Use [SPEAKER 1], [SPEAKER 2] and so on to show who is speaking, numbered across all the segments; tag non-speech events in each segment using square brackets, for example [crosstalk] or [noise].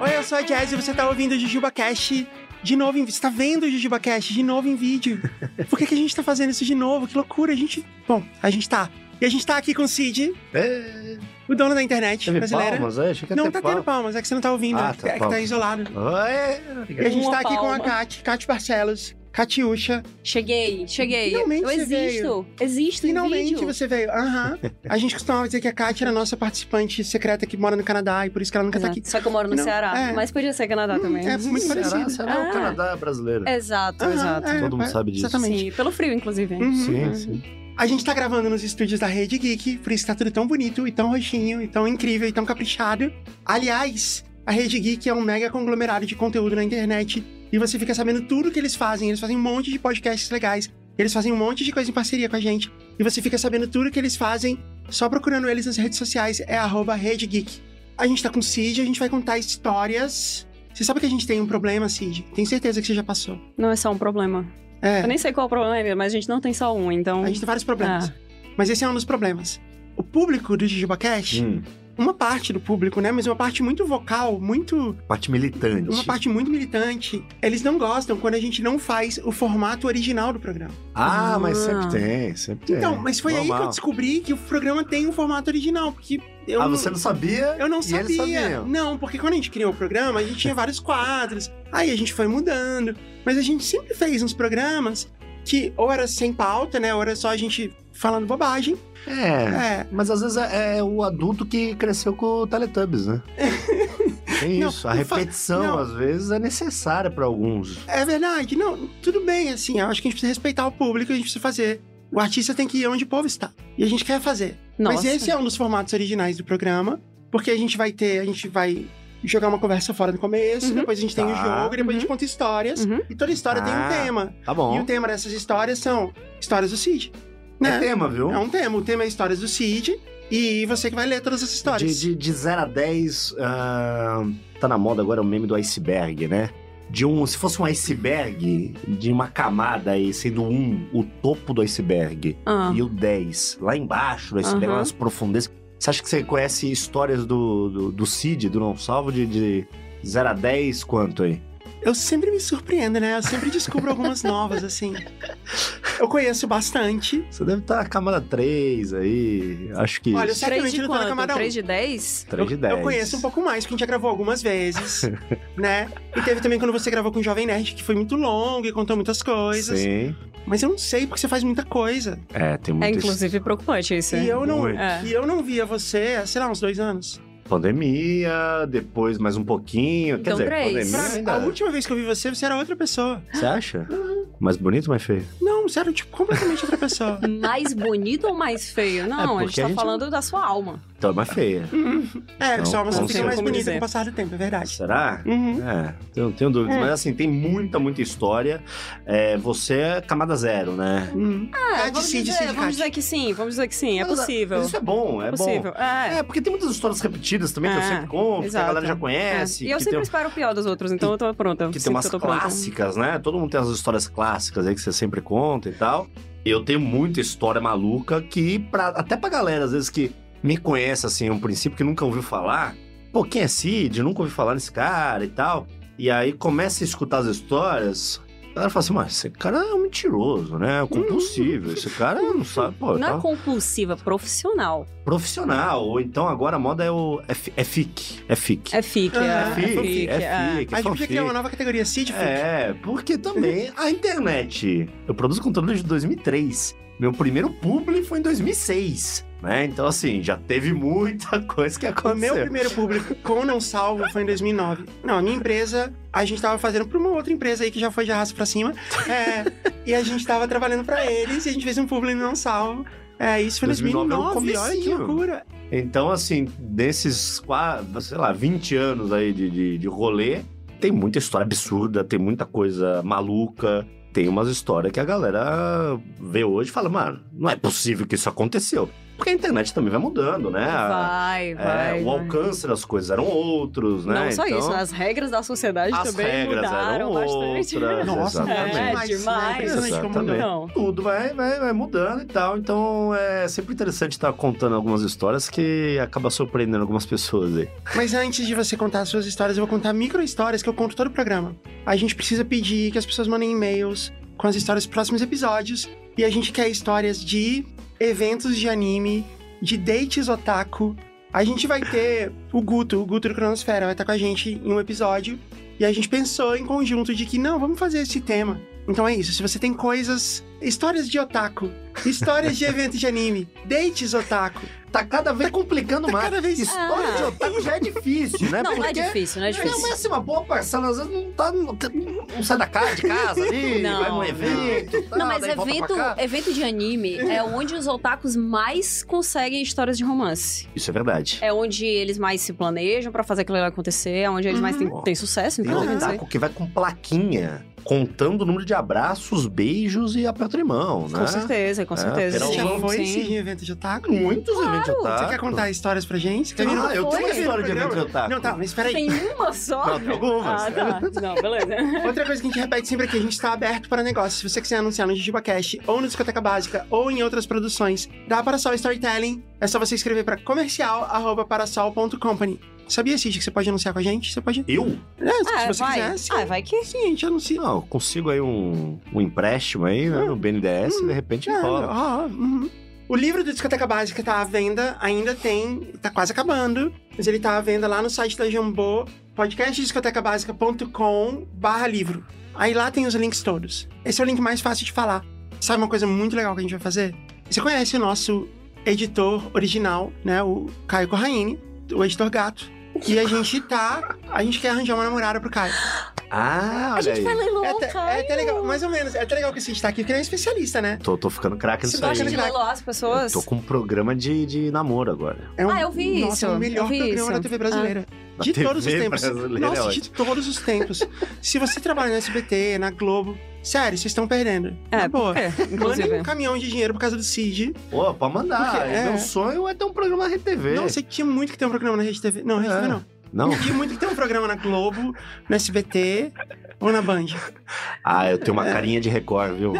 [SPEAKER 1] Oi, eu sou a Jazz e você tá ouvindo o Jujuba Cash de novo em Você tá vendo o Jujuba Cash de novo em
[SPEAKER 2] [laughs]
[SPEAKER 1] vídeo. Por que, que a gente tá fazendo isso de novo? Que loucura, a gente. Bom, a gente tá. E a gente tá aqui com o Cid,
[SPEAKER 2] É,
[SPEAKER 1] o dono da internet
[SPEAKER 2] teve
[SPEAKER 1] brasileira.
[SPEAKER 2] palmas, é? Achei que ia
[SPEAKER 1] Não
[SPEAKER 2] ter
[SPEAKER 1] tá tendo
[SPEAKER 2] palmas. é,
[SPEAKER 1] palmas, é que você não tá ouvindo.
[SPEAKER 2] Ah, tá,
[SPEAKER 1] é que tá
[SPEAKER 2] palmas.
[SPEAKER 1] isolado.
[SPEAKER 2] Oi,
[SPEAKER 1] E a
[SPEAKER 2] obrigado.
[SPEAKER 1] gente
[SPEAKER 3] Uma
[SPEAKER 1] tá aqui
[SPEAKER 3] palma.
[SPEAKER 1] com a Kate, Kate Barcelos, Catiúcha.
[SPEAKER 3] Cheguei, cheguei.
[SPEAKER 1] Finalmente
[SPEAKER 3] eu
[SPEAKER 1] você
[SPEAKER 3] existo. Existo em
[SPEAKER 1] Finalmente
[SPEAKER 3] vídeo.
[SPEAKER 1] você veio.
[SPEAKER 2] [laughs]
[SPEAKER 1] Aham. A gente costumava dizer que a Kate era a nossa participante secreta que mora no Canadá e por isso que ela nunca tá
[SPEAKER 3] Exato.
[SPEAKER 1] aqui.
[SPEAKER 3] Só que eu moro no
[SPEAKER 1] Não,
[SPEAKER 3] Ceará.
[SPEAKER 1] é.
[SPEAKER 3] Mas podia ser Canadá também.
[SPEAKER 1] é muito
[SPEAKER 2] Será?
[SPEAKER 1] parecido.
[SPEAKER 2] Será
[SPEAKER 3] Ah. É.
[SPEAKER 2] o Canadá brasileiro?
[SPEAKER 3] Exato,
[SPEAKER 1] Aham,
[SPEAKER 3] exato.
[SPEAKER 1] é,
[SPEAKER 2] Todo mundo
[SPEAKER 1] é,
[SPEAKER 2] sabe disso.
[SPEAKER 1] Exatamente.
[SPEAKER 3] Sim, pelo frio, inclusive.
[SPEAKER 1] Uhum.
[SPEAKER 2] Sim, sim.
[SPEAKER 1] A gente tá gravando nos estúdios da Rede Geek, por isso tá tudo tão bonito, e tão roxinho, e tão incrível, e tão caprichado. Aliás, a Rede Geek é um mega conglomerado de conteúdo na internet, e você fica sabendo tudo que eles fazem. Eles fazem um monte de podcasts legais, eles fazem um monte de coisa em parceria com a gente, e você fica sabendo tudo que eles fazem só procurando eles nas redes sociais, é arroba Rede Geek. A gente tá com o Cid, a gente vai contar histórias. Você sabe que a gente tem um problema, Cid? Tenho certeza que você já passou.
[SPEAKER 3] Não é só um problema.
[SPEAKER 1] É.
[SPEAKER 3] Eu nem sei qual o problema é, mas a gente não tem só um, então.
[SPEAKER 1] A gente tem vários problemas. Mas esse é um dos problemas. O público do Jujuba Cash,
[SPEAKER 2] Hum,
[SPEAKER 1] uma parte do público, né? Mas uma parte muito vocal, muito.
[SPEAKER 2] parte militante.
[SPEAKER 1] Uma parte muito militante. Eles não gostam quando a gente não faz o formato original do programa.
[SPEAKER 2] Ah, mas sempre
[SPEAKER 3] Ah.
[SPEAKER 2] tem, sempre tem.
[SPEAKER 1] então, mas foi aí que eu
[SPEAKER 2] É, Normal.
[SPEAKER 1] descobri que o programa tem um formato original, porque eu.
[SPEAKER 2] Ah, você não sabia?
[SPEAKER 1] Eu não
[SPEAKER 2] E eles
[SPEAKER 1] sabia.
[SPEAKER 2] sabiam.
[SPEAKER 1] Não, porque quando a gente criou o programa, a gente tinha vários quadros. Aí a gente foi mudando. Mas a gente sempre fez uns programas que ou era sem pauta, né? Ou era só a gente falando bobagem.
[SPEAKER 2] É.
[SPEAKER 1] É,
[SPEAKER 2] Mas às vezes é, é o adulto que cresceu com o Teletubbies,
[SPEAKER 1] [laughs]
[SPEAKER 2] né? Tem
[SPEAKER 1] Não,
[SPEAKER 2] isso. A
[SPEAKER 1] não fa-
[SPEAKER 2] repetição,
[SPEAKER 1] não.
[SPEAKER 2] às vezes, é necessária pra alguns.
[SPEAKER 1] É verdade, não, tudo bem, assim, eu acho que a gente precisa respeitar o público, a gente precisa fazer. O artista tem que ir onde o povo está. E a gente quer fazer.
[SPEAKER 3] Nossa.
[SPEAKER 1] Mas esse é um dos formatos originais do programa, porque a gente vai ter, a gente vai jogar uma conversa fora no começo,
[SPEAKER 3] Uhum.
[SPEAKER 1] depois a gente tem o
[SPEAKER 2] Tá.
[SPEAKER 1] jogo, e depois a gente
[SPEAKER 3] Uhum.
[SPEAKER 1] conta histórias.
[SPEAKER 3] Uhum.
[SPEAKER 1] E toda história tem um
[SPEAKER 2] Ah,
[SPEAKER 1] tema. E
[SPEAKER 2] Tá
[SPEAKER 1] o
[SPEAKER 2] bom.
[SPEAKER 1] tema dessas histórias são histórias do Cid.
[SPEAKER 2] É
[SPEAKER 1] Né?
[SPEAKER 2] tema, viu?
[SPEAKER 1] É um tema. O tema é histórias do Cid. E você que vai ler todas as histórias.
[SPEAKER 2] De- De 0 a 10, tá na moda agora o meme do iceberg, né? De um, se fosse um iceberg, de uma camada aí, sendo um o topo do iceberg
[SPEAKER 3] Ah,
[SPEAKER 2] e o 10 lá embaixo do iceberg,
[SPEAKER 3] Aham.
[SPEAKER 2] lá nas profundezas. Você acha que você conhece histórias do, do, do Cid, do Não Salvo, de, de 0 a 10 quanto aí?
[SPEAKER 1] Eu sempre me surpreendo, né? Eu sempre descubro algumas novas, assim. Eu conheço bastante.
[SPEAKER 2] Você deve estar na camada 3 aí, acho que
[SPEAKER 1] Olha, eu
[SPEAKER 2] isso.
[SPEAKER 1] sei-
[SPEAKER 3] três
[SPEAKER 1] certamente
[SPEAKER 3] de
[SPEAKER 1] não tá na
[SPEAKER 3] quanto?
[SPEAKER 1] camada um.
[SPEAKER 3] Três de dez?
[SPEAKER 2] 3 de
[SPEAKER 1] Eu-
[SPEAKER 2] 10.
[SPEAKER 1] Eu conheço um pouco mais, porque a gente já gravou algumas vezes,
[SPEAKER 2] [laughs]
[SPEAKER 1] né? E teve também quando você gravou com o Jovem Nerd, que foi muito longo e contou muitas coisas.
[SPEAKER 2] Sim.
[SPEAKER 1] Mas eu não sei, porque você faz muita coisa.
[SPEAKER 2] É, tem
[SPEAKER 3] É,
[SPEAKER 2] muita
[SPEAKER 3] inclusive, preocupante isso.
[SPEAKER 1] E eu não,
[SPEAKER 2] muito.
[SPEAKER 3] É.
[SPEAKER 1] e eu não via você há, sei lá, uns dois anos.
[SPEAKER 2] pandemia, depois mais um pouquinho. Quer
[SPEAKER 3] Então,
[SPEAKER 2] dizer,
[SPEAKER 3] três.
[SPEAKER 2] pandemia
[SPEAKER 1] Pra-
[SPEAKER 2] ainda- é.
[SPEAKER 1] a última vez que eu vi você, você era outra pessoa.
[SPEAKER 2] Você acha? Mais bonito ou mais feio?
[SPEAKER 1] Não, você era, tipo, completamente outra
[SPEAKER 2] [laughs]
[SPEAKER 1] pessoa.
[SPEAKER 3] Mais bonito ou mais feio? Não, a
[SPEAKER 2] É porque
[SPEAKER 3] gente
[SPEAKER 2] a
[SPEAKER 3] tá
[SPEAKER 2] gente-
[SPEAKER 3] falando da sua alma.
[SPEAKER 2] Então é mais feia.
[SPEAKER 3] Uhum.
[SPEAKER 1] É,
[SPEAKER 2] Não,
[SPEAKER 1] só mas
[SPEAKER 2] não
[SPEAKER 1] você fica
[SPEAKER 2] sei
[SPEAKER 1] mais
[SPEAKER 3] como
[SPEAKER 1] bonita
[SPEAKER 3] dizer.
[SPEAKER 1] com o passar do tempo, é verdade.
[SPEAKER 2] Será?
[SPEAKER 1] Uhum.
[SPEAKER 2] É, tenho, tenho dúvidas.
[SPEAKER 1] É.
[SPEAKER 2] Mas assim, tem muita, muita história. É, você é camada zero, né?
[SPEAKER 1] Uhum.
[SPEAKER 3] É,
[SPEAKER 1] Cat,
[SPEAKER 3] vamos,
[SPEAKER 1] Cid,
[SPEAKER 3] dizer,
[SPEAKER 1] Cid,
[SPEAKER 3] vamos
[SPEAKER 1] Cat.
[SPEAKER 3] dizer que sim, vamos dizer que sim, é
[SPEAKER 2] Mas-
[SPEAKER 3] possível.
[SPEAKER 2] Mas isso é bom, é
[SPEAKER 3] é possível.
[SPEAKER 2] bom.
[SPEAKER 3] É.
[SPEAKER 2] É, porque tem muitas histórias repetidas também que eu
[SPEAKER 3] É,
[SPEAKER 2] sempre conto, que a
[SPEAKER 3] exato.
[SPEAKER 2] galera já
[SPEAKER 3] É.
[SPEAKER 2] conhece.
[SPEAKER 3] E eu
[SPEAKER 2] que
[SPEAKER 3] sempre
[SPEAKER 2] tem, um
[SPEAKER 3] espero o pior dos outros, então eu tô pronta. eu
[SPEAKER 2] que tem
[SPEAKER 3] sinto
[SPEAKER 2] umas
[SPEAKER 3] eu tô pronta.
[SPEAKER 2] clássicas, né? Todo mundo tem as histórias clássicas aí que você sempre conta e tal. Eu tenho muita história maluca que, pra, até pra galera, às vezes, que me conhece, assim, um princípio que nunca ouviu falar. Pô, quem é Cid? Nunca ouvi falar nesse cara e tal. E aí começa a escutar as histórias. A galera fala assim, mas esse cara é um mentiroso, né? É compulsivo. Esse cara
[SPEAKER 3] [laughs]
[SPEAKER 2] não sabe. Pô,
[SPEAKER 3] Uhum. Não é
[SPEAKER 2] tá
[SPEAKER 3] compulsiva, profissional.
[SPEAKER 2] profissional. Ou então agora a moda é o. É, fi- é fic. É fic.
[SPEAKER 3] É fique,
[SPEAKER 1] Ah,
[SPEAKER 3] é.
[SPEAKER 2] fic,
[SPEAKER 3] é fique,
[SPEAKER 2] é fic.
[SPEAKER 1] A gente podia
[SPEAKER 2] fanfic.
[SPEAKER 1] criar uma nova categoria, Cid, Fic.
[SPEAKER 2] É, porque também a internet. Eu produzo conteúdo desde 2003. Meu primeiro publi foi em 2006, né? Então, assim, já teve muita [laughs] coisa que
[SPEAKER 1] O meu
[SPEAKER 2] aconteceu.
[SPEAKER 1] primeiro público com o Não Salvo foi em 2009. Não, a minha empresa, a gente tava fazendo pra uma outra empresa aí que já foi de arrasto pra cima. É, e a gente tava trabalhando pra eles e a gente fez um público no Não Salvo. É, isso foi em 2009.
[SPEAKER 2] 2009 é o
[SPEAKER 1] Olha que
[SPEAKER 2] comecinho.
[SPEAKER 1] loucura.
[SPEAKER 2] Então, assim, desses, qua- sei lá, 20 anos aí de, de, de rolê, tem muita história absurda, tem muita coisa maluca. Tem umas histórias que a galera vê hoje e fala, mano, não é possível que isso aconteceu. Porque a internet também vai mudando, né? A-
[SPEAKER 3] Vai,
[SPEAKER 2] é,
[SPEAKER 3] vai.
[SPEAKER 2] o
[SPEAKER 3] vai.
[SPEAKER 2] alcance das coisas eram outros, né?
[SPEAKER 3] Não só
[SPEAKER 2] Então,
[SPEAKER 3] isso, as regras da sociedade
[SPEAKER 2] as
[SPEAKER 3] também
[SPEAKER 2] regras
[SPEAKER 3] mudaram
[SPEAKER 2] eram
[SPEAKER 3] bastante.
[SPEAKER 2] outras.
[SPEAKER 1] Nossa,
[SPEAKER 2] exatamente.
[SPEAKER 3] É,
[SPEAKER 1] demais.
[SPEAKER 3] demais.
[SPEAKER 1] Né? Impressionante como
[SPEAKER 2] Exatamente.
[SPEAKER 1] mudou.
[SPEAKER 3] Não.
[SPEAKER 2] Tudo vai, vai, vai mudando e tal. Então é sempre interessante estar contando algumas histórias que acaba surpreendendo algumas pessoas aí.
[SPEAKER 1] Mas antes de você contar as suas histórias, eu vou contar micro histórias que eu conto todo o programa. A gente precisa pedir que as pessoas mandem e-mails com as histórias dos próximos episódios. E a gente quer histórias de eventos de anime, de dates otaku. A gente vai ter o Guto, o Guto do Cronosfera, vai estar com a gente em um episódio. E a gente pensou em conjunto de que, não, vamos fazer esse tema. Então é isso, se você tem coisas, histórias de otaku, histórias de [laughs] eventos de anime, dates otaku,
[SPEAKER 2] Tá cada vez complicando
[SPEAKER 1] tá cada vez
[SPEAKER 2] História de otaku já é difícil, né?
[SPEAKER 3] Ah. Não, não é
[SPEAKER 2] Porque-
[SPEAKER 3] difícil, não é
[SPEAKER 2] Não,
[SPEAKER 3] difícil.
[SPEAKER 2] mas assim, uma boa parcela às vezes não, tá, não, tem- não sai da casa, de casa ali,
[SPEAKER 3] [laughs] Não,
[SPEAKER 2] vai num
[SPEAKER 3] não.
[SPEAKER 2] evento. tal,
[SPEAKER 3] Não, mas
[SPEAKER 2] daí volta
[SPEAKER 3] evento, é
[SPEAKER 2] pra cá.
[SPEAKER 3] evento de anime é onde os otakus mais conseguem histórias de romance.
[SPEAKER 2] Isso é verdade.
[SPEAKER 3] É onde eles mais se planejam pra fazer aquilo ali acontecer, é onde eles mais têm,
[SPEAKER 2] Uhum.
[SPEAKER 3] têm sucesso,
[SPEAKER 2] Tem
[SPEAKER 3] inclusive. né?
[SPEAKER 1] Uhum.
[SPEAKER 3] não sei.
[SPEAKER 2] otaku que vai com plaquinha, contando o número de abraços, beijos e aperto de mão, né?
[SPEAKER 3] Com certeza, com
[SPEAKER 2] É,
[SPEAKER 3] certeza.
[SPEAKER 2] Era
[SPEAKER 1] Você já
[SPEAKER 2] um-
[SPEAKER 1] foi
[SPEAKER 3] sim.
[SPEAKER 1] em evento de otaku?
[SPEAKER 2] Muitos eventos de otaku.
[SPEAKER 1] Você quer contar histórias pra gente? Quer vir no-
[SPEAKER 2] Ah, eu tenho uma
[SPEAKER 3] Foi.
[SPEAKER 2] história de evento de otaku.
[SPEAKER 1] Não, tá, mas peraí.
[SPEAKER 3] Tem uma só?
[SPEAKER 2] Não, tem algumas.
[SPEAKER 3] Ah, tá. Não, beleza.
[SPEAKER 1] [laughs] Outra coisa que a gente repete sempre é que a gente tá aberto para negócios. Se você quiser anunciar no JujubaCast, ou no Discoteca Básica, ou em outras produções da Parasol Storytelling, é só você escrever para comercial.parasol.company. Sabia, Cid, que você pode anunciar com a gente? Você pode.
[SPEAKER 2] Eu?
[SPEAKER 1] É, se
[SPEAKER 3] Ah,
[SPEAKER 1] você
[SPEAKER 3] vai.
[SPEAKER 1] quiser, sim.
[SPEAKER 3] Ah, vai que.
[SPEAKER 1] Sim, a gente anuncia.
[SPEAKER 2] Não, eu consigo aí um, um empréstimo aí, né, no BNDES, de repente
[SPEAKER 1] Ah,
[SPEAKER 2] rola.
[SPEAKER 1] ah, uhum. O livro do Discoteca Básica tá à venda, ainda tem, tá quase acabando, mas ele tá à venda lá no site da Jambô, podcastdiscotecabásica.com barra livro. Aí lá tem os links todos. Esse é o link mais fácil de falar. Sabe uma coisa muito legal que a gente vai fazer? Você conhece o nosso editor original, né, o Caio Corraine, o editor gato. E a gente tá. A gente quer arranjar uma namorada pro Caio.
[SPEAKER 2] Ah,
[SPEAKER 3] A
[SPEAKER 2] olha
[SPEAKER 3] gente
[SPEAKER 2] aí.
[SPEAKER 3] vai leiloar
[SPEAKER 1] É
[SPEAKER 3] o
[SPEAKER 1] até, é até legal, mais ou menos. É até legal que esse está aqui, porque ele é um especialista, né?
[SPEAKER 2] Tô, tô ficando craque
[SPEAKER 1] Você
[SPEAKER 2] nisso
[SPEAKER 1] tá
[SPEAKER 2] aí.
[SPEAKER 3] Gosta
[SPEAKER 1] achando
[SPEAKER 3] de
[SPEAKER 1] que vai-
[SPEAKER 3] leiloar as pessoas?
[SPEAKER 2] Tô com um programa de, de namoro agora.
[SPEAKER 1] É um-
[SPEAKER 3] Ah, eu vi
[SPEAKER 1] nossa,
[SPEAKER 3] isso,
[SPEAKER 1] É o
[SPEAKER 3] eu
[SPEAKER 1] melhor
[SPEAKER 3] vi
[SPEAKER 1] programa
[SPEAKER 3] isso. Ah.
[SPEAKER 1] da TV brasileira.
[SPEAKER 2] Da
[SPEAKER 1] De
[SPEAKER 2] TV
[SPEAKER 1] todos os tempos.
[SPEAKER 2] brasileira,
[SPEAKER 1] Nossa,
[SPEAKER 2] é
[SPEAKER 1] de todos os tempos. Se você trabalha na SBT, na Globo, sério, vocês estão perdendo.
[SPEAKER 3] É,
[SPEAKER 1] na boa.
[SPEAKER 2] [laughs]
[SPEAKER 3] É,
[SPEAKER 1] Mandem um
[SPEAKER 3] inclusive.
[SPEAKER 1] caminhão de dinheiro por causa do Cid.
[SPEAKER 2] Pô, pode mandar.
[SPEAKER 1] Porque- é.
[SPEAKER 2] Meu sonho é ter um programa na RTV.
[SPEAKER 1] Nossa, tinha muito que ter um programa na Rede TV. Não, Rede
[SPEAKER 2] É.
[SPEAKER 1] TV não.
[SPEAKER 2] Não?
[SPEAKER 1] Tinha muito que ter um programa na Globo, na SBT ou na Band.
[SPEAKER 2] Ah, eu
[SPEAKER 1] [laughs]
[SPEAKER 2] tenho
[SPEAKER 1] É.
[SPEAKER 2] uma carinha de Record, viu?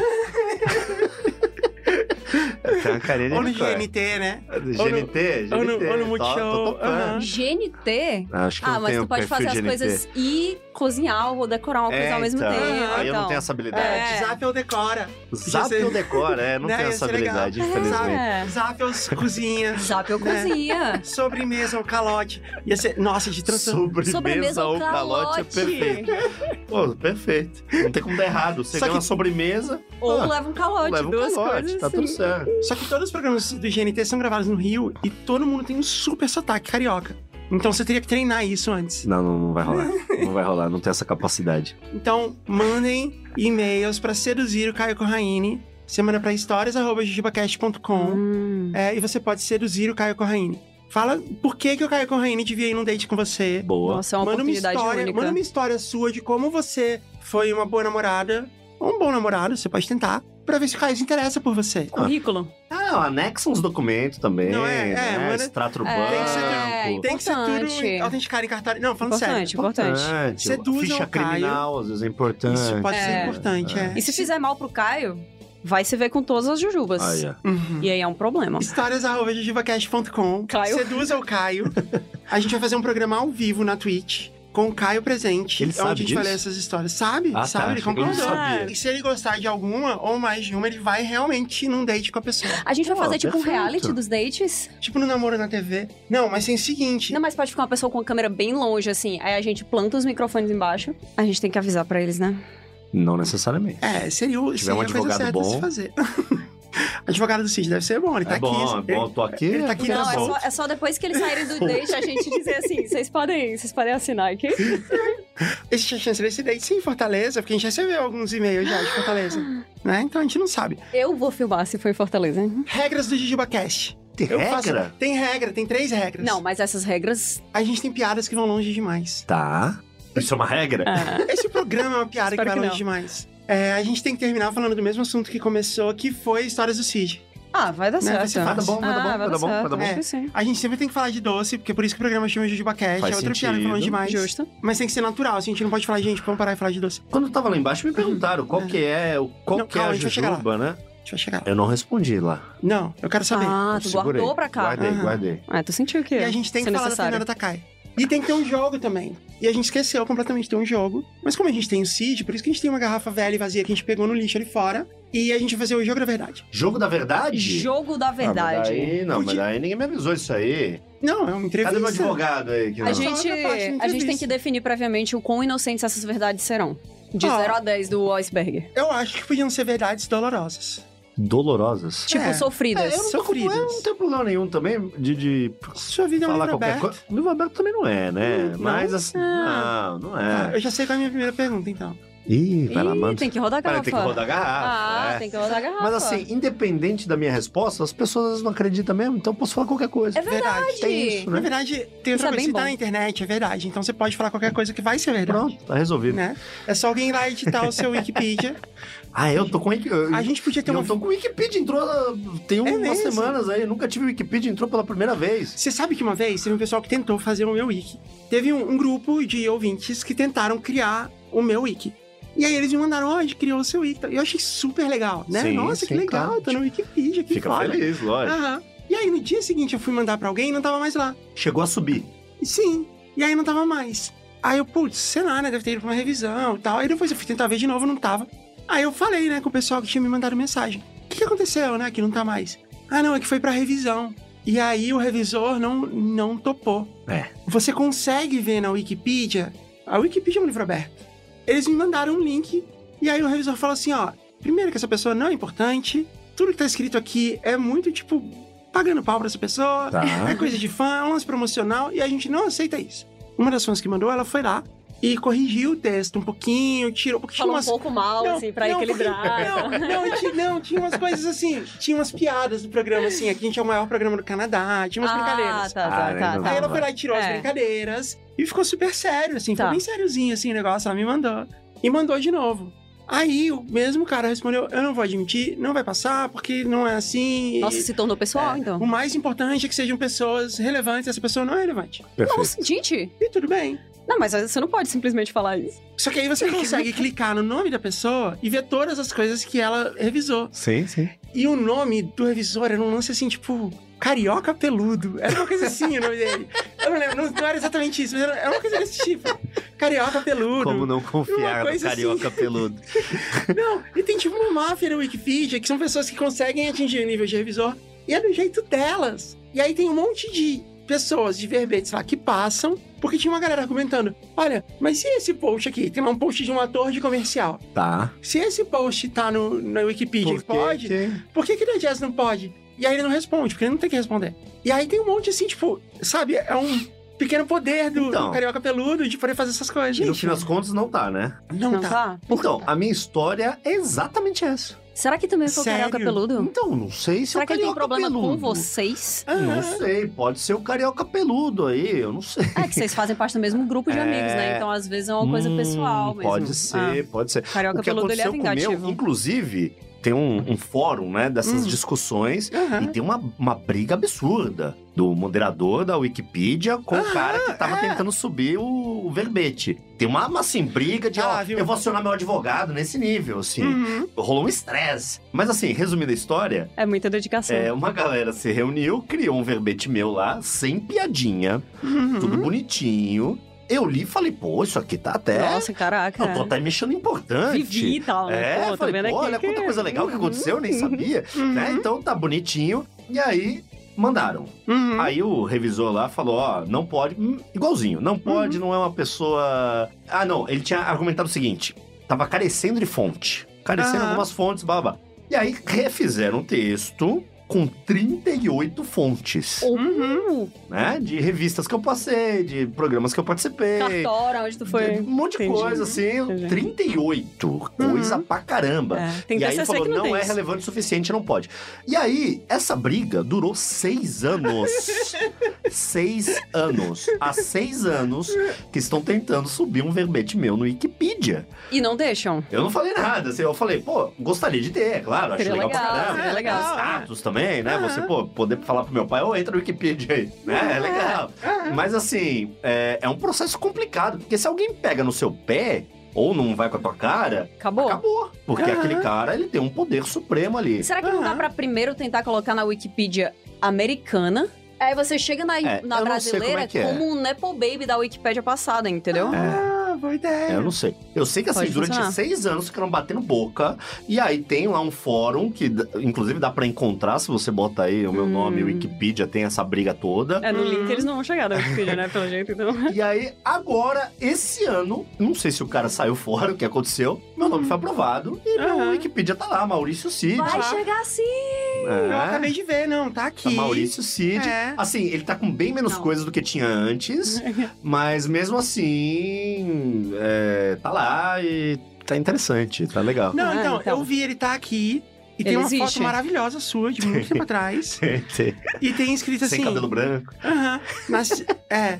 [SPEAKER 2] eu tenho uma carinha de
[SPEAKER 1] Ou no
[SPEAKER 2] Record. É,
[SPEAKER 1] GNT, né?
[SPEAKER 2] Do
[SPEAKER 1] ou no-
[SPEAKER 2] GNT,
[SPEAKER 1] ou no-
[SPEAKER 2] GNT,
[SPEAKER 1] ou no Multishow,
[SPEAKER 2] Tô, tô topando.
[SPEAKER 1] aham.
[SPEAKER 3] GNT?
[SPEAKER 2] Acho que eu
[SPEAKER 3] Ah,
[SPEAKER 2] não
[SPEAKER 3] mas
[SPEAKER 2] tenho
[SPEAKER 3] tu pode
[SPEAKER 2] perfil
[SPEAKER 3] fazer as
[SPEAKER 2] GNT.
[SPEAKER 3] coisas e cozinhar ou decorar uma coisa
[SPEAKER 2] É,
[SPEAKER 3] ao mesmo
[SPEAKER 2] então.
[SPEAKER 3] tempo.
[SPEAKER 2] Aí eu não
[SPEAKER 3] então.
[SPEAKER 2] tenho essa habilidade.
[SPEAKER 1] É. Zap ou decora.
[SPEAKER 2] Zap
[SPEAKER 1] Ia ser-
[SPEAKER 2] eu decoro, é,
[SPEAKER 1] [laughs]
[SPEAKER 2] não
[SPEAKER 1] Né,
[SPEAKER 2] tenho
[SPEAKER 1] ia
[SPEAKER 2] essa
[SPEAKER 1] ser legal.
[SPEAKER 2] habilidade,
[SPEAKER 1] É.
[SPEAKER 2] infelizmente.
[SPEAKER 3] É.
[SPEAKER 1] Zap ou cozinha.
[SPEAKER 3] Zap eu
[SPEAKER 1] Né?
[SPEAKER 2] [laughs]
[SPEAKER 3] cozinha.
[SPEAKER 1] Sobremesa ou calote. Ia ser. Nossa, de transformação.
[SPEAKER 2] Sobremesa,
[SPEAKER 3] Sobremesa
[SPEAKER 2] ou
[SPEAKER 3] ou
[SPEAKER 2] calote é
[SPEAKER 3] calote.
[SPEAKER 2] perfeito. Pô, perfeito. Não tem como dar errado. Você
[SPEAKER 1] Só
[SPEAKER 2] ganha
[SPEAKER 1] que-
[SPEAKER 2] uma sobremesa,
[SPEAKER 3] Ou
[SPEAKER 2] Ah,
[SPEAKER 3] leva um calote,
[SPEAKER 2] leva um
[SPEAKER 3] duas
[SPEAKER 2] calote,
[SPEAKER 3] coisas.
[SPEAKER 2] tá tudo
[SPEAKER 3] assim.
[SPEAKER 2] certo.
[SPEAKER 1] Só que todos os programas do GNT são gravados no Rio e todo mundo tem um super sotaque carioca. Então você teria que treinar isso antes.
[SPEAKER 2] Não, não, não vai rolar. Não vai rolar, não tem essa capacidade.
[SPEAKER 1] Então, mandem e-mails pra seduzir o Caio Corraine. Você manda pra histórias.jujubacast.com
[SPEAKER 3] Hum.
[SPEAKER 1] é, e você pode seduzir o Caio Corraine. Fala por que, que o Caio Corraine devia ir num date com você.
[SPEAKER 2] Boa.
[SPEAKER 3] Nossa, é uma
[SPEAKER 1] manda uma
[SPEAKER 3] oportunidade
[SPEAKER 1] história,
[SPEAKER 3] única.
[SPEAKER 1] manda uma história sua de como você foi uma boa namorada ou um bom namorado, você pode tentar, pra ver se o Caio se interessa por você.
[SPEAKER 3] Currículo.
[SPEAKER 2] Ah, anexa uns documentos também.
[SPEAKER 1] Não é? É,
[SPEAKER 2] né?
[SPEAKER 1] manda-
[SPEAKER 2] Extrato
[SPEAKER 3] É,
[SPEAKER 2] urbano.
[SPEAKER 1] Tem que ser- Tem que ser
[SPEAKER 3] Importante.
[SPEAKER 1] tudo autenticado em cartório. Não, falando sério.
[SPEAKER 3] Importante, importante.
[SPEAKER 1] Seduzam
[SPEAKER 2] Ficha
[SPEAKER 1] o Caio.
[SPEAKER 2] criminal, às vezes é importante.
[SPEAKER 1] um Isso pode ser
[SPEAKER 3] É.
[SPEAKER 1] importante, é.
[SPEAKER 3] E se fizer mal pro Caio, vai se ver com todas as jujubas.
[SPEAKER 2] Ah, yeah.
[SPEAKER 1] Uhum.
[SPEAKER 3] E aí é um problema.
[SPEAKER 1] Histórias.jujubacast.com
[SPEAKER 3] Caio.
[SPEAKER 1] Seduza o
[SPEAKER 2] [laughs]
[SPEAKER 1] Caio. a gente vai fazer um programa ao vivo na Twitch. Com o Caio presente.
[SPEAKER 2] Ele
[SPEAKER 1] onde
[SPEAKER 2] sabe
[SPEAKER 1] a gente
[SPEAKER 2] disso?
[SPEAKER 1] vai ler essas histórias. Sabe?
[SPEAKER 2] Ah, tá.
[SPEAKER 1] sabe? Ele
[SPEAKER 2] Achei que ele
[SPEAKER 1] concordou.
[SPEAKER 2] sabia.
[SPEAKER 1] E se ele gostar de alguma ou mais de uma, ele vai realmente num date com a pessoa.
[SPEAKER 2] [laughs]
[SPEAKER 3] A gente vai
[SPEAKER 2] Pô,
[SPEAKER 3] fazer tipo um
[SPEAKER 2] perfeito.
[SPEAKER 3] reality dos dates.
[SPEAKER 1] Tipo no namoro na TV. Não, mas tem o seguinte.
[SPEAKER 3] Não, mas pode ficar uma pessoa com a câmera bem longe, assim. Aí a gente planta os microfones embaixo. A gente tem que avisar pra eles, né?
[SPEAKER 2] Não necessariamente.
[SPEAKER 1] É, seria, o-
[SPEAKER 2] Se
[SPEAKER 1] seria
[SPEAKER 2] tiver
[SPEAKER 1] a
[SPEAKER 2] um
[SPEAKER 1] coisa
[SPEAKER 2] advogado
[SPEAKER 1] certa de se
[SPEAKER 2] bom.
[SPEAKER 1] fazer. [laughs] advogado do Cid deve ser bom, ele tá
[SPEAKER 2] é bom,
[SPEAKER 1] aqui.
[SPEAKER 2] é bom. Tô aqui.
[SPEAKER 1] ele tá aqui
[SPEAKER 3] Não,
[SPEAKER 1] na
[SPEAKER 3] é só,
[SPEAKER 1] volta.
[SPEAKER 3] é só depois que eles
[SPEAKER 1] [laughs]
[SPEAKER 3] saírem do date a gente dizer assim, vocês podem, vocês podem assinar aqui.
[SPEAKER 1] Existe a chance desse date sim em Fortaleza, porque a gente recebeu alguns e-mails já de
[SPEAKER 2] [gasps]
[SPEAKER 1] Fortaleza. né? Então a gente não sabe.
[SPEAKER 3] Eu vou filmar se for em Fortaleza. hein?
[SPEAKER 1] Regras do JujubaCast.
[SPEAKER 2] Tem
[SPEAKER 1] Eu faço-
[SPEAKER 2] regra?
[SPEAKER 1] Tem regra, tem três regras.
[SPEAKER 3] Não, mas essas regras.
[SPEAKER 1] A gente tem piadas que vão longe demais.
[SPEAKER 2] Tá. Isso é uma regra?
[SPEAKER 3] ah,
[SPEAKER 1] Esse programa é uma piada que
[SPEAKER 3] [laughs] Espero
[SPEAKER 1] vai
[SPEAKER 3] que
[SPEAKER 1] longe
[SPEAKER 3] não.
[SPEAKER 1] demais. É, a gente tem que terminar falando do mesmo assunto que começou, que foi histórias do Cid.
[SPEAKER 3] [laughs] Ah, vai dar
[SPEAKER 1] Né, vai
[SPEAKER 3] certo.
[SPEAKER 1] ser-
[SPEAKER 2] vai dar tá bom, vai dar
[SPEAKER 3] Ah,
[SPEAKER 2] bom, vai dar bom,
[SPEAKER 3] certo,
[SPEAKER 2] vai dar bom.
[SPEAKER 3] acho que sim.
[SPEAKER 1] A gente sempre tem que falar de doce, porque é por isso que o programa chama de Jujubacash.
[SPEAKER 2] Faz
[SPEAKER 1] É outra piada
[SPEAKER 2] sentido.
[SPEAKER 1] falando demais.
[SPEAKER 3] Justo.
[SPEAKER 1] Mas tem que ser natural, assim, a gente não pode falar, gente, vamos parar e falar de doce.
[SPEAKER 2] Quando eu tava lá embaixo, me perguntaram qual
[SPEAKER 1] É.
[SPEAKER 2] que é, o- qual
[SPEAKER 1] Não,
[SPEAKER 2] que é
[SPEAKER 1] calma,
[SPEAKER 2] a
[SPEAKER 1] a gente vai chegar
[SPEAKER 2] jujuba, né?
[SPEAKER 1] A gente vai chegar lá.
[SPEAKER 2] Eu não respondi lá.
[SPEAKER 1] Não, eu quero saber.
[SPEAKER 3] Ah,
[SPEAKER 2] Eu
[SPEAKER 3] tu
[SPEAKER 2] segurei,
[SPEAKER 3] guardou pra cá.
[SPEAKER 2] Guardei,
[SPEAKER 1] Aham.
[SPEAKER 2] guardei.
[SPEAKER 3] Ah, tu sentiu que.
[SPEAKER 1] E a gente tem que
[SPEAKER 3] isso é
[SPEAKER 1] falar
[SPEAKER 3] necessário.
[SPEAKER 1] da Fernanda Takai. E tem que ter um jogo também. E a gente esqueceu completamente de ter um jogo. Mas como a gente tem o Cid, por isso que a gente tem uma garrafa velha e vazia que a gente pegou no lixo ali fora. E a gente vai fazer o jogo da verdade.
[SPEAKER 2] Jogo da verdade?
[SPEAKER 3] Jogo da
[SPEAKER 2] Ah, mas
[SPEAKER 3] verdade.
[SPEAKER 2] daí, não, mas
[SPEAKER 1] Podia-
[SPEAKER 2] daí ninguém me avisou isso aí.
[SPEAKER 1] Não, é uma entrevista.
[SPEAKER 2] Cadê meu advogado aí? Que
[SPEAKER 3] A
[SPEAKER 2] não-
[SPEAKER 3] gente,
[SPEAKER 1] Só na parte de
[SPEAKER 3] a gente tem
[SPEAKER 1] entrevista.
[SPEAKER 3] que definir previamente o quão inocentes essas verdades serão. De
[SPEAKER 1] Ah.
[SPEAKER 3] 0 a 10 do iceberg.
[SPEAKER 1] Eu acho que podiam ser verdades dolorosas.
[SPEAKER 2] Dolorosas.
[SPEAKER 3] Tipo,
[SPEAKER 1] É.
[SPEAKER 3] sofridas.
[SPEAKER 2] É, eu não, tô com, eu
[SPEAKER 1] Sofridas.
[SPEAKER 2] não tenho problema nenhum também de, de
[SPEAKER 1] Sua vida é um
[SPEAKER 2] falar
[SPEAKER 1] livro
[SPEAKER 2] qualquer
[SPEAKER 1] aberto.
[SPEAKER 2] coisa. Livro aberto também não é, né?
[SPEAKER 1] Hum,
[SPEAKER 2] Mas assim,
[SPEAKER 3] Ah.
[SPEAKER 2] não, não
[SPEAKER 1] Tá,
[SPEAKER 2] é.
[SPEAKER 1] eu já sei qual é a minha primeira pergunta, então.
[SPEAKER 2] Ih, vai lá,
[SPEAKER 3] Ih,
[SPEAKER 2] manda.
[SPEAKER 3] tem que rodar a
[SPEAKER 2] Vai,
[SPEAKER 3] garrafa.
[SPEAKER 2] Tem que rodar a garrafa.
[SPEAKER 3] Ah,
[SPEAKER 2] é.
[SPEAKER 3] tem que rodar a garrafa.
[SPEAKER 2] Mas assim, independente da minha resposta, as pessoas às vezes não acreditam mesmo, então eu posso falar qualquer coisa.
[SPEAKER 3] É verdade.
[SPEAKER 2] Tem isso,
[SPEAKER 1] Na
[SPEAKER 2] né?
[SPEAKER 1] verdade, tem outra coisa
[SPEAKER 3] é bem
[SPEAKER 1] que tá
[SPEAKER 3] bom.
[SPEAKER 1] na internet, é verdade. Então você pode falar qualquer coisa que vai ser verdade.
[SPEAKER 2] Pronto, tá resolvido.
[SPEAKER 1] Né? É só alguém ir lá editar o
[SPEAKER 2] [laughs]
[SPEAKER 1] seu Wikipedia.
[SPEAKER 2] Ah, eu tô com Wiki- eu,
[SPEAKER 1] A gente podia ter
[SPEAKER 2] eu
[SPEAKER 1] uma. É
[SPEAKER 2] tô com Wikipedia, entrou ah, tem umas
[SPEAKER 1] mesmo?
[SPEAKER 2] semanas aí, nunca tive Wikipedia, entrou pela primeira vez.
[SPEAKER 1] Você sabe que uma vez teve um pessoal que tentou fazer o meu wiki. Teve um, um grupo de ouvintes que tentaram criar o meu wiki. E aí eles me mandaram, ó, a gente criou o seu wiki. Eu achei super legal, né?
[SPEAKER 2] Sim,
[SPEAKER 1] Nossa,
[SPEAKER 2] sim,
[SPEAKER 1] que legal,
[SPEAKER 2] claro.
[SPEAKER 1] tá no Wikipedia, que
[SPEAKER 2] Fica
[SPEAKER 1] foda.
[SPEAKER 2] feliz, lógico.
[SPEAKER 1] Aham. E aí no dia seguinte eu fui mandar pra alguém e não tava mais lá.
[SPEAKER 2] Ah. Chegou a subir.
[SPEAKER 1] E sim, e aí não tava mais. Aí eu, putz, sei lá, né? Deve ter ido pra uma revisão e tal. Aí depois eu fui tentar ver de novo, não tava. Aí eu falei, né, com o pessoal que tinha me mandado mensagem. O que, que aconteceu, né? Que não tá mais. Ah, não, é que foi pra revisão. E aí o revisor não, não topou.
[SPEAKER 2] É.
[SPEAKER 1] Você consegue ver na Wikipedia. A Wikipedia é um livro aberto. Eles me mandaram um link. E aí o revisor falou assim: ó, primeiro que essa pessoa não é importante. Tudo que tá escrito aqui é muito, tipo, pagando pau pra essa pessoa. [laughs]
[SPEAKER 2] Tá.
[SPEAKER 1] É coisa de fã, é um lance promocional e a gente não aceita isso. Uma das fãs que mandou, ela foi lá e corrigiu o texto um pouquinho, tirou. Porque tinha
[SPEAKER 3] Fala um
[SPEAKER 1] umas.
[SPEAKER 3] pouco mal,
[SPEAKER 1] Não,
[SPEAKER 3] assim, pra
[SPEAKER 1] não, [laughs]
[SPEAKER 3] equilibrar.
[SPEAKER 1] Não, [laughs] não, ti- não, tinha umas coisas assim. Tinha umas piadas do programa, assim. Aqui a gente é o maior programa do Canadá, tinha umas
[SPEAKER 3] Ah,
[SPEAKER 1] brincadeiras.
[SPEAKER 3] tá,
[SPEAKER 2] Ah,
[SPEAKER 3] tá,
[SPEAKER 2] né,
[SPEAKER 3] tá.
[SPEAKER 2] não
[SPEAKER 1] Aí
[SPEAKER 3] tá.
[SPEAKER 1] ela foi lá e tirou as
[SPEAKER 3] É.
[SPEAKER 1] brincadeiras e ficou super sério, assim.
[SPEAKER 3] Tá.
[SPEAKER 1] Ficou bem sériozinho, assim, o negócio. Ela me mandou. E mandou de novo. Aí o mesmo cara respondeu: Eu não vou admitir, não vai passar, porque não é assim. e-
[SPEAKER 3] Nossa, se tornou pessoal, então.
[SPEAKER 1] O mais importante é que sejam pessoas relevantes, essa pessoa não é relevante.
[SPEAKER 2] Perfeito.
[SPEAKER 3] Nossa, gente.
[SPEAKER 1] E tudo bem.
[SPEAKER 3] Não, mas você não pode simplesmente falar isso.
[SPEAKER 1] Só que aí você consegue clicar no nome da pessoa e ver todas as coisas que ela revisou.
[SPEAKER 2] Sim, sim.
[SPEAKER 1] E o nome do revisor era um lance assim, tipo, carioca peludo. Era uma coisa assim o nome dele. Eu não lembro, não, não era exatamente isso, mas era, era uma coisa desse tipo. Carioca peludo.
[SPEAKER 2] Como não confiar
[SPEAKER 1] Uma
[SPEAKER 2] no
[SPEAKER 1] coisa assim. [laughs]
[SPEAKER 2] carioca peludo?
[SPEAKER 1] Não, e tem tipo uma máfia no Wikipedia, que são pessoas que conseguem atingir o nível de revisor, e é do jeito delas. E aí tem um monte de pessoas de verbetes lá que passam, porque tinha uma galera argumentando: olha, mas se esse post aqui, tem lá um post de um ator de comercial,
[SPEAKER 2] Tá.
[SPEAKER 1] se esse post tá no, na Wikipedia e
[SPEAKER 2] Por que
[SPEAKER 1] pode,
[SPEAKER 2] que-
[SPEAKER 1] por que que o Jazz não pode? E aí ele não responde, porque ele não tem que responder. E aí tem um monte assim, tipo, sabe, é um pequeno poder do,
[SPEAKER 2] Então.
[SPEAKER 1] do carioca peludo de poder fazer essas coisas.
[SPEAKER 2] No
[SPEAKER 1] Gente,
[SPEAKER 2] fim das contas, não tá, né?
[SPEAKER 1] não,
[SPEAKER 3] Não
[SPEAKER 1] tá.
[SPEAKER 3] tá?
[SPEAKER 2] Então, a minha história é exatamente essa.
[SPEAKER 3] Será que também foi o
[SPEAKER 1] Sério? Hum,
[SPEAKER 3] carioca peludo?
[SPEAKER 2] Então, não sei se é
[SPEAKER 3] Será
[SPEAKER 2] o
[SPEAKER 3] que ele tem
[SPEAKER 1] um
[SPEAKER 2] carioca
[SPEAKER 3] problema com
[SPEAKER 2] peludo.
[SPEAKER 3] vocês?
[SPEAKER 1] Aham.
[SPEAKER 2] Não sei, pode ser o carioca peludo aí, eu não sei.
[SPEAKER 3] É que vocês fazem parte do mesmo grupo
[SPEAKER 2] [laughs]
[SPEAKER 3] de
[SPEAKER 2] É.
[SPEAKER 3] amigos, né? Então, às vezes, é uma coisa
[SPEAKER 2] Hum,
[SPEAKER 3] pessoal mesmo.
[SPEAKER 2] Pode ser, pode ser.
[SPEAKER 3] Ah, carioca
[SPEAKER 2] o que
[SPEAKER 3] peludo, ele é
[SPEAKER 2] aconteceu com o meu,
[SPEAKER 3] vingativo.
[SPEAKER 2] inclusive, tem um, um fórum, né, dessas
[SPEAKER 1] Hum.
[SPEAKER 2] discussões.
[SPEAKER 1] Aham.
[SPEAKER 2] E tem uma, uma briga absurda do moderador da Wikipedia com o
[SPEAKER 1] Aham,
[SPEAKER 2] cara que tava
[SPEAKER 1] é.
[SPEAKER 2] tentando subir o, o verbete. Tem uma, uma assim, briga de,
[SPEAKER 1] Ah,
[SPEAKER 2] ó,
[SPEAKER 1] viu?
[SPEAKER 2] eu vou acionar meu advogado nesse nível, assim.
[SPEAKER 1] Uhum.
[SPEAKER 2] Rolou um estresse. Mas assim, resumindo a história,
[SPEAKER 3] É muita dedicação.
[SPEAKER 2] é, uma galera se reuniu, criou um verbete meu lá, sem piadinha,
[SPEAKER 1] Uhum.
[SPEAKER 2] tudo bonitinho. Eu li e falei, pô, isso aqui tá até.
[SPEAKER 3] Nossa, caraca.
[SPEAKER 2] eu tô até me achando importante.
[SPEAKER 3] Vivi e tal, né?
[SPEAKER 2] É,
[SPEAKER 3] Pô, tô
[SPEAKER 2] falei,
[SPEAKER 3] vendo
[SPEAKER 2] pô,
[SPEAKER 3] aqui
[SPEAKER 2] olha
[SPEAKER 3] que-
[SPEAKER 2] quanta coisa legal que
[SPEAKER 3] Uhum.
[SPEAKER 2] aconteceu, eu nem sabia,
[SPEAKER 1] Uhum.
[SPEAKER 2] né? Então tá bonitinho. E aí, mandaram.
[SPEAKER 1] Uhum.
[SPEAKER 2] Aí o revisor lá falou, ó, não pode, hum, igualzinho, não pode,
[SPEAKER 3] Uhum.
[SPEAKER 2] não é uma pessoa... Ah, não, ele tinha argumentado o seguinte, tava carecendo de fonte, carecendo
[SPEAKER 1] Aham.
[SPEAKER 2] algumas fontes, blá, blá. blá. E aí refizeram o texto com 38 fontes,
[SPEAKER 3] Uhum.
[SPEAKER 2] né? De revistas que eu passei, de programas que eu participei.
[SPEAKER 3] Cartora, onde tu
[SPEAKER 2] de
[SPEAKER 3] foi?
[SPEAKER 2] Um monte de
[SPEAKER 3] Entendi.
[SPEAKER 2] coisa, assim,
[SPEAKER 3] Entendi.
[SPEAKER 2] 38, coisa pra caramba.
[SPEAKER 3] É, tem
[SPEAKER 2] E aí
[SPEAKER 3] TCC
[SPEAKER 2] falou,
[SPEAKER 3] que não,
[SPEAKER 2] não,
[SPEAKER 3] tem
[SPEAKER 2] é
[SPEAKER 3] isso. [laughs]
[SPEAKER 2] relevante o suficiente, não pode. E aí, essa briga durou seis anos. seis anos. Há seis anos que estão tentando subir um verbete meu no Wikipedia.
[SPEAKER 3] E não deixam.
[SPEAKER 2] Eu não falei nada, assim, eu falei, pô, gostaria de ter, é claro, acho
[SPEAKER 3] Seria
[SPEAKER 2] legal, pra
[SPEAKER 3] legal, né?
[SPEAKER 2] caramba.
[SPEAKER 3] seria legal.
[SPEAKER 2] Status também, né?
[SPEAKER 1] Aham.
[SPEAKER 2] Você, pô, poder falar pro meu pai, ô, entra no Wikipedia aí, né? É legal.
[SPEAKER 1] Ah,
[SPEAKER 2] Mas assim, é, é um processo complicado, porque se alguém pega no seu pé ou não vai com a tua cara,
[SPEAKER 3] Acabou?
[SPEAKER 2] acabou. Porque
[SPEAKER 1] Aham.
[SPEAKER 2] aquele cara, ele tem um poder supremo ali.
[SPEAKER 3] Será que não dá
[SPEAKER 2] Ah.
[SPEAKER 1] Aham.
[SPEAKER 3] pra primeiro tentar colocar na Wikipedia americana? Aí você chega na,
[SPEAKER 2] É,
[SPEAKER 3] na
[SPEAKER 2] eu não sei
[SPEAKER 3] brasileira
[SPEAKER 2] como é que é.
[SPEAKER 3] um Nepo Baby da Wikipédia passada, entendeu?
[SPEAKER 1] Ah, boa ideia.
[SPEAKER 2] É, eu não sei. Eu sei que assim,
[SPEAKER 3] Pode
[SPEAKER 2] durante
[SPEAKER 3] funcionar.
[SPEAKER 2] seis anos ficaram batendo boca. E aí tem lá um fórum que, d- inclusive, dá pra encontrar. Se você bota aí o meu
[SPEAKER 3] Hum.
[SPEAKER 2] nome, Wikipedia, tem essa briga toda.
[SPEAKER 3] É, no
[SPEAKER 1] Uhum.
[SPEAKER 3] link eles não vão chegar da Wikipedia, né? Pelo jeito, então.
[SPEAKER 2] E aí, agora, esse ano, não sei se o cara saiu fora, o que aconteceu. Meu nome foi aprovado e meu
[SPEAKER 1] Aham.
[SPEAKER 2] Wikipedia tá lá, Maurício Cid.
[SPEAKER 3] Vai
[SPEAKER 1] Aham.
[SPEAKER 3] chegar sim!
[SPEAKER 1] Eu
[SPEAKER 2] É,
[SPEAKER 1] acabei de ver, não, tá
[SPEAKER 2] tá
[SPEAKER 1] aqui.
[SPEAKER 2] Maurício Cid.
[SPEAKER 1] É.
[SPEAKER 2] Assim, ele tá com bem menos
[SPEAKER 3] Não.
[SPEAKER 2] coisas do que tinha antes, mas mesmo assim, é, tá lá e tá interessante, tá legal. [laughs]
[SPEAKER 1] Não,
[SPEAKER 3] Ah,
[SPEAKER 1] então,
[SPEAKER 3] então.
[SPEAKER 1] eu vi, ele tá aqui. E
[SPEAKER 3] Ele
[SPEAKER 1] tem uma
[SPEAKER 3] existe?
[SPEAKER 1] foto maravilhosa sua, de
[SPEAKER 2] [laughs]
[SPEAKER 1] muito tempo atrás. E tem escrito assim...
[SPEAKER 2] Sem cabelo branco.
[SPEAKER 1] Aham. Mas, é,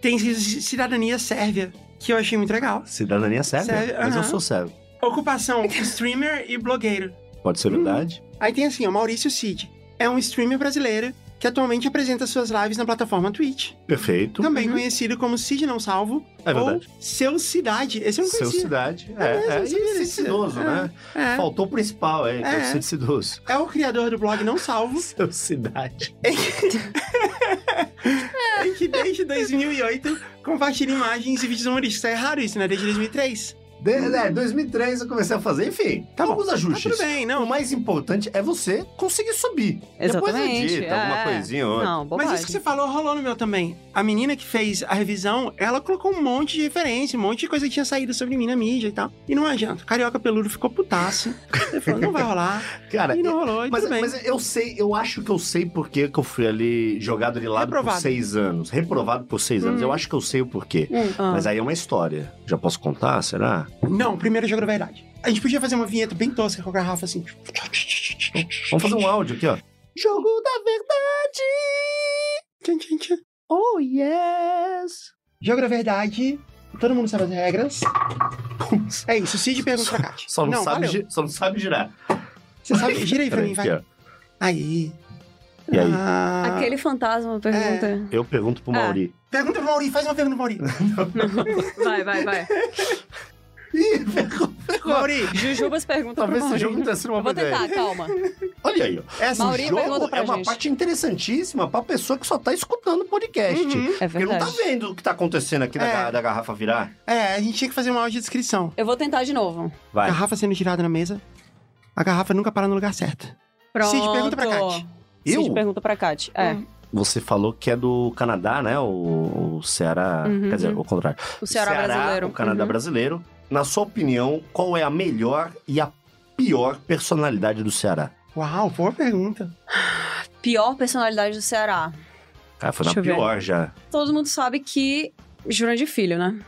[SPEAKER 1] tem escrito ci- cidadania sérvia, que eu achei muito legal.
[SPEAKER 2] Cidadania sérvia.
[SPEAKER 1] Sérvia,
[SPEAKER 2] Mas eu
[SPEAKER 1] aham.
[SPEAKER 2] sou sérvio.
[SPEAKER 1] Ocupação, streamer e blogueiro.
[SPEAKER 2] Pode ser verdade?
[SPEAKER 1] Aí tem assim, ó, Maurício Cid. É um streamer brasileiro que atualmente apresenta suas lives na plataforma Twitch.
[SPEAKER 2] Perfeito.
[SPEAKER 1] Também
[SPEAKER 3] Uhum.
[SPEAKER 1] conhecido como Cid Não Salvo
[SPEAKER 2] né? É
[SPEAKER 1] ou
[SPEAKER 2] verdade.
[SPEAKER 1] Seu Cidade. Esse eu não
[SPEAKER 2] Seu
[SPEAKER 1] conhecia.
[SPEAKER 2] cidade. É,
[SPEAKER 1] mesmo,
[SPEAKER 2] é,
[SPEAKER 1] eu sabia
[SPEAKER 2] e
[SPEAKER 1] disso.
[SPEAKER 2] sidoso,
[SPEAKER 1] É.
[SPEAKER 2] né?
[SPEAKER 1] É.
[SPEAKER 2] Faltou o principal, é, que é o
[SPEAKER 1] É.
[SPEAKER 2] Cid Sidoso.
[SPEAKER 1] é o criador do blog Não Salvo,
[SPEAKER 2] [laughs] Seu cidade.
[SPEAKER 1] em que desde 2008 compartilha imagens e vídeos humorísticos. É raro isso, né? Desde 2003.
[SPEAKER 2] Desde é, 2003 eu comecei a fazer, enfim,
[SPEAKER 1] Tá bom.
[SPEAKER 2] alguns
[SPEAKER 1] Tá tudo
[SPEAKER 2] ajustes.
[SPEAKER 1] bem,
[SPEAKER 2] o
[SPEAKER 1] não.
[SPEAKER 2] mais importante é você conseguir subir.
[SPEAKER 3] Exatamente.
[SPEAKER 2] Depois edita alguma
[SPEAKER 3] é.
[SPEAKER 2] coisinha ou outra.
[SPEAKER 3] Não, bobagem.
[SPEAKER 1] Mas isso que você falou rolou no meu também. A menina que fez a revisão, ela colocou um monte de referência, um monte de coisa que tinha saído sobre mim na mídia e tal. E não adianta. Carioca peludo ficou putaço. Ele falou, não vai rolar.
[SPEAKER 2] [laughs] Cara, é,
[SPEAKER 1] E não rolou, e
[SPEAKER 2] mas,
[SPEAKER 1] tudo bem.
[SPEAKER 2] mas eu sei, eu acho que eu sei por que que eu fui ali jogado de lado por
[SPEAKER 1] Reprovado. Hum.
[SPEAKER 2] seis anos. Reprovado por seis anos. Eu acho que eu sei o porquê.
[SPEAKER 3] Ah.
[SPEAKER 2] Mas aí é uma história. Já posso contar, será?
[SPEAKER 1] Não, primeiro jogo da verdade. A gente podia fazer uma vinheta bem tosca com a garrafa assim.
[SPEAKER 2] Vamos fazer um áudio aqui, ó. Jogo da verdade!
[SPEAKER 1] Tchan, tchan, tchan.
[SPEAKER 2] Oh, yes!
[SPEAKER 1] Jogo da verdade. Todo mundo sabe as regras.
[SPEAKER 2] Como assim?
[SPEAKER 1] É isso, Cid pergunta pra Kátia.
[SPEAKER 2] Só não, sabe,
[SPEAKER 1] valeu.
[SPEAKER 2] gi- só não sabe girar.
[SPEAKER 1] Você sabe?
[SPEAKER 2] [laughs]
[SPEAKER 1] Gira aí pra
[SPEAKER 2] Peraí,
[SPEAKER 1] mim, vai.
[SPEAKER 2] aqui, ó.
[SPEAKER 1] Aí.
[SPEAKER 2] E aí?
[SPEAKER 1] Ah.
[SPEAKER 3] Aquele fantasma pergunta.
[SPEAKER 2] Eu pergunto pro
[SPEAKER 3] Ah.
[SPEAKER 2] Mauri.
[SPEAKER 1] Pergunta pro Mauri, faz uma pergunta pro
[SPEAKER 3] [laughs]
[SPEAKER 1] Mauri.
[SPEAKER 3] Uhum. Vai, vai, vai.
[SPEAKER 2] Ih, pergunta.
[SPEAKER 1] Mauri,
[SPEAKER 3] Jujubas pergunta
[SPEAKER 2] Talvez
[SPEAKER 3] pro
[SPEAKER 2] esse jogo não
[SPEAKER 3] Maurinho.
[SPEAKER 2] tenha sido uma
[SPEAKER 3] Eu vou
[SPEAKER 2] boa ideia.
[SPEAKER 3] tentar, calma.
[SPEAKER 2] Olha aí, ó.
[SPEAKER 1] é assim.
[SPEAKER 3] Mauri,
[SPEAKER 2] o jogo
[SPEAKER 3] pergunta pra
[SPEAKER 2] é uma
[SPEAKER 3] gente.
[SPEAKER 2] parte interessantíssima pra pessoa que só tá escutando o podcast.
[SPEAKER 1] Uhum.
[SPEAKER 3] É
[SPEAKER 2] Porque não
[SPEAKER 3] verdade.
[SPEAKER 2] tá vendo o que tá acontecendo aqui da,
[SPEAKER 1] É.
[SPEAKER 2] ga- da garrafa virar.
[SPEAKER 1] É, a gente tinha que fazer uma áudio de descrição.
[SPEAKER 3] Eu vou tentar de novo.
[SPEAKER 2] Vai.
[SPEAKER 1] Garrafa sendo girada na mesa. A garrafa nunca para no lugar certo.
[SPEAKER 3] Pronto.
[SPEAKER 1] Cid, pergunta pra Kátia.
[SPEAKER 3] Cid,
[SPEAKER 2] Eu?
[SPEAKER 3] pergunta pra Kat. É.
[SPEAKER 2] Você falou que é do Canadá, né? O, o Ceará.
[SPEAKER 3] Uhum.
[SPEAKER 2] Quer dizer, o contrário.
[SPEAKER 3] O Ceará, brasileiro.
[SPEAKER 2] O Canadá
[SPEAKER 3] Uhum.
[SPEAKER 2] brasileiro. Na sua opinião, qual é a melhor e a pior personalidade do Ceará?
[SPEAKER 1] Uau, boa pergunta.
[SPEAKER 3] Pior personalidade do Ceará.
[SPEAKER 2] Cara, foi
[SPEAKER 3] Deixa
[SPEAKER 2] na
[SPEAKER 3] eu ver.
[SPEAKER 2] pior já.
[SPEAKER 3] Todo mundo sabe que Jura de
[SPEAKER 2] [laughs]
[SPEAKER 3] Filho, né?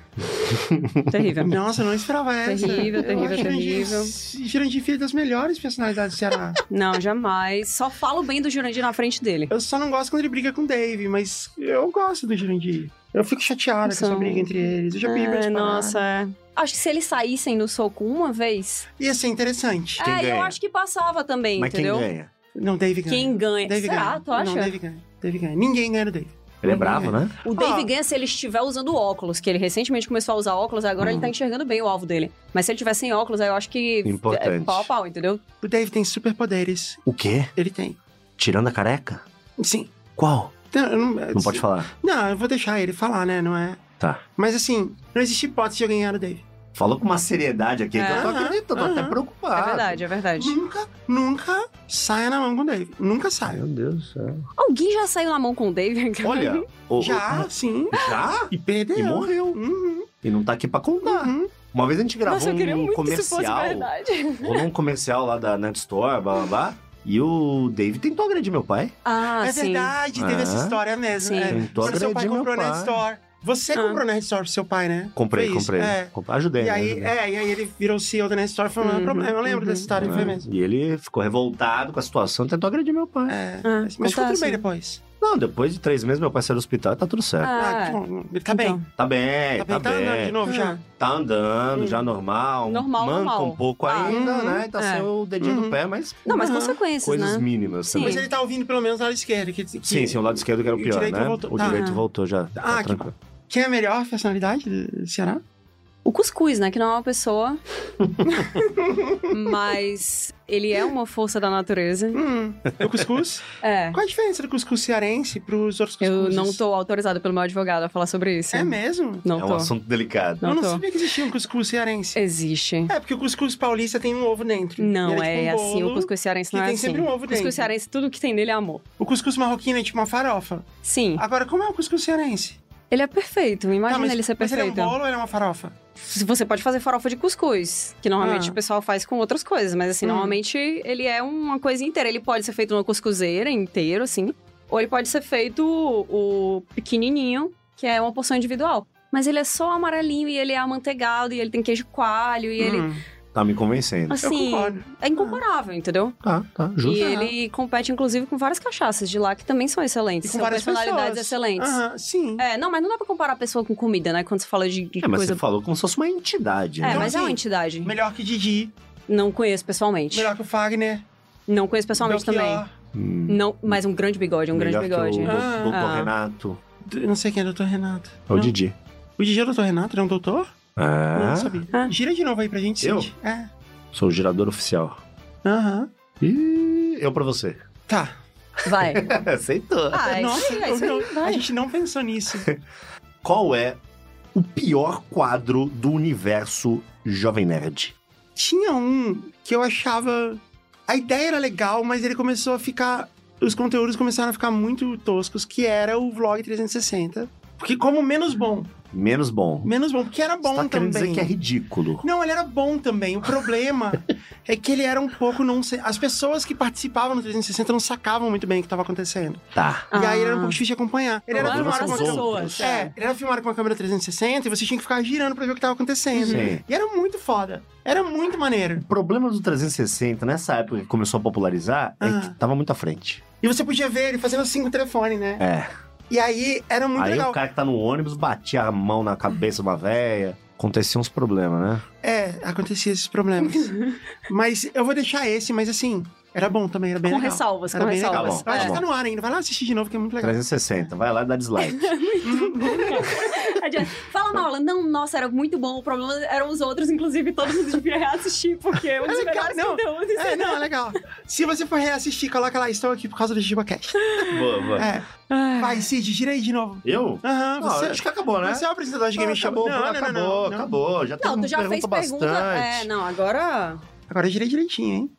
[SPEAKER 3] Terrível.
[SPEAKER 1] Nossa, eu não esperava essa.
[SPEAKER 3] Terrível,
[SPEAKER 1] Eu
[SPEAKER 3] terrível,
[SPEAKER 1] acho Jurandir-
[SPEAKER 3] terrível.
[SPEAKER 1] Jurandir Filho é das melhores personalidades do
[SPEAKER 3] [laughs]
[SPEAKER 1] Ceará.
[SPEAKER 3] Não, jamais. Só falo bem do Jurandir na frente dele.
[SPEAKER 1] Eu só não gosto quando ele briga com o Dave, mas eu gosto do Jurandir. Eu fico chateada com
[SPEAKER 3] São-
[SPEAKER 1] essa briga entre eles. Eu já pedi pra
[SPEAKER 3] É,
[SPEAKER 1] eles pararem.
[SPEAKER 3] nossa, é. Acho que se eles saíssem no soco uma vez.
[SPEAKER 1] Ia ser interessante.
[SPEAKER 2] Quem
[SPEAKER 3] é, eu
[SPEAKER 2] ganha?
[SPEAKER 3] acho que passava também,
[SPEAKER 2] Mas
[SPEAKER 3] entendeu?
[SPEAKER 2] quem ganha?
[SPEAKER 1] Não, Dave ganha.
[SPEAKER 3] Quem ganha?
[SPEAKER 1] Dave
[SPEAKER 3] Será?
[SPEAKER 1] ganha.
[SPEAKER 3] Tu acha?
[SPEAKER 1] Não, Dave ganha. Dave ganha. Ninguém ganha do Dave.
[SPEAKER 2] Ele é
[SPEAKER 1] Ninguém
[SPEAKER 3] Uhum.
[SPEAKER 2] bravo,
[SPEAKER 1] ganha.
[SPEAKER 2] né?
[SPEAKER 3] O Dave
[SPEAKER 1] Ah.
[SPEAKER 3] ganha se ele estiver usando óculos, que ele recentemente começou a usar óculos, agora
[SPEAKER 2] Hum.
[SPEAKER 3] ele tá enxergando bem o alvo dele. Mas se ele tiver sem óculos, aí eu acho que
[SPEAKER 2] Importante.
[SPEAKER 3] é pau a pau, entendeu?
[SPEAKER 1] O Dave tem superpoderes.
[SPEAKER 2] O quê?
[SPEAKER 1] Ele tem.
[SPEAKER 2] Tirando a careca?
[SPEAKER 1] Sim.
[SPEAKER 2] Qual?
[SPEAKER 1] Então, eu não,
[SPEAKER 2] Não pode falar.
[SPEAKER 1] Não, eu vou deixar ele falar, né? Não é.
[SPEAKER 2] Tá.
[SPEAKER 1] Mas assim, não existe hipótese de eu ganhar do Dave.
[SPEAKER 2] Falou com uma seriedade aqui que eu tô
[SPEAKER 1] Aham,
[SPEAKER 2] acreditando, tô
[SPEAKER 1] aham.
[SPEAKER 2] até preocupado.
[SPEAKER 3] É verdade, é verdade.
[SPEAKER 2] Hum.
[SPEAKER 1] Nunca, nunca saia na mão com o Dave. Nunca saia.
[SPEAKER 2] Meu Deus do céu.
[SPEAKER 3] Alguém já saiu na mão com o Dave? cara?
[SPEAKER 2] Olha, o-
[SPEAKER 1] Já, sim.
[SPEAKER 2] Já?
[SPEAKER 1] E perdeu.
[SPEAKER 2] E morreu.
[SPEAKER 1] Uhum,
[SPEAKER 2] E não tá aqui pra contar.
[SPEAKER 3] Ah,
[SPEAKER 1] uhum.
[SPEAKER 2] Uma vez a gente gravou
[SPEAKER 3] Nossa, eu queria
[SPEAKER 2] um
[SPEAKER 3] muito que isso fosse
[SPEAKER 2] comercial.
[SPEAKER 3] verdade.
[SPEAKER 2] rolou um comercial lá da Net Store, blá blá blá. E o David tentou agredir meu pai.
[SPEAKER 3] Ah,
[SPEAKER 1] é
[SPEAKER 3] sim.
[SPEAKER 1] verdade, teve
[SPEAKER 2] Ah.
[SPEAKER 1] essa história mesmo.
[SPEAKER 3] Sim. Ah.
[SPEAKER 1] É.
[SPEAKER 2] Tentou
[SPEAKER 1] Quando seu pai
[SPEAKER 2] agredir meu
[SPEAKER 1] comprou na
[SPEAKER 2] pai.
[SPEAKER 1] Store. Você comprou na Store pro seu pai, né?
[SPEAKER 2] Comprei,
[SPEAKER 1] Foi isso,
[SPEAKER 2] comprei,
[SPEAKER 1] é.
[SPEAKER 2] Comprei- Ajudei.
[SPEAKER 1] E
[SPEAKER 2] né?
[SPEAKER 1] aí,
[SPEAKER 2] Ajudei.
[SPEAKER 1] é, e aí ele virou CEO da Net Store e falou: não é
[SPEAKER 3] Uhum,
[SPEAKER 1] problema. Eu lembro
[SPEAKER 3] uhum.
[SPEAKER 1] dessa história,
[SPEAKER 2] É.
[SPEAKER 1] foi mesmo.
[SPEAKER 2] E ele ficou revoltado com a situação, tentou agredir meu pai.
[SPEAKER 1] É.
[SPEAKER 3] Ah,
[SPEAKER 1] Mas ficou tudo
[SPEAKER 2] né?
[SPEAKER 3] acontece.
[SPEAKER 1] bem depois.
[SPEAKER 2] Não, depois de três meses meu pai saiu do hospital e tá tudo certo.
[SPEAKER 1] Ah, que
[SPEAKER 3] Ah,
[SPEAKER 1] bom. Ele tá
[SPEAKER 3] então.
[SPEAKER 1] bem.
[SPEAKER 2] Tá bem,
[SPEAKER 1] Tá
[SPEAKER 2] tá,
[SPEAKER 1] bem, tá andando de
[SPEAKER 2] bem.
[SPEAKER 1] novo já.
[SPEAKER 3] Ah,
[SPEAKER 2] Tá andando,
[SPEAKER 1] Hum.
[SPEAKER 2] já normal.
[SPEAKER 3] Normal,
[SPEAKER 2] Manca
[SPEAKER 3] normal.
[SPEAKER 2] um pouco
[SPEAKER 3] Ah,
[SPEAKER 2] ainda,
[SPEAKER 1] uhum.
[SPEAKER 2] né? E tá
[SPEAKER 3] É.
[SPEAKER 2] sem o dedinho
[SPEAKER 1] Uhum.
[SPEAKER 2] do pé, mas
[SPEAKER 3] Não, mas
[SPEAKER 1] Aham.
[SPEAKER 3] consequências,
[SPEAKER 2] coisas
[SPEAKER 3] né?
[SPEAKER 2] mínimas
[SPEAKER 3] Sim.
[SPEAKER 2] também.
[SPEAKER 1] Mas ele tá ouvindo pelo menos na hora esquerda. Que, que,
[SPEAKER 2] Sim, sim, o lado esquerdo que era o
[SPEAKER 1] O
[SPEAKER 2] pior,
[SPEAKER 1] direito
[SPEAKER 2] né?
[SPEAKER 1] voltou.
[SPEAKER 2] O
[SPEAKER 1] Tá.
[SPEAKER 2] direito voltou já.
[SPEAKER 1] Ah,
[SPEAKER 2] tá
[SPEAKER 1] que
[SPEAKER 2] tranquilo.
[SPEAKER 1] Quem é a melhor personalidade do Ceará?
[SPEAKER 3] O cuscuz, né? Que não é uma pessoa.
[SPEAKER 2] [laughs]
[SPEAKER 3] mas ele é uma força da natureza.
[SPEAKER 1] Hum, o cuscuz?
[SPEAKER 3] [laughs] É.
[SPEAKER 1] Qual a diferença do cuscuz cearense pros outros cuscuzes?
[SPEAKER 3] Eu não tô autorizada pelo meu advogado a falar sobre isso.
[SPEAKER 1] É mesmo?
[SPEAKER 3] Não
[SPEAKER 2] é um
[SPEAKER 3] tô.
[SPEAKER 2] assunto delicado.
[SPEAKER 3] Não
[SPEAKER 1] eu não
[SPEAKER 3] tô.
[SPEAKER 1] sabia que existia um cuscuz cearense.
[SPEAKER 3] Existe.
[SPEAKER 1] É, porque o cuscuz paulista tem um ovo dentro.
[SPEAKER 3] Não,
[SPEAKER 1] Ele tipo
[SPEAKER 3] é,
[SPEAKER 1] um
[SPEAKER 3] assim. O
[SPEAKER 1] bolo
[SPEAKER 3] cuscuz cearense
[SPEAKER 1] que
[SPEAKER 3] não é
[SPEAKER 1] tem
[SPEAKER 3] assim.
[SPEAKER 1] sempre um ovo
[SPEAKER 3] o cuscuz
[SPEAKER 1] dentro.
[SPEAKER 3] cearense, tudo que tem nele é amor.
[SPEAKER 1] O cuscuz marroquino é tipo uma farofa.
[SPEAKER 3] Sim.
[SPEAKER 1] Agora, como é o cuscuz cearense?
[SPEAKER 3] Ele é perfeito.
[SPEAKER 1] Tá,
[SPEAKER 3] Imagina
[SPEAKER 1] mas,
[SPEAKER 3] ele ser
[SPEAKER 1] mas
[SPEAKER 3] perfeito.
[SPEAKER 1] ele é um bolo ou ele é uma farofa?
[SPEAKER 3] Se Você pode fazer farofa de cuscuz, que normalmente
[SPEAKER 1] Ah.
[SPEAKER 3] o pessoal faz com outras coisas, mas assim,
[SPEAKER 1] Hum.
[SPEAKER 3] normalmente ele é uma coisa inteira. Ele pode ser feito numa cuscuzeira inteiro, assim, ou ele pode ser feito o pequenininho, que é uma porção individual. Mas ele é só amarelinho e ele é amanteigado e ele tem queijo coalho e ele.
[SPEAKER 1] Hum,
[SPEAKER 2] Tá me convencendo.
[SPEAKER 1] eu
[SPEAKER 3] Assim,
[SPEAKER 1] concordo.
[SPEAKER 3] é incomparável, entendeu?
[SPEAKER 2] Tá, tá,
[SPEAKER 3] E
[SPEAKER 2] justo.
[SPEAKER 3] ele compete, inclusive, com várias cachaças de lá que também são
[SPEAKER 1] E
[SPEAKER 3] excelentes.
[SPEAKER 1] com
[SPEAKER 3] são
[SPEAKER 1] várias
[SPEAKER 3] personalidades
[SPEAKER 1] pessoas.
[SPEAKER 3] excelentes.
[SPEAKER 1] Aham, sim.
[SPEAKER 3] É, não, mas não dá pra comparar a pessoa com comida, né? Quando você fala de, de
[SPEAKER 2] É, mas
[SPEAKER 3] coisa.
[SPEAKER 2] você falou como se fosse uma entidade,
[SPEAKER 3] É,
[SPEAKER 2] né?
[SPEAKER 1] Então,
[SPEAKER 3] mas é uma
[SPEAKER 1] assim,
[SPEAKER 3] entidade.
[SPEAKER 1] Melhor que Didi,
[SPEAKER 3] Não conheço pessoalmente.
[SPEAKER 1] melhor que o Fagner.
[SPEAKER 3] Não conheço pessoalmente também.
[SPEAKER 1] Belchior.
[SPEAKER 2] Hum,
[SPEAKER 3] Não, mas um grande
[SPEAKER 1] é
[SPEAKER 3] bigode, um
[SPEAKER 2] melhor
[SPEAKER 3] grande bigode.
[SPEAKER 2] Que o do-
[SPEAKER 1] Ah,
[SPEAKER 2] doutor
[SPEAKER 3] ah.
[SPEAKER 2] Renato.
[SPEAKER 1] Eu Não sei quem é o Dr. Renato.
[SPEAKER 2] É o
[SPEAKER 1] Não.
[SPEAKER 2] Didi.
[SPEAKER 1] O Didi é o Dr. Renato, ele é um doutor? Não,
[SPEAKER 2] Ah,
[SPEAKER 1] Não sabia.
[SPEAKER 3] Ah.
[SPEAKER 1] Gira de novo aí pra gente,
[SPEAKER 2] Eu?
[SPEAKER 1] Cid. É.
[SPEAKER 2] sou o girador oficial.
[SPEAKER 1] Aham.
[SPEAKER 2] E eu pra você. [laughs]
[SPEAKER 1] Tá. [laughs]
[SPEAKER 3] Vai.
[SPEAKER 2] Aceitou.
[SPEAKER 3] Ah, é isso, aí, é isso aí.
[SPEAKER 1] eu não- a
[SPEAKER 3] Vai.
[SPEAKER 1] gente não pensou nisso. [laughs]
[SPEAKER 2] Qual é o pior quadro do universo Jovem Nerd?
[SPEAKER 1] Tinha um que eu achava. A ideia era legal, mas ele começou a ficar. Os conteúdos começaram a ficar muito toscos, que era o Vlog 360. Porque, como menos bom.
[SPEAKER 2] Menos bom.
[SPEAKER 1] Menos bom, porque era bom
[SPEAKER 2] Você tá querendo
[SPEAKER 1] também.
[SPEAKER 2] dizer que é ridículo.
[SPEAKER 1] Não, ele era bom também. O
[SPEAKER 2] [laughs]
[SPEAKER 1] problema é que ele era um pouco. Não sei, as pessoas que participavam no 360 não sacavam muito bem o que estava acontecendo.
[SPEAKER 2] Tá.
[SPEAKER 1] E aí ele era um
[SPEAKER 3] Ah.
[SPEAKER 1] pouco difícil de acompanhar. Ele era
[SPEAKER 2] Mas
[SPEAKER 1] filmado com
[SPEAKER 2] são
[SPEAKER 1] uma
[SPEAKER 3] as
[SPEAKER 2] outros.
[SPEAKER 3] pessoas.
[SPEAKER 1] É, ele era filmado com uma câmera 360 e você tinha que ficar girando pra ver o que tava acontecendo.
[SPEAKER 2] Sim.
[SPEAKER 1] E era muito foda. Era muito maneiro.
[SPEAKER 2] O problema do 360, nessa época que começou a popularizar, é
[SPEAKER 1] Ah.
[SPEAKER 2] que tava muito à frente.
[SPEAKER 1] E você podia ver ele fazendo assim com o telefone, né?
[SPEAKER 2] É.
[SPEAKER 1] E aí era muito
[SPEAKER 2] Aí
[SPEAKER 1] legal.
[SPEAKER 2] o cara que tá no ônibus batia a mão na cabeça de uma véia. Acontecia uns problemas, né?
[SPEAKER 1] É, acontecia esses
[SPEAKER 3] [laughs]
[SPEAKER 1] problemas. mas eu vou deixar esse, mas assim, era bom também, era bem
[SPEAKER 3] Com
[SPEAKER 1] legal.
[SPEAKER 3] ressalvas, com
[SPEAKER 1] Era bem legal.
[SPEAKER 3] ressalvas. É.
[SPEAKER 2] Tá
[SPEAKER 1] Eu
[SPEAKER 2] bom,
[SPEAKER 1] acho
[SPEAKER 2] tá
[SPEAKER 1] que
[SPEAKER 2] bom.
[SPEAKER 1] tá no ar ainda. Vai lá assistir de novo, que é muito legal.
[SPEAKER 2] 360, vai lá e dá
[SPEAKER 3] [laughs]
[SPEAKER 2] dislike.
[SPEAKER 1] Tá
[SPEAKER 3] É. [laughs] Adianta. Fala mal, não, nossa, era muito bom. O problema eram os outros, inclusive, todos mundo devia reassistir, porque é um dos
[SPEAKER 1] legal,
[SPEAKER 3] melhores
[SPEAKER 1] não.
[SPEAKER 3] conteúdos.
[SPEAKER 1] [laughs] É, não, é legal. Se você for reassistir, coloca lá, estou aqui por causa do Gibacast.
[SPEAKER 2] boa, boa.
[SPEAKER 1] É,
[SPEAKER 3] Ah.
[SPEAKER 1] vai, Cid, gira aí de novo.
[SPEAKER 2] Eu?
[SPEAKER 1] Aham,
[SPEAKER 2] Não,
[SPEAKER 1] você...
[SPEAKER 2] acho que acabou, né?
[SPEAKER 1] Você é o apresentador de
[SPEAKER 2] Ah,
[SPEAKER 1] Game Show.
[SPEAKER 2] acabou,
[SPEAKER 1] não, não, não,
[SPEAKER 2] acabou,
[SPEAKER 1] não, não.
[SPEAKER 2] acabou. Já
[SPEAKER 3] Não,
[SPEAKER 2] todo
[SPEAKER 3] tu
[SPEAKER 2] mundo
[SPEAKER 3] já fez
[SPEAKER 2] pergunta
[SPEAKER 3] pergunta. É,
[SPEAKER 2] bastante.
[SPEAKER 3] não, agora.
[SPEAKER 1] Agora eu girei direitinho, hein?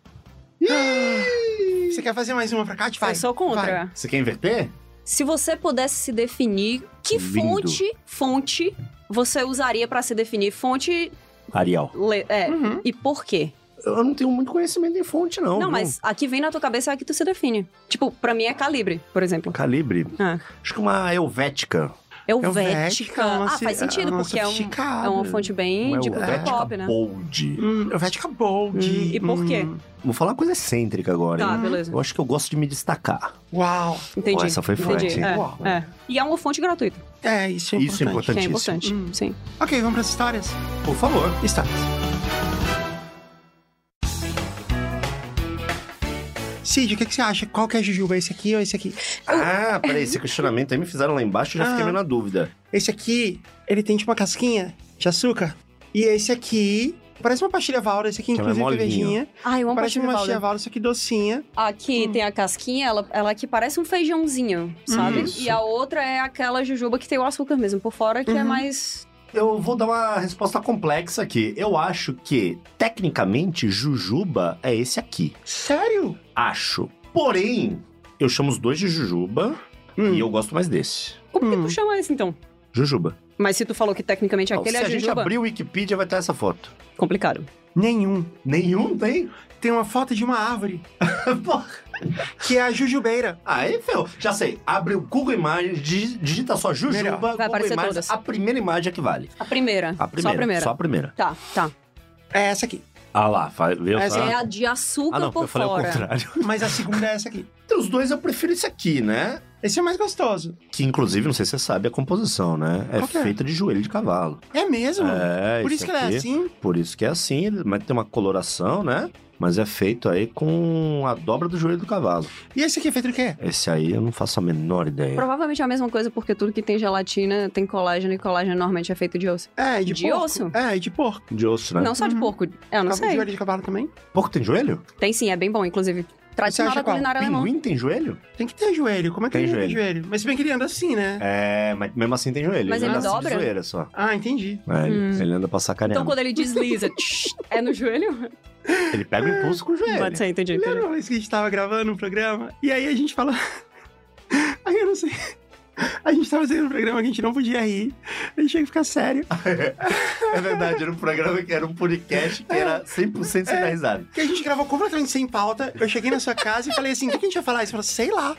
[SPEAKER 1] Ah, você quer fazer mais uma pra cá? Te
[SPEAKER 3] eu
[SPEAKER 1] faz.
[SPEAKER 3] sou contra.
[SPEAKER 2] Você quer inverter?
[SPEAKER 3] Se você pudesse se definir, que
[SPEAKER 2] Lindo.
[SPEAKER 3] fonte, fonte você usaria pra se definir? Fonte.
[SPEAKER 2] Arial.
[SPEAKER 3] le- é.
[SPEAKER 1] Uhum.
[SPEAKER 3] E por quê?
[SPEAKER 2] Eu não tenho muito conhecimento em fonte, não.
[SPEAKER 3] Não,
[SPEAKER 2] viu?
[SPEAKER 3] mas aqui vem na tua cabeça é a que tu se define. Tipo, pra mim é calibre, por exemplo.
[SPEAKER 2] Um Calibre.
[SPEAKER 3] Ah.
[SPEAKER 2] Acho que uma Helvética.
[SPEAKER 1] É
[SPEAKER 3] Helvética.
[SPEAKER 1] uma
[SPEAKER 3] é Ah,
[SPEAKER 1] ci-
[SPEAKER 3] faz sentido,
[SPEAKER 1] uma
[SPEAKER 3] porque é, um-
[SPEAKER 1] sofisticada.
[SPEAKER 3] é uma fonte bem
[SPEAKER 2] uma
[SPEAKER 3] de cultura
[SPEAKER 2] Helvética
[SPEAKER 3] pop, né?
[SPEAKER 2] Bold.
[SPEAKER 1] Hum, Helvética Bold.
[SPEAKER 3] Hum, e por quê?
[SPEAKER 1] Hum,
[SPEAKER 2] Vou falar uma coisa excêntrica agora.
[SPEAKER 3] Tá,
[SPEAKER 2] hein?
[SPEAKER 3] beleza.
[SPEAKER 2] Eu acho que eu gosto de me destacar.
[SPEAKER 1] Uau.
[SPEAKER 3] Entendi.
[SPEAKER 2] Ó, essa foi forte,
[SPEAKER 3] Entendi.
[SPEAKER 2] hein?
[SPEAKER 3] É,
[SPEAKER 1] Uau.
[SPEAKER 3] é. E é uma fonte gratuita,
[SPEAKER 1] É, isso é
[SPEAKER 2] Isso é
[SPEAKER 1] importante.
[SPEAKER 2] importante.
[SPEAKER 3] que é importante.
[SPEAKER 1] Hum.
[SPEAKER 3] Sim.
[SPEAKER 1] Ok, vamos pras histórias?
[SPEAKER 2] Por favor.
[SPEAKER 1] Histórias. Cid, o que, que você acha? Qual que é a Jujuba? Esse aqui ou esse aqui?
[SPEAKER 2] Ah, peraí, esse questionamento aí me fizeram lá embaixo e já
[SPEAKER 1] Ah.
[SPEAKER 2] fiquei meio na dúvida.
[SPEAKER 1] Esse aqui, ele tem tipo uma casquinha de açúcar. E esse aqui, parece uma pastilha Valda. Esse aqui,
[SPEAKER 2] Que é
[SPEAKER 1] inclusive, é
[SPEAKER 2] molinho.
[SPEAKER 1] verdinha.
[SPEAKER 3] Ai, Ah, uma né?
[SPEAKER 1] Parece
[SPEAKER 3] pastilha
[SPEAKER 1] uma
[SPEAKER 3] Valda.
[SPEAKER 1] pastilha Valda, só que docinha.
[SPEAKER 3] Aqui
[SPEAKER 1] Hum.
[SPEAKER 3] tem a casquinha, ela, ela que parece um feijãozinho, sabe?
[SPEAKER 2] Isso.
[SPEAKER 3] E a outra é aquela jujuba que tem o açúcar mesmo por fora, que é
[SPEAKER 1] Uhum.
[SPEAKER 3] mais.
[SPEAKER 2] Eu vou dar uma resposta complexa aqui. Eu acho que, tecnicamente, Jujuba é esse aqui.
[SPEAKER 1] Sério?
[SPEAKER 2] Acho. Porém, eu chamo os dois de Jujuba e eu gosto mais desse.
[SPEAKER 3] Como que
[SPEAKER 1] Hum.
[SPEAKER 3] tu chama esse então?
[SPEAKER 2] Jujuba.
[SPEAKER 3] Mas se tu falou que tecnicamente
[SPEAKER 2] Não,
[SPEAKER 3] aquele
[SPEAKER 2] se
[SPEAKER 3] é
[SPEAKER 2] a gente
[SPEAKER 3] jujuba,
[SPEAKER 2] abrir o Wikipedia, vai ter essa foto.
[SPEAKER 3] complicado.
[SPEAKER 1] Nenhum.
[SPEAKER 2] Nenhum tem? [laughs]
[SPEAKER 1] Tem uma foto de uma árvore,
[SPEAKER 2] Pô,
[SPEAKER 1] que é a jujubeira.
[SPEAKER 2] Aí, Fel, já sei. Abre o Google Imagens, digi- digita só Jujuba,
[SPEAKER 1] Melhor. Vai
[SPEAKER 2] Google
[SPEAKER 3] aparecer
[SPEAKER 2] Imagens,
[SPEAKER 3] todas.
[SPEAKER 2] a primeira imagem é que vale.
[SPEAKER 3] A primeira.
[SPEAKER 2] A primeira.
[SPEAKER 3] Só a primeira.
[SPEAKER 2] Só a primeira.
[SPEAKER 3] Tá, tá.
[SPEAKER 1] É essa aqui.
[SPEAKER 2] Ah lá, fa- viu?
[SPEAKER 1] Essa
[SPEAKER 2] só?
[SPEAKER 3] É a de açúcar
[SPEAKER 2] Ah, não,
[SPEAKER 3] por
[SPEAKER 2] eu falei o
[SPEAKER 3] fora.
[SPEAKER 2] contrário. [laughs]
[SPEAKER 1] Mas a segunda é essa aqui.
[SPEAKER 2] Entre os dois, eu prefiro esse aqui, né?
[SPEAKER 1] Esse é o mais gostoso.
[SPEAKER 2] Que, inclusive, não sei se você sabe a composição, né? É
[SPEAKER 1] Qual que é?
[SPEAKER 2] feita de joelho de cavalo.
[SPEAKER 1] É
[SPEAKER 3] Hum.
[SPEAKER 1] mesmo?
[SPEAKER 2] É,
[SPEAKER 1] Por isso que ela é
[SPEAKER 2] aqui-
[SPEAKER 1] assim.
[SPEAKER 2] Por isso que é assim, ele- mas tem uma coloração, né? Mas é feito aí com a dobra do joelho do cavalo.
[SPEAKER 1] E esse aqui é feito do quê?
[SPEAKER 2] Esse aí eu não faço a menor ideia.
[SPEAKER 3] Provavelmente é a mesma coisa, porque tudo que tem gelatina tem colágeno, e colágeno normalmente é feito de osso.
[SPEAKER 1] É, de,
[SPEAKER 3] De
[SPEAKER 1] porco.
[SPEAKER 3] osso?
[SPEAKER 1] É, e de porco.
[SPEAKER 2] De osso, né?
[SPEAKER 3] Não só de
[SPEAKER 1] Uhum.
[SPEAKER 3] porco. Eu não
[SPEAKER 1] Cavalo de
[SPEAKER 3] sei.
[SPEAKER 1] olho de cavalo também?
[SPEAKER 2] Porco tem joelho?
[SPEAKER 3] Tem sim, é bem bom, inclusive. Tradicional
[SPEAKER 1] acha
[SPEAKER 3] da culinária alemã.
[SPEAKER 2] Pinguim tem joelho?
[SPEAKER 1] Tem que ter joelho. Como é que
[SPEAKER 2] Tem
[SPEAKER 1] ele não tem joelho? Mas se bem que ele anda assim, né?
[SPEAKER 2] É, mas mesmo assim tem joelho.
[SPEAKER 3] Mas
[SPEAKER 1] ele
[SPEAKER 2] anda assim de
[SPEAKER 3] dobra?
[SPEAKER 2] joelha só.
[SPEAKER 1] Ah, entendi.
[SPEAKER 2] É, ele-
[SPEAKER 3] Hum.
[SPEAKER 2] Ele anda pra sacanear.
[SPEAKER 3] Então quando ele desliza, tch, é no joelho?
[SPEAKER 2] Ele pega o impulso com o joelho.
[SPEAKER 3] Pode ser, entendi. entendi.
[SPEAKER 1] Lembra uma vez que a gente tava gravando um programa? E aí a gente falou. [laughs] aí eu não sei. A gente tava fazendo um programa que a gente não podia rir. A gente tinha que ficar sério.
[SPEAKER 2] É verdade, era um programa que era um podcast que era 100% sem
[SPEAKER 1] É.
[SPEAKER 2] dar risada.
[SPEAKER 1] Que a gente gravou completamente sem pauta. Eu cheguei na sua casa e falei assim: o que a gente vai falar? Aí Você falou, sei lá.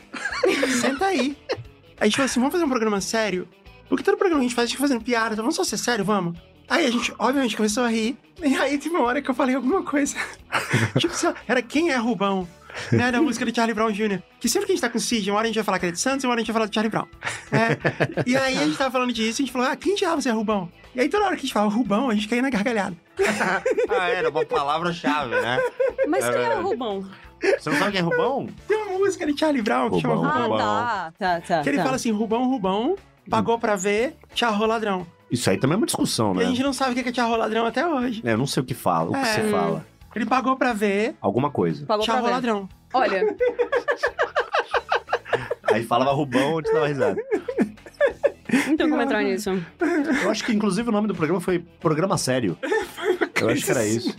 [SPEAKER 1] Senta aí. Aí a gente falou assim: vamos fazer um programa sério? Porque todo programa que a gente faz, a gente fica fazendo piada. Então vamos só ser sério, vamos. Aí a gente, obviamente, começou a rir. E aí teve uma hora que eu falei alguma coisa. [laughs] tipo, sei lá, era quem é Rubão? Né, da música do Charlie Brown Jr. Que sempre que a gente tá com o Cid, uma hora a gente vai falar que ele é de Santos e uma hora a gente vai falar do Charlie Brown. É. E aí a gente tava falando disso e a gente falou, ah, quem diabos é Rubão? E aí toda hora que a gente fala Rubão, a gente caía na gargalhada.
[SPEAKER 2] Ah, era uma palavra-chave, né?
[SPEAKER 3] Mas
[SPEAKER 2] É
[SPEAKER 3] quem é o
[SPEAKER 2] verdade.
[SPEAKER 3] Rubão?
[SPEAKER 2] Você não sabe quem é Rubão?
[SPEAKER 1] Tem uma música do Charlie Brown que chama
[SPEAKER 2] Rubão.
[SPEAKER 1] Rubão.
[SPEAKER 3] Ah, tá, tá, tá.
[SPEAKER 1] Que ele
[SPEAKER 3] tá.
[SPEAKER 1] fala assim, Rubão, Rubão, pagou pra ver, tcharro ladrão.
[SPEAKER 2] Isso aí também é uma discussão,
[SPEAKER 1] E a
[SPEAKER 2] né?
[SPEAKER 1] gente não sabe o que é tcharro ladrão até hoje.
[SPEAKER 2] É, Eu não sei o que fala, o que
[SPEAKER 1] É.
[SPEAKER 2] se fala.
[SPEAKER 1] Ele pagou pra ver,
[SPEAKER 2] Alguma coisa.
[SPEAKER 3] Pagou pra
[SPEAKER 1] tcharro
[SPEAKER 3] ver.
[SPEAKER 1] ladrão.
[SPEAKER 3] Olha,
[SPEAKER 2] Aí falava Rubão antes dava risada.
[SPEAKER 3] então como entrar nisso?
[SPEAKER 2] Eu acho que, inclusive, o nome do programa foi Programa
[SPEAKER 1] [laughs]
[SPEAKER 2] Sério. Eu acho que era
[SPEAKER 1] assim.
[SPEAKER 2] isso.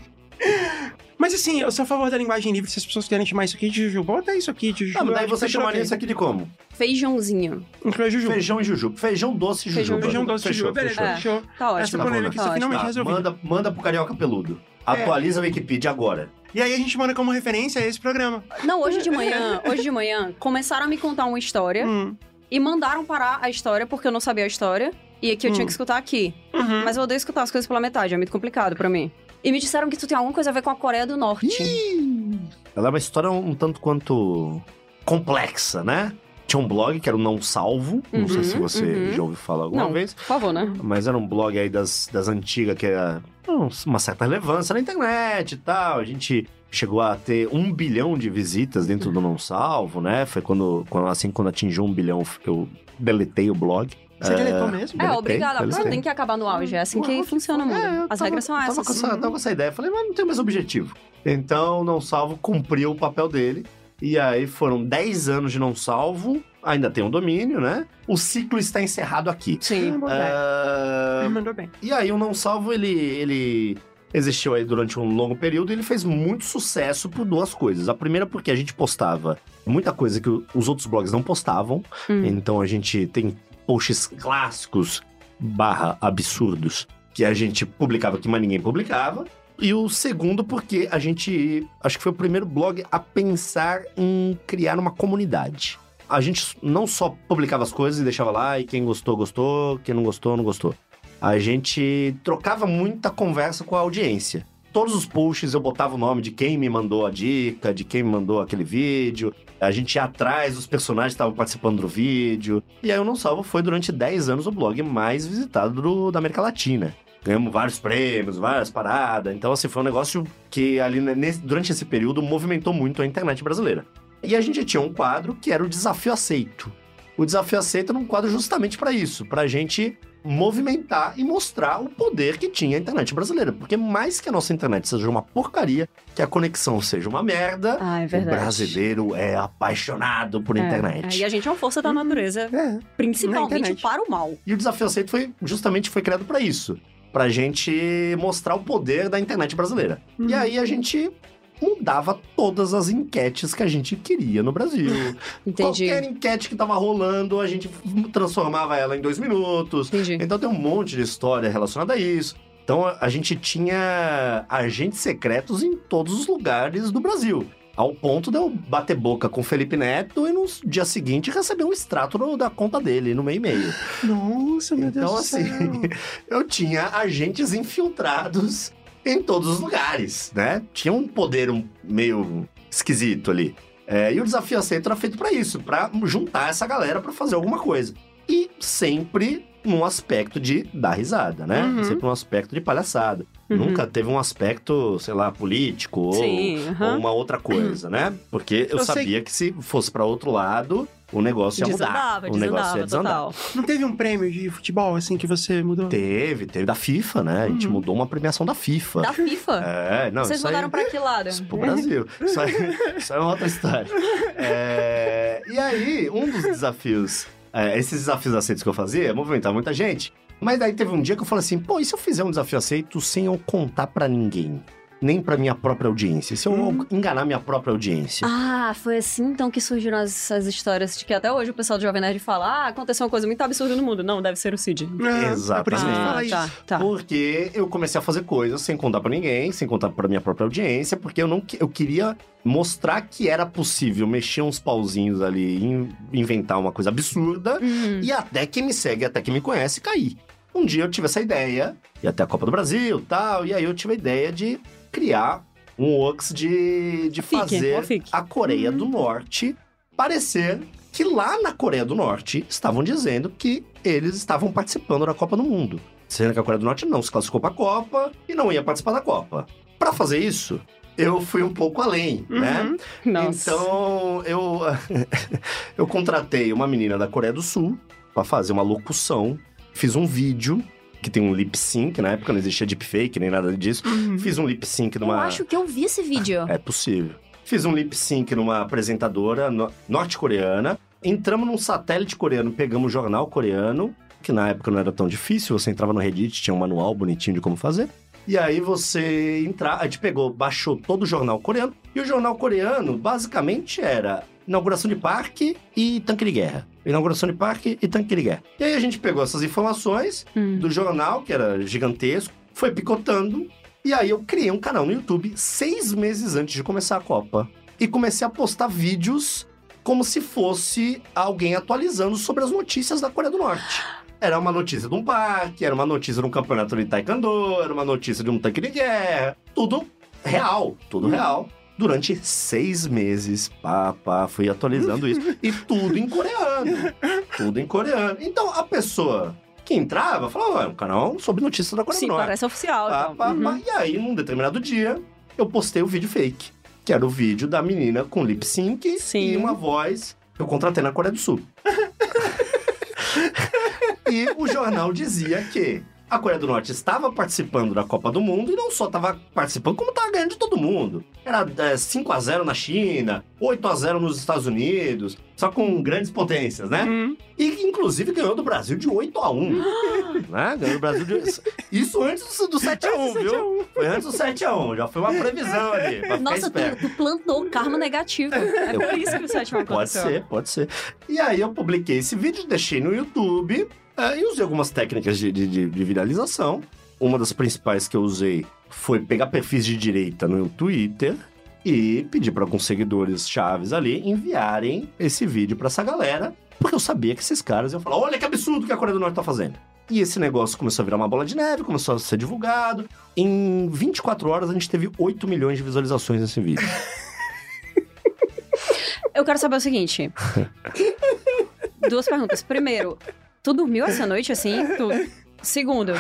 [SPEAKER 1] Mas assim, eu sou a favor da linguagem livre, se as pessoas quiserem chamar isso aqui de Juju, bota isso aqui de Juju.
[SPEAKER 2] Não, Ah, mas daí
[SPEAKER 1] eu acho
[SPEAKER 2] você
[SPEAKER 1] que
[SPEAKER 2] chamaria
[SPEAKER 1] ok.
[SPEAKER 2] isso aqui de como?
[SPEAKER 3] Feijãozinho.
[SPEAKER 1] Inclui Juju.
[SPEAKER 2] Feijão e jujuba. Feijão doce e
[SPEAKER 3] Feijão-
[SPEAKER 2] jujuba.
[SPEAKER 1] Feijão doce de Juju.
[SPEAKER 2] Fechou,
[SPEAKER 1] Beleza,
[SPEAKER 2] fechou.
[SPEAKER 3] É.
[SPEAKER 1] fechou.
[SPEAKER 3] Tá
[SPEAKER 1] Essa
[SPEAKER 3] ótimo.
[SPEAKER 1] polêmica
[SPEAKER 3] Tá
[SPEAKER 1] isso
[SPEAKER 3] ótimo.
[SPEAKER 1] finalmente
[SPEAKER 2] Tá,
[SPEAKER 1] resolvida.
[SPEAKER 2] manda, manda pro Carioca Peludo.
[SPEAKER 1] É.
[SPEAKER 2] Atualiza a Wikipedia agora.
[SPEAKER 1] E aí a gente manda como referência esse programa.
[SPEAKER 3] Não, hoje de manhã, hoje de manhã, começaram a me contar uma história
[SPEAKER 1] Hum.
[SPEAKER 3] e mandaram parar a história porque eu não sabia a história. E aqui eu
[SPEAKER 1] Hum.
[SPEAKER 3] tinha que escutar aqui.
[SPEAKER 1] Uhum.
[SPEAKER 3] Mas eu odeio escutar as coisas pela metade, é muito complicado pra mim. E me disseram que tu tem alguma coisa a ver com a Coreia do Norte.
[SPEAKER 2] Ela é uma história um tanto quanto complexa, né? Tinha um blog que era o Não Salvo. não sei
[SPEAKER 3] Uhum,
[SPEAKER 2] se você
[SPEAKER 3] uhum.
[SPEAKER 2] já ouviu falar alguma
[SPEAKER 3] Não.
[SPEAKER 2] vez.
[SPEAKER 3] Por favor, né?
[SPEAKER 2] Mas era um blog aí das, das antigas que era não, uma certa relevância na internet e tal. A gente chegou a ter um bilhão de visitas dentro do Não Salvo, né? Foi quando, quando assim, quando atingiu um bilhão, eu deletei o blog.
[SPEAKER 1] Você deletou mesmo?
[SPEAKER 3] É,
[SPEAKER 2] Deletei,
[SPEAKER 3] obrigada. A pessoa
[SPEAKER 2] deletei.
[SPEAKER 3] tem que acabar no auge. É assim
[SPEAKER 2] Uau,
[SPEAKER 3] que funciona o mundo.
[SPEAKER 2] É, eu
[SPEAKER 3] As
[SPEAKER 2] tava-
[SPEAKER 3] regras são
[SPEAKER 2] eu
[SPEAKER 3] essas. Uhum.
[SPEAKER 2] Tava com, essa, tava com essa ideia. Falei, mas não tem mais objetivo. Então, Não Salvo cumpriu o papel dele. E aí foram 10 anos de Não Salvo. Ainda tem um domínio, né? O ciclo está encerrado aqui.
[SPEAKER 3] Sim.
[SPEAKER 1] Mandou bem.
[SPEAKER 2] Ah,
[SPEAKER 1] Mandou bem.
[SPEAKER 2] e aí o Não Salvo, ele, ele existiu aí durante um longo período e ele fez muito sucesso por duas coisas. A primeira porque a gente postava muita coisa que o- os outros blogs não postavam.
[SPEAKER 3] Hum.
[SPEAKER 2] Então a gente tem posts clássicos barra absurdos que a gente publicava que mais ninguém publicava. E o segundo, porque a gente. Acho que foi o primeiro blog a pensar em criar uma comunidade. A gente não só publicava as coisas e deixava lá, e quem gostou, gostou, quem não gostou, não gostou. A gente trocava muita conversa com a audiência. Todos os posts eu botava o nome de quem me mandou a dica, de quem me mandou aquele vídeo, a gente ia atrás, os personagens que estavam participando do vídeo. E aí o Não Salvo foi durante 10 anos o blog mais visitado do- da América Latina. Ganhamos vários prêmios, várias paradas. Então, assim, foi um negócio que ali né, nesse- durante esse período movimentou muito a internet brasileira. E a gente tinha um quadro que era o Desafio Aceito. O Desafio Aceito era um quadro justamente para isso, pra gente movimentar e mostrar o poder que tinha a internet brasileira. Porque mais que a nossa internet seja uma porcaria, que a conexão seja uma merda,
[SPEAKER 3] Ah, é
[SPEAKER 2] o
[SPEAKER 3] verdade.
[SPEAKER 2] brasileiro é apaixonado por
[SPEAKER 3] É. E
[SPEAKER 2] internet.
[SPEAKER 3] a gente é uma força da natureza,
[SPEAKER 1] É. Na
[SPEAKER 3] principalmente
[SPEAKER 1] internet.
[SPEAKER 3] para o mal.
[SPEAKER 2] E o desafio aceito foi justamente foi criado pra isso, pra gente mostrar o poder da internet brasileira.
[SPEAKER 3] Uhum.
[SPEAKER 2] E aí a gente mudava todas as enquetes que a gente queria no Brasil.
[SPEAKER 3] [laughs] Entendi.
[SPEAKER 2] Qualquer enquete que tava rolando, a gente transformava ela em dois minutos.
[SPEAKER 3] Entendi.
[SPEAKER 2] Então tem um monte de história relacionada a isso. Então a a gente tinha agentes secretos em todos os lugares do Brasil. Ao ponto de eu bater boca com o Felipe Neto e no dia seguinte receber um extrato no- da conta dele no meu e-mail.
[SPEAKER 1] Nossa, meu Deus
[SPEAKER 2] Então,
[SPEAKER 1] do céu.
[SPEAKER 2] assim, Eu tinha agentes infiltrados em todos os lugares, né? Tinha um poder um- meio esquisito ali. É, e o desafio aceito era feito pra isso, pra juntar essa galera pra fazer alguma coisa. E sempre num aspecto de dar risada, né?
[SPEAKER 3] Uhum.
[SPEAKER 2] Sempre num aspecto de palhaçada.
[SPEAKER 3] Uhum.
[SPEAKER 2] Nunca teve um aspecto, sei lá, político ou,
[SPEAKER 3] Sim, aham.
[SPEAKER 2] ou uma outra coisa, né? Porque eu,
[SPEAKER 1] Eu sei-
[SPEAKER 2] sabia que se fosse pra outro lado, o um negócio ia
[SPEAKER 3] Desandava,
[SPEAKER 2] mudar. O negócio ia
[SPEAKER 3] desandava,
[SPEAKER 2] desandar.
[SPEAKER 3] total.
[SPEAKER 1] Não teve um prêmio de futebol, assim, que você mudou?
[SPEAKER 2] Teve, teve da FIFA, né? A gente
[SPEAKER 1] Uhum.
[SPEAKER 2] mudou uma premiação da FIFA.
[SPEAKER 3] Da FIFA.
[SPEAKER 2] É, não,
[SPEAKER 3] Vocês
[SPEAKER 2] isso aí-
[SPEAKER 3] mudaram pra que lado?
[SPEAKER 2] Isso pro Brasil. Isso aí, isso aí é uma outra história. É, e aí, um dos desafios, é, esses desafios aceitos que eu fazia, é movimentar muita gente. Mas daí teve um dia que eu falei assim, pô, e se eu fizer um desafio aceito sem eu contar pra ninguém? Nem pra minha própria audiência. Se eu
[SPEAKER 3] Uhum.
[SPEAKER 1] Hum.
[SPEAKER 2] enganar minha própria audiência.
[SPEAKER 3] Ah, foi assim então que surgiram as- essas histórias de que até hoje o pessoal do Jovem Nerd fala: ah, aconteceu uma coisa muito absurda no mundo. Não, deve ser o
[SPEAKER 1] Ah,
[SPEAKER 3] Cid.
[SPEAKER 1] É por isso que
[SPEAKER 2] Exatamente.
[SPEAKER 1] eu
[SPEAKER 3] Ah,
[SPEAKER 1] falo isso.
[SPEAKER 3] tá, tá.
[SPEAKER 2] Porque eu comecei a fazer coisas sem contar pra ninguém, sem contar pra minha própria audiência, porque eu não que- eu queria mostrar que era possível mexer uns pauzinhos ali, in- inventar uma coisa absurda
[SPEAKER 3] Uhum.
[SPEAKER 2] e até quem me segue, até quem me conhece, cair. Um dia eu tive essa ideia, e até a Copa do Brasil e tal, e aí eu tive a ideia de criar um Wux de, de
[SPEAKER 3] Fique,
[SPEAKER 2] fazer
[SPEAKER 3] fique. Uhum.
[SPEAKER 2] a Coreia do Norte parecer que lá na Coreia do Norte estavam dizendo que eles estavam participando da Copa do Mundo. Sendo que a Coreia do Norte não se classificou pra Copa e não ia participar da Copa. Pra fazer isso, eu fui um pouco além, né?
[SPEAKER 1] Uhum.
[SPEAKER 3] Nossa.
[SPEAKER 2] Então, eu, [laughs] eu contratei uma menina da Coreia do Sul pra fazer uma locução. Fiz um vídeo, que tem um lip sync, na época não existia deepfake nem nada
[SPEAKER 3] Tá.
[SPEAKER 2] disso.
[SPEAKER 1] Uhum.
[SPEAKER 2] Fiz um lip sync
[SPEAKER 3] eu
[SPEAKER 2] numa.
[SPEAKER 3] acho que eu vi esse vídeo.
[SPEAKER 2] É possível. Fiz um lip sync numa apresentadora no- norte-coreana. Entramos num satélite coreano, pegamos o jornal coreano, que na época não era tão difícil. Você entrava no Reddit, tinha um manual bonitinho de como fazer. E aí você entrar, a gente pegou, baixou todo o jornal coreano. E o jornal coreano basicamente era inauguração de parque e tanque de guerra. Inauguração de parque e tanque de guerra. E aí a gente pegou essas informações
[SPEAKER 3] Hum.
[SPEAKER 2] do jornal, que era gigantesco, foi picotando. E aí eu criei um canal no YouTube seis meses antes de começar a Copa. E comecei a postar vídeos como se fosse alguém atualizando sobre as notícias da Coreia do Norte. Era uma notícia de um parque, era uma notícia de um campeonato de taekwondo, era uma notícia de um tanque de guerra. Tudo real, tudo real. Durante seis meses, pá, pá, fui atualizando isso. E tudo em coreano. Tudo em coreano. Então, a pessoa que entrava falava, "Ué, é um canal sobre notícias da Coreia
[SPEAKER 3] Sim,
[SPEAKER 2] do Norte.
[SPEAKER 3] parece oficial.
[SPEAKER 2] Pá,
[SPEAKER 3] então.
[SPEAKER 2] Ah, pá,
[SPEAKER 3] Uhum.
[SPEAKER 2] pá. E aí, num determinado dia, eu postei o vídeo fake. Que era o vídeo da menina com lip sync
[SPEAKER 3] Sim.
[SPEAKER 2] e uma voz que eu contratei na Coreia do Sul. [laughs] e o jornal dizia que a Coreia do Norte estava participando da Copa do Mundo e não só estava participando, como estava ganhando de todo mundo. Era é, 5x0 na China, 8x0 nos Estados Unidos, só com grandes potências, né?
[SPEAKER 1] Uhum.
[SPEAKER 2] E que, inclusive ganhou do Brasil de 8 a [gasps] 1 né? Ganhou do Brasil de. Isso antes do, do 7 a
[SPEAKER 1] é
[SPEAKER 2] 1 viu? Foi antes do 7 a 1 já foi uma previsão ali. pra ficar
[SPEAKER 3] Nossa, tu,
[SPEAKER 2] esperto.
[SPEAKER 3] tu plantou karma negativo. É
[SPEAKER 2] Eu-
[SPEAKER 3] por isso que o sétimo
[SPEAKER 2] Pode
[SPEAKER 3] Ah, aconteceu.
[SPEAKER 2] ser, pode ser. E aí eu publiquei esse vídeo, deixei no YouTube eh, e usei algumas técnicas de, de- de- de viralização. Uma das principais que eu usei foi pegar perfis de direita no Twitter e pedir para alguns seguidores chaves ali enviarem esse vídeo para essa galera, porque eu sabia que esses caras iam falar: olha que absurdo que a Coreia do Norte tá fazendo. E esse negócio começou a virar uma bola de neve, começou a ser divulgado. Em 24 horas a gente teve 8 milhões de visualizações nesse vídeo.
[SPEAKER 3] Eu quero saber o seguinte. Duas perguntas. Primeiro, tu dormiu essa noite assim? Tu- Segundo,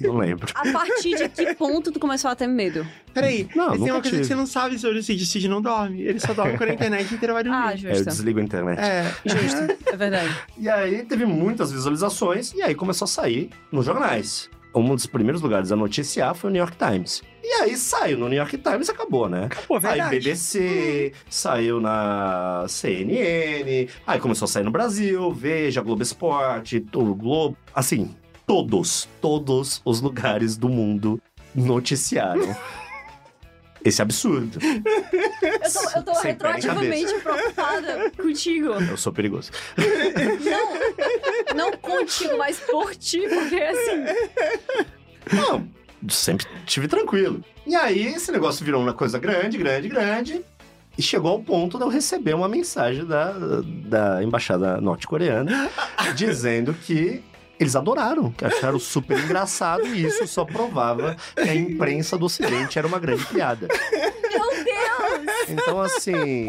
[SPEAKER 2] Não lembro.
[SPEAKER 3] a partir de que ponto tu começou a ter medo?
[SPEAKER 1] Peraí,
[SPEAKER 2] Não,
[SPEAKER 1] mas tem
[SPEAKER 2] nunca
[SPEAKER 1] uma coisa
[SPEAKER 2] tive.
[SPEAKER 1] que você não sabe sobre o Cid. O Cid não dorme. Ele só dorme quando a internet inteira vai
[SPEAKER 3] Ah,
[SPEAKER 1] dormir.
[SPEAKER 2] É, eu
[SPEAKER 3] justo.
[SPEAKER 2] desligo a
[SPEAKER 3] Ah.
[SPEAKER 2] internet.
[SPEAKER 1] é.
[SPEAKER 3] Justo, é verdade.
[SPEAKER 2] E aí teve muitas visualizações e aí começou a sair nos jornais. Um dos primeiros lugares a noticiar foi o New York Times. E aí saiu no New York Times e acabou, né?
[SPEAKER 1] Pô,
[SPEAKER 2] Aí
[SPEAKER 1] verdade.
[SPEAKER 2] BBC,
[SPEAKER 3] Uhum.
[SPEAKER 2] saiu na CNN, aí começou a sair no Brasil, Veja, Globo Esporte, o Globo, assim, todos, todos os lugares do mundo noticiaram
[SPEAKER 3] [laughs]
[SPEAKER 2] esse absurdo.
[SPEAKER 3] Eu tô, eu tô
[SPEAKER 2] [laughs] Sem pé nem
[SPEAKER 3] retroativamente preocupada contigo.
[SPEAKER 2] Eu sou perigoso.
[SPEAKER 3] Não, não contigo, mas por ti, porque assim.
[SPEAKER 2] Não, sempre tive tranquilo. E aí, esse negócio virou uma coisa grande, grande, grande. E chegou ao ponto de eu receber uma mensagem da, da embaixada norte-coreana dizendo que eles adoraram, que acharam super engraçado e isso só provava que a imprensa do Ocidente era uma grande piada.
[SPEAKER 3] Meu Deus!
[SPEAKER 2] Então, assim,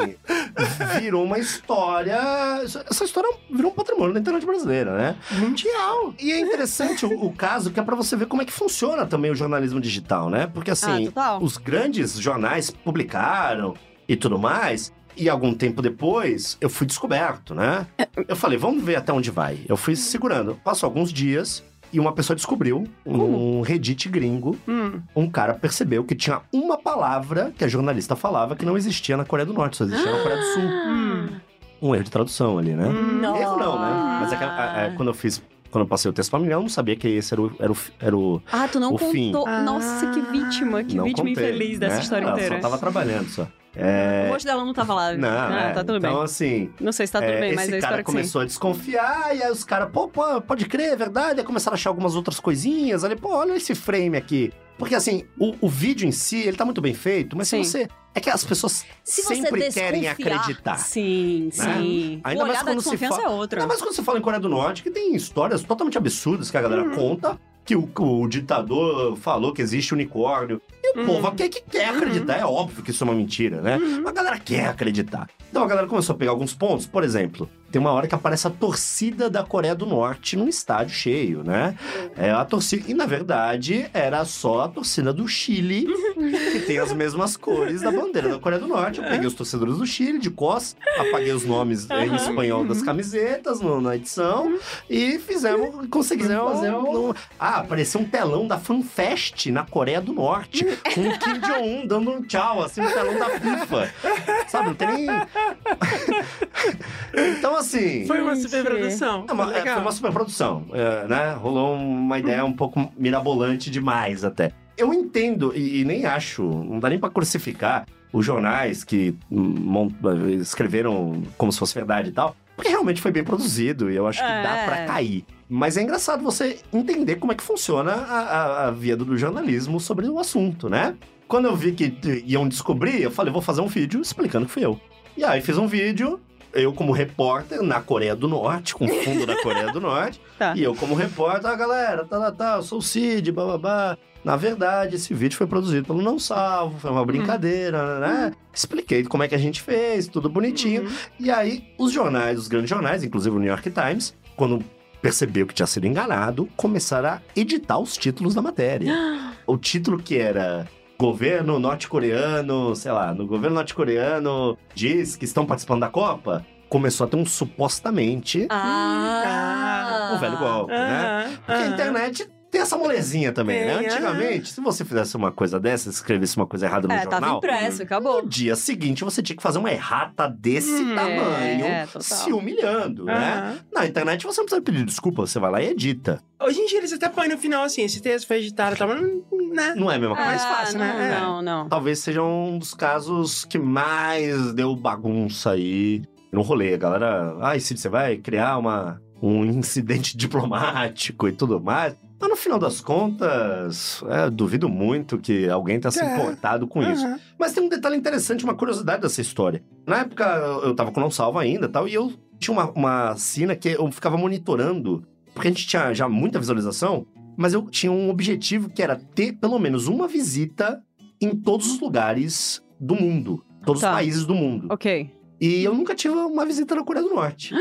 [SPEAKER 2] virou uma história. Essa história virou um patrimônio da internet brasileira, né?
[SPEAKER 1] Mundial.
[SPEAKER 2] E é interessante o, o caso, que é pra você ver como é que funciona também o jornalismo digital, né? Porque
[SPEAKER 3] Ah,
[SPEAKER 2] assim,
[SPEAKER 3] total.
[SPEAKER 2] os grandes jornais publicaram e tudo mais. E algum tempo depois, eu fui descoberto, né?
[SPEAKER 3] É.
[SPEAKER 2] Eu falei, vamos ver até onde vai. Eu
[SPEAKER 3] Uhum.
[SPEAKER 2] fui segurando. Passou alguns dias e uma pessoa descobriu, um Reddit gringo,
[SPEAKER 1] Hum.
[SPEAKER 2] um cara percebeu que tinha uma palavra que a jornalista falava que não existia na Coreia do Norte, só existia na Coreia do Sul.
[SPEAKER 3] Hum.
[SPEAKER 2] Um erro de tradução ali, né?
[SPEAKER 1] Hum.
[SPEAKER 3] Não.
[SPEAKER 2] Erro não, né? Mas é que, a- a- quando eu fiz, quando eu passei o texto familiar, eu não sabia que esse era o. Era o, era o
[SPEAKER 3] Ah, tu não
[SPEAKER 2] O fim.
[SPEAKER 3] contou. Nossa, que vítima, que
[SPEAKER 2] não
[SPEAKER 3] vítima
[SPEAKER 2] contei,
[SPEAKER 3] infeliz dessa
[SPEAKER 2] né?
[SPEAKER 3] história
[SPEAKER 2] Ela
[SPEAKER 3] inteira.
[SPEAKER 2] Só tava trabalhando só. É.
[SPEAKER 3] O rosto dela não tava lá.
[SPEAKER 2] Não,
[SPEAKER 3] ah,
[SPEAKER 2] é,
[SPEAKER 3] tá tudo
[SPEAKER 2] então,
[SPEAKER 3] bem.
[SPEAKER 2] assim,
[SPEAKER 3] Não sei se tá tudo
[SPEAKER 2] é,
[SPEAKER 3] bem, mas
[SPEAKER 2] esse
[SPEAKER 3] eu
[SPEAKER 2] cara
[SPEAKER 3] espero que sim.
[SPEAKER 2] começou a desconfiar, e aí os caras, pô, pô, pode crer, é verdade. Aí começaram a achar algumas outras coisinhas. Ali, pô, olha esse frame aqui. Porque assim, o, o vídeo em si, ele tá muito bem feito, mas
[SPEAKER 3] Sim.
[SPEAKER 2] se você. É que as pessoas
[SPEAKER 4] Se você
[SPEAKER 2] sempre querem
[SPEAKER 4] desconfiar,
[SPEAKER 2] acreditar.
[SPEAKER 3] Sim,
[SPEAKER 2] Né?
[SPEAKER 3] sim.
[SPEAKER 2] Ainda
[SPEAKER 3] o
[SPEAKER 2] mais
[SPEAKER 3] olhar da
[SPEAKER 2] quando se
[SPEAKER 3] desconfiança
[SPEAKER 2] fala-
[SPEAKER 3] é outra.
[SPEAKER 2] Ainda mais quando você fala em Coreia do Norte, que tem histórias totalmente absurdas que a galera conta, que o, que o ditador falou que existe unicórnio. E o
[SPEAKER 1] Hum.
[SPEAKER 2] povo aqui é que quer acreditar, é óbvio que isso é uma mentira, né? Mas a galera quer acreditar. Então a galera começou a pegar alguns pontos, por exemplo, tem uma hora que aparece a torcida da Coreia do Norte num estádio cheio, né? É a torcida. E na verdade era só a torcida do Chile, que tem as mesmas cores da bandeira da Coreia do Norte. Eu peguei os torcedores do Chile de cos, apaguei os nomes eh, em
[SPEAKER 3] Aham.
[SPEAKER 2] espanhol das camisetas no- na edição e fizemos, conseguimos fazer um, um- Ah, apareceu um telão da FanFest na Coreia do Norte, com o Kim Jong-un dando um tchau, assim, no telão da FIFA. Sabe, não tem nem. [laughs] então, assim.
[SPEAKER 1] Foi uma
[SPEAKER 3] Gente.
[SPEAKER 1] super produção.
[SPEAKER 2] É uma- é, foi uma superprodução, é, né? Rolou uma ideia um pouco mirabolante demais até. Eu entendo e, e nem acho, não dá nem pra crucificar os jornais que hum, mon- escreveram como se fosse verdade e tal, porque realmente foi bem produzido e eu acho que dá
[SPEAKER 3] É.
[SPEAKER 2] pra cair. Mas é engraçado você entender como é que funciona a, a- a via do, do jornalismo sobre o assunto, né? Quando eu vi que t- iam descobrir, eu falei, vou fazer um vídeo explicando que fui eu. E aí fiz um vídeo, eu como repórter na Coreia do Norte, com fundo da Coreia do Norte.
[SPEAKER 3] Tá.
[SPEAKER 2] E eu como repórter, ah, galera, tá, tá, tá, eu sou o Cid, bababá. Na verdade, esse vídeo foi produzido pelo Não Salvo, foi uma brincadeira, né? Expliquei como é que a gente fez, tudo
[SPEAKER 1] Hum.
[SPEAKER 2] bonitinho. E aí, os jornais, os grandes jornais, inclusive o New York Times, quando percebeu que tinha sido enganado, começaram a editar os títulos da matéria o título que era governo norte-coreano, sei lá, no governo norte-coreano diz que estão participando da Copa, começou a ter um supostamente
[SPEAKER 3] Ah!
[SPEAKER 2] um velho golpe, né? Porque a internet tem essa molezinha também, né?
[SPEAKER 1] Ah. Tem, ah.
[SPEAKER 2] Antigamente, se você fizesse uma coisa dessa, escrevesse uma coisa errada no
[SPEAKER 3] É, tava
[SPEAKER 2] jornal,
[SPEAKER 3] impresso, acabou.
[SPEAKER 2] no dia seguinte você tinha que fazer uma errata desse
[SPEAKER 1] Hum,
[SPEAKER 2] tamanho,
[SPEAKER 3] é, total.
[SPEAKER 2] se humilhando, né? Na internet você não precisa pedir desculpa, você vai lá e edita.
[SPEAKER 1] Hoje em dia eles até põem no final assim, esse texto foi editado, tá, mas não- né?
[SPEAKER 2] Não é a mesma
[SPEAKER 1] É
[SPEAKER 2] coisa.
[SPEAKER 1] mais
[SPEAKER 3] Ah,
[SPEAKER 1] fácil, né?
[SPEAKER 3] não,
[SPEAKER 1] É.
[SPEAKER 3] Não, não.
[SPEAKER 2] talvez seja um dos casos que mais deu bagunça aí no rolê. A galera, ai, Cid, você vai criar uma, um incidente [laughs] diplomático e tudo mais. Mas no final das contas, é, duvido muito que alguém tenha se
[SPEAKER 1] É.
[SPEAKER 2] importado com isso.
[SPEAKER 1] Aham.
[SPEAKER 2] Mas tem um detalhe interessante, uma curiosidade dessa história. Na época, eu eu tava com o não salvo ainda e tal, e eu tinha uma, uma sina que eu ficava monitorando, porque a gente tinha já muita visualização, mas eu tinha um objetivo que era ter pelo menos uma visita em todos os lugares do mundo. Todos
[SPEAKER 3] Tá.
[SPEAKER 2] os países do mundo.
[SPEAKER 3] Ok.
[SPEAKER 2] E eu nunca tive uma visita na Coreia do Norte.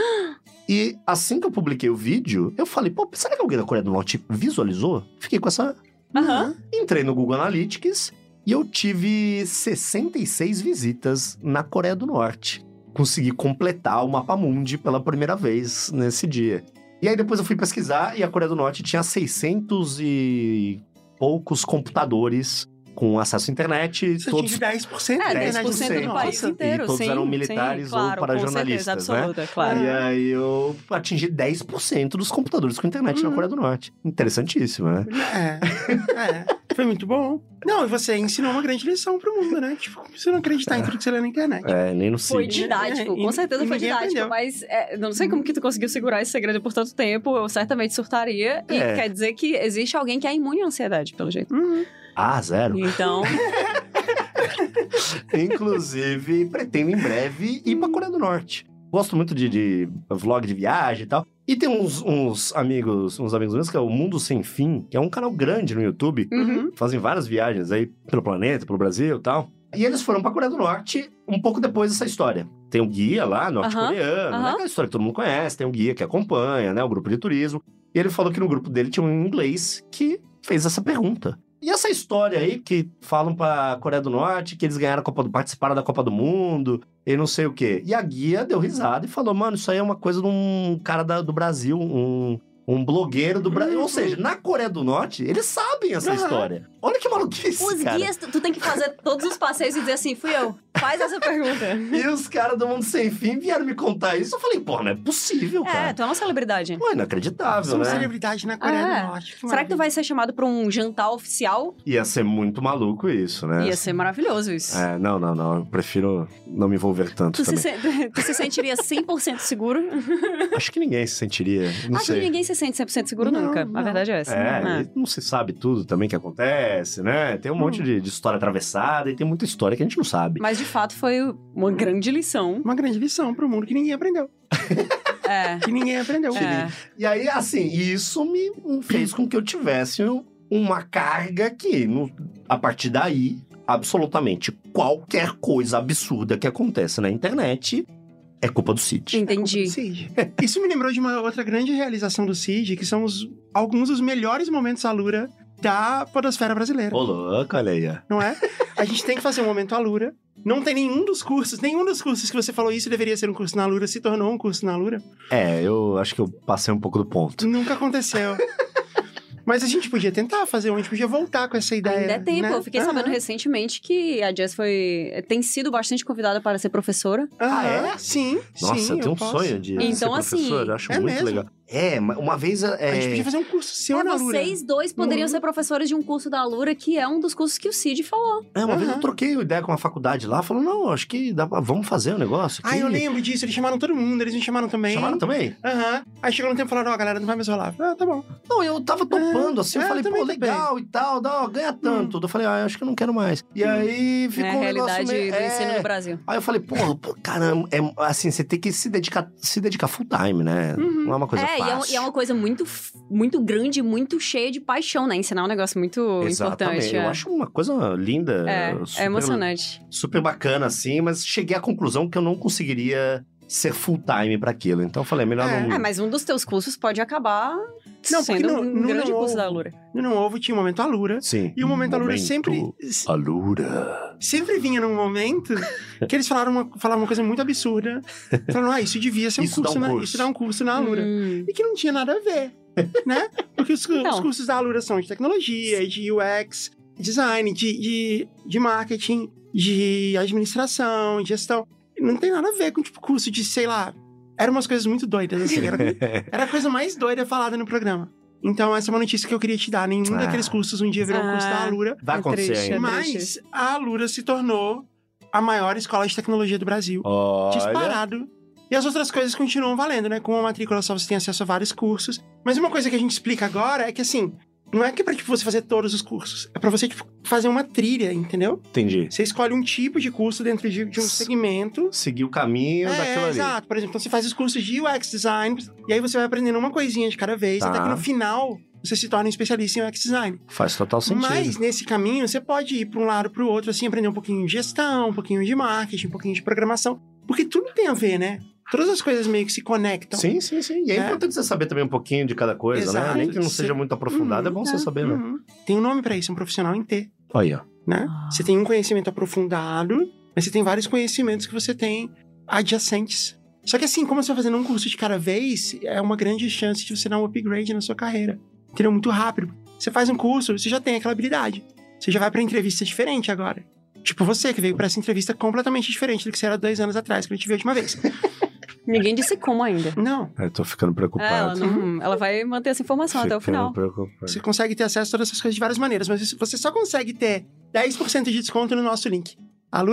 [SPEAKER 2] e assim que eu publiquei o vídeo, eu falei, pô, será que alguém da Coreia do Norte visualizou? Fiquei com essa Uhum.
[SPEAKER 3] Aham.
[SPEAKER 2] Entrei no Google Analytics e eu tive 66 visitas na Coreia do Norte. Consegui completar o mapa mundi pela primeira vez nesse dia. E aí depois eu fui pesquisar e a Coreia do Norte tinha 600 e poucos computadores com acesso à internet,
[SPEAKER 1] Você
[SPEAKER 2] todos
[SPEAKER 1] atinge 10% da
[SPEAKER 3] É,
[SPEAKER 1] internet
[SPEAKER 3] 10% do
[SPEAKER 1] mundo.
[SPEAKER 3] país
[SPEAKER 1] Nossa.
[SPEAKER 3] inteiro,
[SPEAKER 2] E todos
[SPEAKER 3] sim.
[SPEAKER 2] eram militares
[SPEAKER 3] sim,
[SPEAKER 2] ou
[SPEAKER 3] claro,
[SPEAKER 2] para
[SPEAKER 3] com
[SPEAKER 2] jornalistas, né?
[SPEAKER 3] certeza, absoluta, claro.
[SPEAKER 2] E aí eu atingi 10% dos computadores com internet na
[SPEAKER 1] Uhum.
[SPEAKER 2] Coreia do Norte. Interessantíssimo, né?
[SPEAKER 1] É, é. Foi muito bom. Não, e você ensinou uma grande lição pro mundo, né? Tipo, como você não acreditar em tudo que você lê na internet.
[SPEAKER 2] É, nem no
[SPEAKER 3] Foi
[SPEAKER 2] Cid.
[SPEAKER 3] didático,
[SPEAKER 1] É, e-
[SPEAKER 3] com certeza
[SPEAKER 1] e
[SPEAKER 3] foi
[SPEAKER 1] ninguém
[SPEAKER 3] didático,
[SPEAKER 1] aprendeu.
[SPEAKER 3] mas é, não sei como que tu conseguiu segurar esse segredo por tanto tempo, eu certamente surtaria. E
[SPEAKER 2] É.
[SPEAKER 3] quer dizer que existe alguém que é imune à ansiedade, pelo jeito.
[SPEAKER 1] Uhum.
[SPEAKER 2] Ah, zero. [laughs]
[SPEAKER 3] Então,
[SPEAKER 2] Inclusive, pretendo em breve ir pra Coreia do Norte. Gosto muito de, de vlog de viagem e tal. E tem uns, uns amigos, uns amigos meus, que é o Mundo Sem Fim, que é um canal grande no YouTube.
[SPEAKER 3] uhum.
[SPEAKER 2] Fazem várias viagens aí pelo planeta, pelo Brasil e tal. E eles foram pra Coreia do Norte um pouco depois dessa história. Tem um guia lá, norte-coreano,
[SPEAKER 3] Aham,
[SPEAKER 2] né?
[SPEAKER 3] aham.
[SPEAKER 2] Aquela história que todo mundo conhece, tem um guia que acompanha, né? O grupo de turismo. E ele falou que no grupo dele tinha um inglês que fez essa pergunta. E essa história aí que falam pra Coreia do Norte que eles ganharam a Copa do participaram da Copa do Mundo e não sei o quê. E a guia deu risada e falou: mano, isso aí é uma coisa de um cara da- do Brasil, um, um blogueiro do Brasil. Ou seja, na Coreia do Norte, eles sabem essa
[SPEAKER 1] Aham.
[SPEAKER 2] história. Olha que maluquice.
[SPEAKER 3] Os
[SPEAKER 2] cara.
[SPEAKER 3] guias, tu tu tem que fazer todos os passeios e dizer assim, fui eu. Faz
[SPEAKER 2] [laughs]
[SPEAKER 3] essa pergunta.
[SPEAKER 2] E os caras do Mundo Sem Fim vieram me contar isso. Eu falei, pô, não é possível,
[SPEAKER 3] É,
[SPEAKER 2] cara.
[SPEAKER 3] tu é uma celebridade.
[SPEAKER 2] Pô, inacreditável,
[SPEAKER 1] São
[SPEAKER 2] né?
[SPEAKER 1] é celebridade na Coreia
[SPEAKER 3] É.
[SPEAKER 1] do Norte.
[SPEAKER 3] Será que tu vai ser chamado pra um jantar oficial?
[SPEAKER 2] Ia ser muito maluco isso, né?
[SPEAKER 3] Ia ser maravilhoso isso.
[SPEAKER 2] É, não, não, não. Eu prefiro não me envolver tanto
[SPEAKER 3] Tu se,
[SPEAKER 2] também.
[SPEAKER 3] sen- [laughs] tu se sentiria 100% seguro?
[SPEAKER 2] Acho que ninguém se sentiria, não
[SPEAKER 3] Acho
[SPEAKER 2] sei.
[SPEAKER 3] que ninguém se sente 100% seguro
[SPEAKER 1] Não,
[SPEAKER 3] nunca.
[SPEAKER 1] não.
[SPEAKER 3] A verdade é essa.
[SPEAKER 2] É,
[SPEAKER 3] né? Hum.
[SPEAKER 2] e não se sabe tudo também que acontece, né? Tem um monte de, de história atravessada e tem muita história que a gente não sabe.
[SPEAKER 3] Mas de fato foi uma grande lição.
[SPEAKER 1] Uma grande lição pro mundo que ninguém aprendeu.
[SPEAKER 3] É.
[SPEAKER 1] Que ninguém aprendeu.
[SPEAKER 3] é.
[SPEAKER 2] E aí, assim, isso me hum, fez com que eu tivesse um, uma carga que, no- a partir daí, absolutamente qualquer coisa absurda que acontece na internet é culpa do Cid.
[SPEAKER 3] Entendi.
[SPEAKER 1] Cid. Isso me lembrou de uma outra grande realização do Cid, que são os- alguns dos melhores momentos Alura da podosfera brasileira,
[SPEAKER 2] Ô, louco, olha aí. ó.
[SPEAKER 1] não é? A gente tem que fazer um momento Alura. Não tem nenhum dos cursos, nenhum dos cursos que você falou isso deveria ser um curso na Alura, se tornou um curso na Alura.
[SPEAKER 2] É, eu acho que eu passei um pouco do ponto.
[SPEAKER 1] Nunca aconteceu. Mas a gente podia tentar fazer um, a gente podia voltar com essa ideia.
[SPEAKER 3] Ainda é tempo.
[SPEAKER 1] né?
[SPEAKER 3] Eu fiquei sabendo recentemente que a Jess foi. tem sido bastante convidada para ser professora.
[SPEAKER 1] Aham.
[SPEAKER 2] Ah, é?
[SPEAKER 1] Aham, Sim,
[SPEAKER 2] Nossa,
[SPEAKER 1] sim,
[SPEAKER 2] eu tenho um
[SPEAKER 1] posso.
[SPEAKER 2] sonho de
[SPEAKER 3] Então,
[SPEAKER 2] ser
[SPEAKER 3] assim,
[SPEAKER 2] professor, eu acho
[SPEAKER 1] é
[SPEAKER 2] muito
[SPEAKER 1] mesmo?
[SPEAKER 2] legal. É, ma- uma vez...
[SPEAKER 1] A gente podia
[SPEAKER 2] É...
[SPEAKER 1] fazer um curso seu
[SPEAKER 3] É,
[SPEAKER 1] na Alura.
[SPEAKER 3] vocês dois poderiam
[SPEAKER 1] Uhum.
[SPEAKER 3] ser professores de um curso da Alura, que é um dos cursos que o Cid falou.
[SPEAKER 2] é, uma vez eu
[SPEAKER 1] Aham.
[SPEAKER 2] troquei ideia com uma faculdade lá, falou, não, acho que dá pra... vamos fazer o negócio
[SPEAKER 1] Ah,
[SPEAKER 2] aqui.
[SPEAKER 1] eu lembro disso, eles chamaram todo mundo, eles me chamaram também.
[SPEAKER 2] Chamaram também?
[SPEAKER 1] Aham. Aí chegou no tempo e falaram, ó, galera, não vai mais rolar. Ah, tá bom.
[SPEAKER 2] Não, eu tava topando, assim,
[SPEAKER 1] é,
[SPEAKER 2] eu falei,
[SPEAKER 1] eu
[SPEAKER 2] pô,
[SPEAKER 1] também topei. Hum.
[SPEAKER 2] legal e tal, dá, ó, ganha tanto. Eu falei, ah, eu acho que eu não quero mais. E aí ficou
[SPEAKER 3] é a
[SPEAKER 2] um
[SPEAKER 3] realidade
[SPEAKER 2] negócio meio...
[SPEAKER 3] do
[SPEAKER 2] é.
[SPEAKER 3] ensino no Brasil.
[SPEAKER 2] Aí eu falei, porra, pô, caramba, é, assim, você tem que se dedicar, se dedicar full time, né?
[SPEAKER 1] Uhum.
[SPEAKER 2] Não é uma coisa
[SPEAKER 3] é, e é, um-
[SPEAKER 2] fácil.
[SPEAKER 3] e é uma coisa muito, f- muito grande, muito cheia de paixão, né? Ensinar é um negócio muito
[SPEAKER 2] Exatamente.
[SPEAKER 3] importante.
[SPEAKER 2] eu
[SPEAKER 3] é.
[SPEAKER 2] acho uma coisa linda,
[SPEAKER 3] É,
[SPEAKER 2] super,
[SPEAKER 3] é emocionante.
[SPEAKER 2] super bacana, assim, mas cheguei à conclusão que eu não conseguiria ser full time pra aquilo. Então eu falei, é melhor
[SPEAKER 1] É.
[SPEAKER 2] não.
[SPEAKER 3] É, mas um dos teus cursos pode acabar
[SPEAKER 1] Não, porque
[SPEAKER 3] sendo
[SPEAKER 1] no-
[SPEAKER 3] um
[SPEAKER 1] no
[SPEAKER 2] é
[SPEAKER 3] grande
[SPEAKER 1] Não
[SPEAKER 3] curso
[SPEAKER 1] Ovo-
[SPEAKER 3] da Lura.
[SPEAKER 1] No Não Ovo tinha o momento Alura.
[SPEAKER 2] Sim.
[SPEAKER 1] E o momento Alura
[SPEAKER 2] Momento
[SPEAKER 1] sempre,
[SPEAKER 2] Alura.
[SPEAKER 1] sempre vinha num momento que eles falaram uma, falaram uma coisa muito
[SPEAKER 2] [laughs]
[SPEAKER 1] absurda. Falaram, ah, isso devia ser um,
[SPEAKER 2] Isso dá
[SPEAKER 1] curso,
[SPEAKER 2] um
[SPEAKER 1] na,
[SPEAKER 2] curso.
[SPEAKER 1] Isso dá um curso na Alura.
[SPEAKER 3] Hum.
[SPEAKER 1] E que não tinha nada a ver, [laughs] né? Porque os, cu- os
[SPEAKER 3] Então.
[SPEAKER 1] cursos da Alura são de tecnologia, de UX, design, de, de, de marketing, de administração, gestão. Não tem nada a ver com, tipo, curso de, sei lá... Eram umas coisas muito doidas, assim. Era Era a coisa mais doida falada no programa. Então, essa é uma notícia que eu queria te dar. Nenhum
[SPEAKER 2] Ah.
[SPEAKER 1] daqueles cursos um dia virou um curso da
[SPEAKER 3] Ah.
[SPEAKER 1] Alura.
[SPEAKER 2] Vai
[SPEAKER 3] É
[SPEAKER 2] acontecer
[SPEAKER 3] triste,
[SPEAKER 2] ainda.
[SPEAKER 3] né?
[SPEAKER 1] Mas a Alura se tornou a maior escola de tecnologia do Brasil.
[SPEAKER 3] é.
[SPEAKER 2] Olha.
[SPEAKER 1] Disparado. E as outras coisas continuam valendo, né? Com uma matrícula só você tem acesso a vários cursos. Mas uma coisa que a gente explica agora é que, assim, não é que é pra tipo, você fazer todos os cursos. É pra você tipo, fazer uma trilha, entendeu?
[SPEAKER 2] Entendi.
[SPEAKER 1] Você escolhe um tipo de curso dentro de, de um
[SPEAKER 2] S-
[SPEAKER 1] segmento É,
[SPEAKER 2] seguir o caminho um daquilo ali.
[SPEAKER 1] exato. Por exemplo, então você faz os cursos de UX design e aí você vai aprendendo uma coisinha de cada vez,
[SPEAKER 2] Tá.
[SPEAKER 1] até que no final você se torna um especialista em UX design.
[SPEAKER 2] Faz total sentido.
[SPEAKER 1] Mas nesse caminho você pode ir para um lado para o outro, assim, aprender um pouquinho de gestão, um pouquinho de marketing, um pouquinho de programação, porque tudo tem a ver, né? Todas as coisas meio que se conectam.
[SPEAKER 2] sim, sim, sim. E é,
[SPEAKER 1] É.
[SPEAKER 2] importante você saber também um pouquinho de cada coisa, né?
[SPEAKER 1] então, Exato.
[SPEAKER 2] Nem que não seja muito aprofundado, é bom você
[SPEAKER 3] Uhum.
[SPEAKER 2] saber, né?
[SPEAKER 1] Uhum. Tem um nome para isso, um profissional em T,
[SPEAKER 2] Uhum. Aí, ó.
[SPEAKER 1] né?
[SPEAKER 3] Ah.
[SPEAKER 1] Você tem um conhecimento aprofundado, mas você tem vários conhecimentos que você tem adjacentes. Só que assim, como você vai fazendo um curso de cada vez, é uma grande chance de você dar um upgrade na sua carreira. Entendeu? Muito rápido. Você faz um curso, você já tem aquela habilidade. Você já vai pra entrevista diferente agora. Tipo você, que veio pra essa entrevista completamente diferente do que você era dois anos atrás, que eu te vi a última vez.
[SPEAKER 3] Ninguém disse como ainda.
[SPEAKER 1] Não.
[SPEAKER 2] Eu tô ficando
[SPEAKER 3] É, ela,
[SPEAKER 2] preocupado.
[SPEAKER 3] não, ela vai manter essa informação até o final.
[SPEAKER 2] preocupado.
[SPEAKER 1] Você consegue ter acesso a todas essas coisas de várias maneiras, mas você só consegue ter 10% de desconto no nosso link.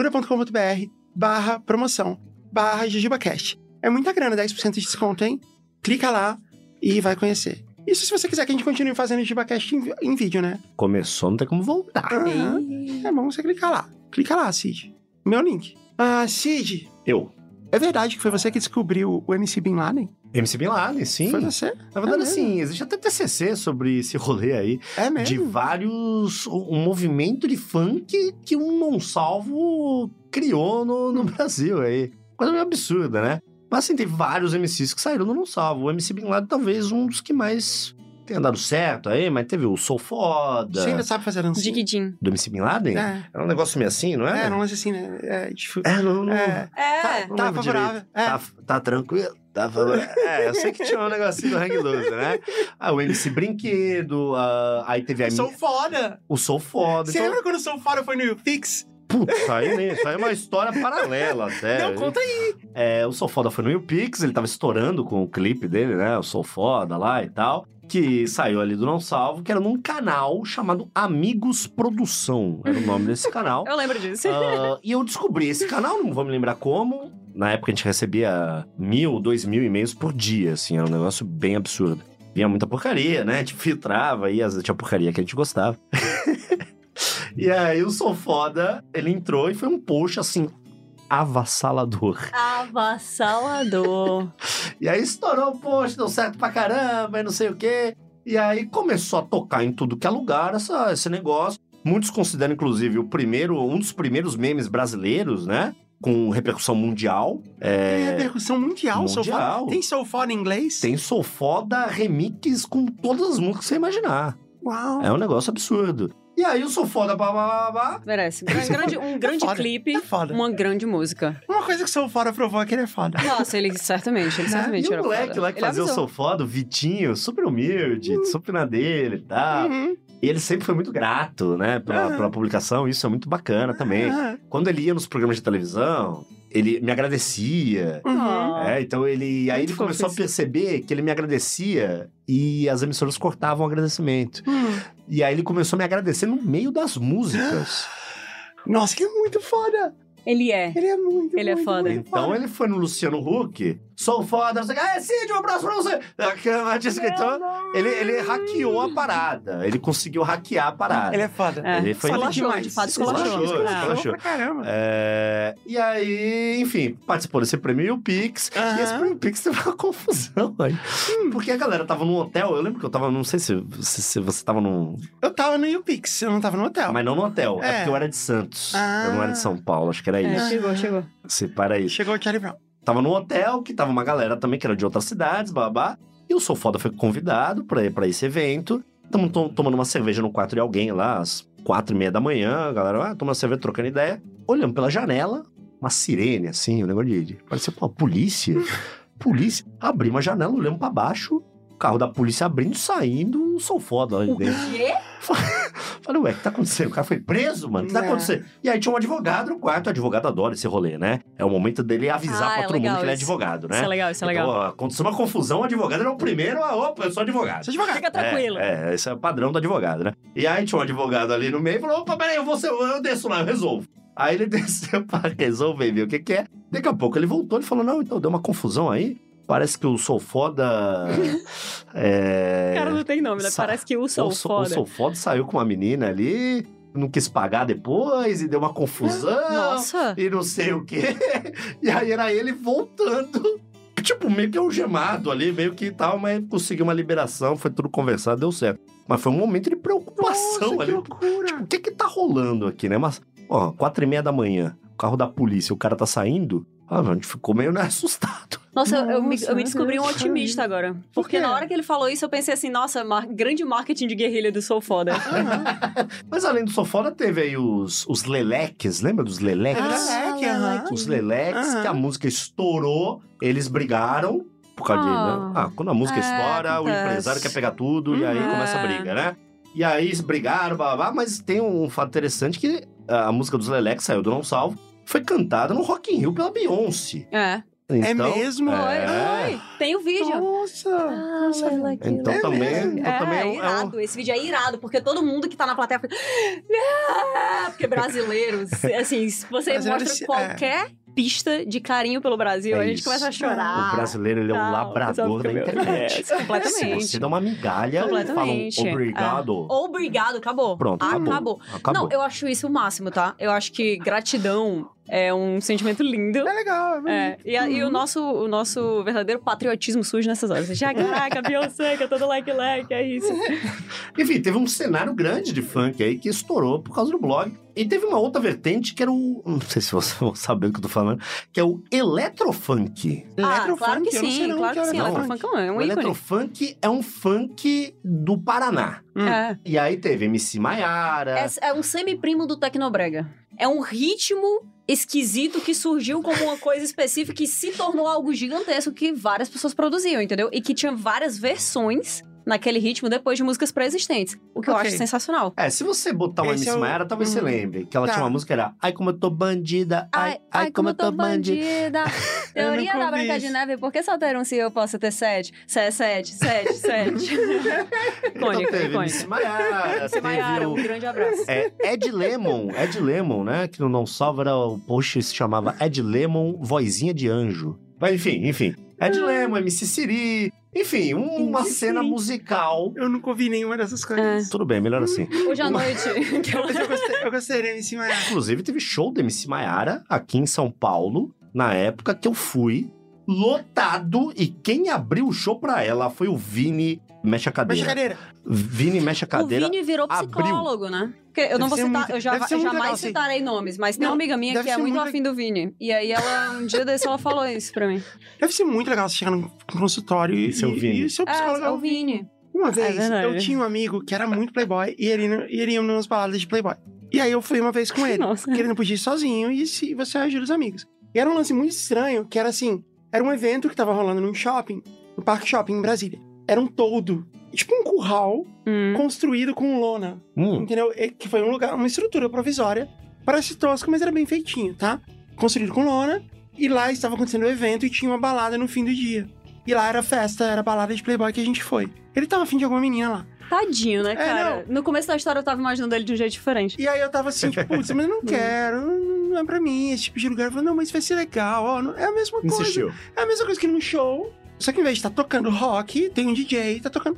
[SPEAKER 1] alura.com.br barra promoção barra jujubacast. É muita grana, 10% de desconto, hein? Clica lá e vai conhecer. Isso se você quiser que a gente continue fazendo jujubacast em, vi- em vídeo, né?
[SPEAKER 2] Começou, não tem como voltar.
[SPEAKER 1] Aham.
[SPEAKER 3] Ih.
[SPEAKER 2] Uhum.
[SPEAKER 1] É bom você clicar lá. Clica lá, Cid. Meu link. Ah, Cid,
[SPEAKER 2] Eu.
[SPEAKER 1] é verdade que foi você que descobriu o MC Bin Laden?
[SPEAKER 2] MC Bin Laden, sim.
[SPEAKER 1] Foi você?
[SPEAKER 2] Na verdade,
[SPEAKER 1] É mesmo?
[SPEAKER 2] assim, existe até TCC sobre esse rolê aí.
[SPEAKER 1] É
[SPEAKER 2] de
[SPEAKER 1] mesmo?
[SPEAKER 2] vários. um movimento de funk que um Monsalvo criou no, no [laughs] Brasil aí. Coisa meio absurda, né? Mas assim, tem vários MCs que saíram do Monsalvo. O MC Bin Laden, talvez um dos que mais tenha dado certo aí, mas teve o Sou
[SPEAKER 1] Você ainda
[SPEAKER 2] Foda.
[SPEAKER 1] sabe fazer dancinha?
[SPEAKER 3] Digidin.
[SPEAKER 2] Do MC Bin Laden?
[SPEAKER 1] É,
[SPEAKER 2] Era um negócio meio assim, não
[SPEAKER 1] é,
[SPEAKER 2] era?
[SPEAKER 1] não lance assim, né? É, tipo,
[SPEAKER 2] É, não. não-
[SPEAKER 1] é,
[SPEAKER 3] É.
[SPEAKER 2] Não
[SPEAKER 1] tá
[SPEAKER 2] lembro
[SPEAKER 1] favorável. É.
[SPEAKER 2] Tá, tá tranquilo? Tá favorável. É, eu sei que tinha um negocinho do Hang Loose, né? Ah, o MC Brinquedo, ah, aí teve a
[SPEAKER 1] Sou foda!
[SPEAKER 2] o Sou Foda.
[SPEAKER 1] Você
[SPEAKER 2] então-
[SPEAKER 1] lembra quando o Sou Foda foi no YouFix?
[SPEAKER 2] Putz, aí, nem- isso aí é uma história paralela até.
[SPEAKER 1] Não, conta aí!
[SPEAKER 2] É, o Sou Foda foi no YouPix, ele tava estourando com o clipe dele, né? O Sou Foda lá e tal. Que saiu ali do Não Salvo, que era num canal chamado Amigos Produção. Era o nome
[SPEAKER 1] [laughs]
[SPEAKER 2] desse
[SPEAKER 1] É
[SPEAKER 2] canal.
[SPEAKER 3] Eu lembro disso.
[SPEAKER 2] Ah, e eu descobri esse canal, não vou me lembrar como. Na época a gente recebia mil, dois mil e-mails por dia, assim, era um negócio bem absurdo. Vinha muita porcaria, né? Tipo, filtrava e às vezes tinha porcaria que a gente gostava. [laughs] e aí o Sou Foda, ele entrou e foi um post, assim, avassalador.
[SPEAKER 3] Avassalador.
[SPEAKER 2] E aí estourou o post, deu certo pra caramba, e não sei o quê. E aí começou a tocar em tudo que é lugar essa- esse negócio. Muitos consideram, inclusive, o primeiro, um dos primeiros memes brasileiros, né? Com repercussão mundial.
[SPEAKER 1] É,
[SPEAKER 2] É,
[SPEAKER 1] repercussão mundial, Sou
[SPEAKER 2] Mundial.
[SPEAKER 1] Foda. Tem Sou Foda em inglês?
[SPEAKER 2] tem Sou Foda remix com todas as músicas que você imaginar.
[SPEAKER 1] Uau!
[SPEAKER 2] É um negócio absurdo. E aí o Sou Foda, blá, blá, blá, blá,
[SPEAKER 3] Merece. Um grande, um grande
[SPEAKER 1] foda.
[SPEAKER 3] clipe,
[SPEAKER 1] É foda.
[SPEAKER 3] uma grande música.
[SPEAKER 1] Uma coisa que o Sou Foda provou é que ele é foda.
[SPEAKER 3] Nossa, ele certamente, ele
[SPEAKER 1] Né?
[SPEAKER 3] certamente
[SPEAKER 2] E
[SPEAKER 3] era
[SPEAKER 2] o moleque
[SPEAKER 3] foda.
[SPEAKER 2] lá que
[SPEAKER 3] Ele
[SPEAKER 2] fazia o
[SPEAKER 3] avisou. Uhum.
[SPEAKER 2] Sou Foda, o Vitinho, super humilde, super na dele e tal.
[SPEAKER 1] Uhum.
[SPEAKER 2] E ele sempre foi muito grato, né, pela,
[SPEAKER 1] Aham.
[SPEAKER 2] pela publicação, isso é muito bacana também.
[SPEAKER 3] É.
[SPEAKER 1] Ah,
[SPEAKER 2] Quando ele ia nos programas de televisão, ele me agradecia.
[SPEAKER 1] uhum.
[SPEAKER 3] Ah.
[SPEAKER 2] É, então ele. Aí
[SPEAKER 3] Muito
[SPEAKER 2] ele começou a
[SPEAKER 3] fofo
[SPEAKER 2] perceber que ele me agradecia e as emissoras cortavam o agradecimento.
[SPEAKER 3] Ah.
[SPEAKER 1] Hum.
[SPEAKER 2] E aí ele começou a me agradecer no meio das
[SPEAKER 3] [gasps]
[SPEAKER 2] músicas.
[SPEAKER 1] Nossa, ele é muito foda!
[SPEAKER 3] Ele é.
[SPEAKER 1] Ele é muito
[SPEAKER 3] Ele é
[SPEAKER 1] muito,
[SPEAKER 3] foda.
[SPEAKER 1] muito
[SPEAKER 2] Então ele foi no Luciano Huck. Sou foda, não sei o que. Ah, é Cid, um abraço pra você. Ah, que artista, Então, ele, ele hackeou a parada. Ele conseguiu hackear a parada.
[SPEAKER 1] Ele é foda.
[SPEAKER 3] É.
[SPEAKER 2] Ele foi
[SPEAKER 1] Foda
[SPEAKER 3] Esculachou,
[SPEAKER 1] demais.
[SPEAKER 3] de fato,
[SPEAKER 2] Esculachou,
[SPEAKER 3] esculachou.
[SPEAKER 2] esculachou.
[SPEAKER 3] Ah.
[SPEAKER 1] Esculachou pra caramba.
[SPEAKER 2] É, e aí, enfim, participou desse prêmio YouPix.
[SPEAKER 1] Aham.
[SPEAKER 2] E esse prêmio Pix teve uma confusão aí. Porque a galera tava num hotel, eu lembro que eu tava, não sei se, se- se você tava num.
[SPEAKER 1] Eu tava no YouPix, eu não tava no hotel.
[SPEAKER 2] Mas não no hotel, é,
[SPEAKER 1] É.
[SPEAKER 2] porque eu era de Santos.
[SPEAKER 1] Ah.
[SPEAKER 2] Eu não era de São Paulo, acho que era isso.
[SPEAKER 3] É, chegou, chegou.
[SPEAKER 2] Você para isso.
[SPEAKER 1] Chegou o Charlie Brown.
[SPEAKER 2] Tava num hotel, que tava uma galera também que era de outras cidades, babá. E o Sou Foda foi convidado pra, ir pra esse evento. Tamo tom- tomando uma cerveja no quarto de alguém lá, às quatro e meia da manhã. A galera, ah, tomando cerveja, trocando ideia. Olhando pela janela, uma sirene, assim, um negócio de... de parecia, pô,
[SPEAKER 3] [laughs]
[SPEAKER 2] polícia. polícia. Abrimos a janela, olhamos pra baixo. O carro da polícia abrindo, saindo, o Sou Foda lá de dentro.
[SPEAKER 3] quê?
[SPEAKER 2] Falei, ué, o que tá acontecendo? O cara foi preso, mano? O que tá
[SPEAKER 3] Né.
[SPEAKER 1] É.
[SPEAKER 2] acontecendo? E aí tinha um advogado no quarto. O advogado adora esse rolê, né? É o momento dele avisar
[SPEAKER 3] Ah,
[SPEAKER 2] pra
[SPEAKER 3] é
[SPEAKER 2] todo mundo
[SPEAKER 3] legal
[SPEAKER 2] que ele é
[SPEAKER 3] isso.
[SPEAKER 2] advogado, né?
[SPEAKER 3] Isso é legal, isso é
[SPEAKER 2] Então,
[SPEAKER 3] legal.
[SPEAKER 2] ó, aconteceu uma confusão, o advogado era o primeiro. Ah, opa, eu sou advogado.
[SPEAKER 1] Você é advogado.
[SPEAKER 3] Fica tranquilo.
[SPEAKER 2] É, é, esse é o padrão do advogado, né? E aí tinha um advogado ali no meio e falou: opa, peraí, eu, vou ser, eu desço lá, eu resolvo. Aí ele [laughs] desceu pra resolver, viu o que, que é. Daqui a pouco ele voltou, ele falou: não, então deu uma confusão aí. Parece que o sou foda.
[SPEAKER 3] [laughs]
[SPEAKER 2] é...
[SPEAKER 3] O cara não tem nome, né?
[SPEAKER 2] Sa-
[SPEAKER 3] Parece que o
[SPEAKER 2] O
[SPEAKER 3] sou
[SPEAKER 2] Sou-
[SPEAKER 3] foda.
[SPEAKER 2] O Sou Foda saiu com uma menina ali, não quis pagar depois e deu uma confusão.
[SPEAKER 3] Nossa!
[SPEAKER 2] E não sei o quê. [laughs] E aí era ele voltando. Tipo, meio que algemado ali, meio que tal, mas conseguiu uma liberação, foi tudo conversado, deu certo. Mas foi um momento de preocupação
[SPEAKER 1] Nossa, que
[SPEAKER 2] ali.
[SPEAKER 1] loucura.
[SPEAKER 2] O que que tá rolando aqui, né? Mas, ó, quatro e meia da manhã, o carro da polícia, o cara tá saindo. Ah, a gente ficou meio né, [laughs] assustado.
[SPEAKER 3] Nossa, eu- eu, me, eu me
[SPEAKER 1] Nossa,
[SPEAKER 3] descobri um
[SPEAKER 1] Deus,
[SPEAKER 3] otimista agora.
[SPEAKER 1] Por
[SPEAKER 3] Porque
[SPEAKER 1] quê?
[SPEAKER 3] na hora que ele falou isso, eu pensei assim, nossa, mar- grande marketing de guerrilha do Sou Foda.
[SPEAKER 2] É
[SPEAKER 1] Aham.
[SPEAKER 2] Mas além do Sofora, teve aí os, os Leleques, lembra dos Leleques?
[SPEAKER 1] Ah, Leleque, aham.
[SPEAKER 3] Leleque.
[SPEAKER 2] os Leleques,
[SPEAKER 1] Aham.
[SPEAKER 2] que a música estourou, eles brigaram. Por causa de.
[SPEAKER 3] Ah.
[SPEAKER 2] né? Ah, quando a música
[SPEAKER 3] É,
[SPEAKER 2] estoura, o
[SPEAKER 3] acontece.
[SPEAKER 2] empresário quer pegar tudo e aí
[SPEAKER 1] Uhum.
[SPEAKER 2] começa a briga, né? E aí eles brigaram, blá, blá, blá, mas tem um fato interessante que a música dos Leleques saiu do Não Salvo, foi cantada no Rock in Rio pela Beyoncé.
[SPEAKER 3] É.
[SPEAKER 2] Então,
[SPEAKER 1] É mesmo?
[SPEAKER 2] É.
[SPEAKER 3] Oi, oi. Tem o vídeo.
[SPEAKER 1] Nossa!
[SPEAKER 3] Ah,
[SPEAKER 1] vai lá
[SPEAKER 2] Então
[SPEAKER 1] É
[SPEAKER 2] também,
[SPEAKER 1] mesmo?
[SPEAKER 2] então, também é, um- é um-
[SPEAKER 3] irado. Esse vídeo é irado, porque todo mundo que tá na plateia fica... "Ah", Porque brasileiros, assim, se você
[SPEAKER 1] Brasileiro se- é.
[SPEAKER 3] mostra qualquer pista de carinho pelo Brasil,
[SPEAKER 2] É
[SPEAKER 3] a gente
[SPEAKER 2] isso.
[SPEAKER 3] começa a chorar.
[SPEAKER 2] O brasileiro, ele é um
[SPEAKER 3] Tal. Só
[SPEAKER 2] labrador
[SPEAKER 3] fica
[SPEAKER 2] da
[SPEAKER 3] meio-
[SPEAKER 2] internet.
[SPEAKER 3] É,
[SPEAKER 2] Se
[SPEAKER 3] completamente.
[SPEAKER 2] você dá uma migalha, eles falam
[SPEAKER 3] Completamente.
[SPEAKER 2] obrigado.
[SPEAKER 3] Obrigado, acabou.
[SPEAKER 2] Pronto,
[SPEAKER 3] acabou.
[SPEAKER 2] acabou. Acabou.
[SPEAKER 3] Não, eu acho isso o máximo, tá? Eu acho que gratidão É um sentimento lindo.
[SPEAKER 1] É legal, é bonito.
[SPEAKER 3] É, e, a-
[SPEAKER 2] Uhum.
[SPEAKER 3] e o, nosso, o nosso verdadeiro patriotismo surge nessas horas. A gente, ah, caraca, Beyoncé, que é todo like-like, é isso.
[SPEAKER 2] Enfim, teve um cenário grande de funk aí que estourou por causa do blog. E teve uma outra vertente que era o. Não sei se vocês [laughs] vão saber do que eu tô falando, que é o eletrofunk.
[SPEAKER 1] Eletrofunk,
[SPEAKER 3] ah, claro que
[SPEAKER 1] eu não sei
[SPEAKER 3] sim,
[SPEAKER 1] não
[SPEAKER 3] claro que sim.
[SPEAKER 1] era
[SPEAKER 2] não.
[SPEAKER 3] Eletrofunk é um
[SPEAKER 2] o
[SPEAKER 3] ícone.
[SPEAKER 2] eletrofunk é um funk do Paraná.
[SPEAKER 1] Hum.
[SPEAKER 3] É.
[SPEAKER 2] E aí teve MC Maiara.
[SPEAKER 3] É, é um semi-primo do Tecnobrega. É um ritmo esquisito que surgiu como uma coisa específica que se tornou algo gigantesco que várias pessoas produziam, entendeu? E que tinha várias versões naquele ritmo depois de músicas pré-existentes. O que eu
[SPEAKER 1] Ok.
[SPEAKER 3] acho sensacional.
[SPEAKER 2] É, se você botar uma
[SPEAKER 1] Esse
[SPEAKER 2] MC
[SPEAKER 1] é o-
[SPEAKER 2] Maiara, talvez você
[SPEAKER 1] Hum.
[SPEAKER 2] lembre. Que ela
[SPEAKER 1] Tá.
[SPEAKER 2] tinha uma música que era Ai como eu tô bandida, ai, ai, como eu tô bandida.
[SPEAKER 1] Eu
[SPEAKER 3] Teoria
[SPEAKER 1] nunca
[SPEAKER 3] da
[SPEAKER 1] ouvi
[SPEAKER 3] Branca de
[SPEAKER 1] isso.
[SPEAKER 3] Neve, por que soltaram se eu posso ter sete? Se é sete, sete, sete.
[SPEAKER 2] Então
[SPEAKER 3] Icônica,
[SPEAKER 2] teve MC
[SPEAKER 3] icônica.
[SPEAKER 2] Maiara,
[SPEAKER 3] Você
[SPEAKER 2] teve
[SPEAKER 3] Maiara, um
[SPEAKER 2] o...
[SPEAKER 3] grande abraço.
[SPEAKER 2] É, Ed Lemon, Ed Lemon, né? Que no Não Salva era o post se chamava Ed Lemon, vozinha de anjo. Mas enfim, enfim. Ed
[SPEAKER 1] Ah.
[SPEAKER 2] Lemon, MC Siri, enfim, um- uma
[SPEAKER 1] MC
[SPEAKER 2] cena
[SPEAKER 1] Siri.
[SPEAKER 2] musical.
[SPEAKER 1] Eu nunca ouvi nenhuma dessas coisas.
[SPEAKER 3] É.
[SPEAKER 2] Tudo bem, melhor assim.
[SPEAKER 1] Uhum.
[SPEAKER 3] Hoje à
[SPEAKER 1] [laughs]
[SPEAKER 3] noite.
[SPEAKER 1] Mas eu gostei, eu gostei da MC
[SPEAKER 2] [laughs]
[SPEAKER 1] Maiara.
[SPEAKER 2] Inclusive, teve show do MC Maiara aqui em São Paulo, na época que eu fui, lotado. E quem abriu o show pra ela foi o Vini Mexe
[SPEAKER 1] Baixa
[SPEAKER 2] a
[SPEAKER 1] a
[SPEAKER 2] Cadeira.
[SPEAKER 1] cadeira.
[SPEAKER 2] Vini Mexe a Cadeira.
[SPEAKER 3] O Vini virou
[SPEAKER 2] abriu.
[SPEAKER 3] psicólogo, né? Porque eu não
[SPEAKER 1] Deve
[SPEAKER 3] vou
[SPEAKER 1] ser
[SPEAKER 3] citar,
[SPEAKER 1] muito-
[SPEAKER 3] eu já,
[SPEAKER 1] deve ser muito
[SPEAKER 3] jamais
[SPEAKER 1] legal, assim.
[SPEAKER 3] citarei nomes, mas tem
[SPEAKER 1] Não,
[SPEAKER 3] uma amiga minha
[SPEAKER 1] deve
[SPEAKER 3] que é
[SPEAKER 1] ser
[SPEAKER 3] muito
[SPEAKER 1] muito-
[SPEAKER 3] afim do Vini. E aí ela, um dia desse, ela falou isso pra mim.
[SPEAKER 1] Deve ser muito legal você chegar num consultório e,
[SPEAKER 2] E seu
[SPEAKER 1] e-
[SPEAKER 2] Vini?
[SPEAKER 1] e o seu
[SPEAKER 3] Ah,
[SPEAKER 1] psicólogo. um
[SPEAKER 3] é o Vini.
[SPEAKER 1] Uma vez
[SPEAKER 3] verdade.
[SPEAKER 1] eu tinha um amigo que era muito playboy e ele, não- e ele ia nas baladas de playboy. E aí eu fui uma vez com ele,
[SPEAKER 3] Nossa.
[SPEAKER 1] porque ele não podia ir sozinho e se você ajuda os amigos. E era um lance muito estranho, que era assim, era um evento que tava rolando num shopping, no Parque Shopping em Brasília. Era um todo, tipo um curral
[SPEAKER 3] Hum.
[SPEAKER 1] construído com lona,
[SPEAKER 2] Hum,
[SPEAKER 1] entendeu? E que foi um lugar, uma estrutura provisória, parece tosco, mas era bem feitinho, tá? Construído com lona e lá estava acontecendo o evento e tinha uma balada no fim do dia. E lá era festa, era balada de playboy que a gente foi. Ele tava afim de alguma menina lá.
[SPEAKER 3] Tadinho, né,
[SPEAKER 1] É,
[SPEAKER 3] cara? No começo da história eu tava imaginando ele de um jeito diferente.
[SPEAKER 1] E aí eu tava assim, tipo, putz, mas eu não quero, não não é pra mim esse tipo de lugar. Eu falei, não, mas vai ser legal, ó, não- é a mesma coisa.
[SPEAKER 2] insistiu.
[SPEAKER 1] É a mesma coisa que num show, só que em vez de estar tocando rock, tem um DJ, tá tocando...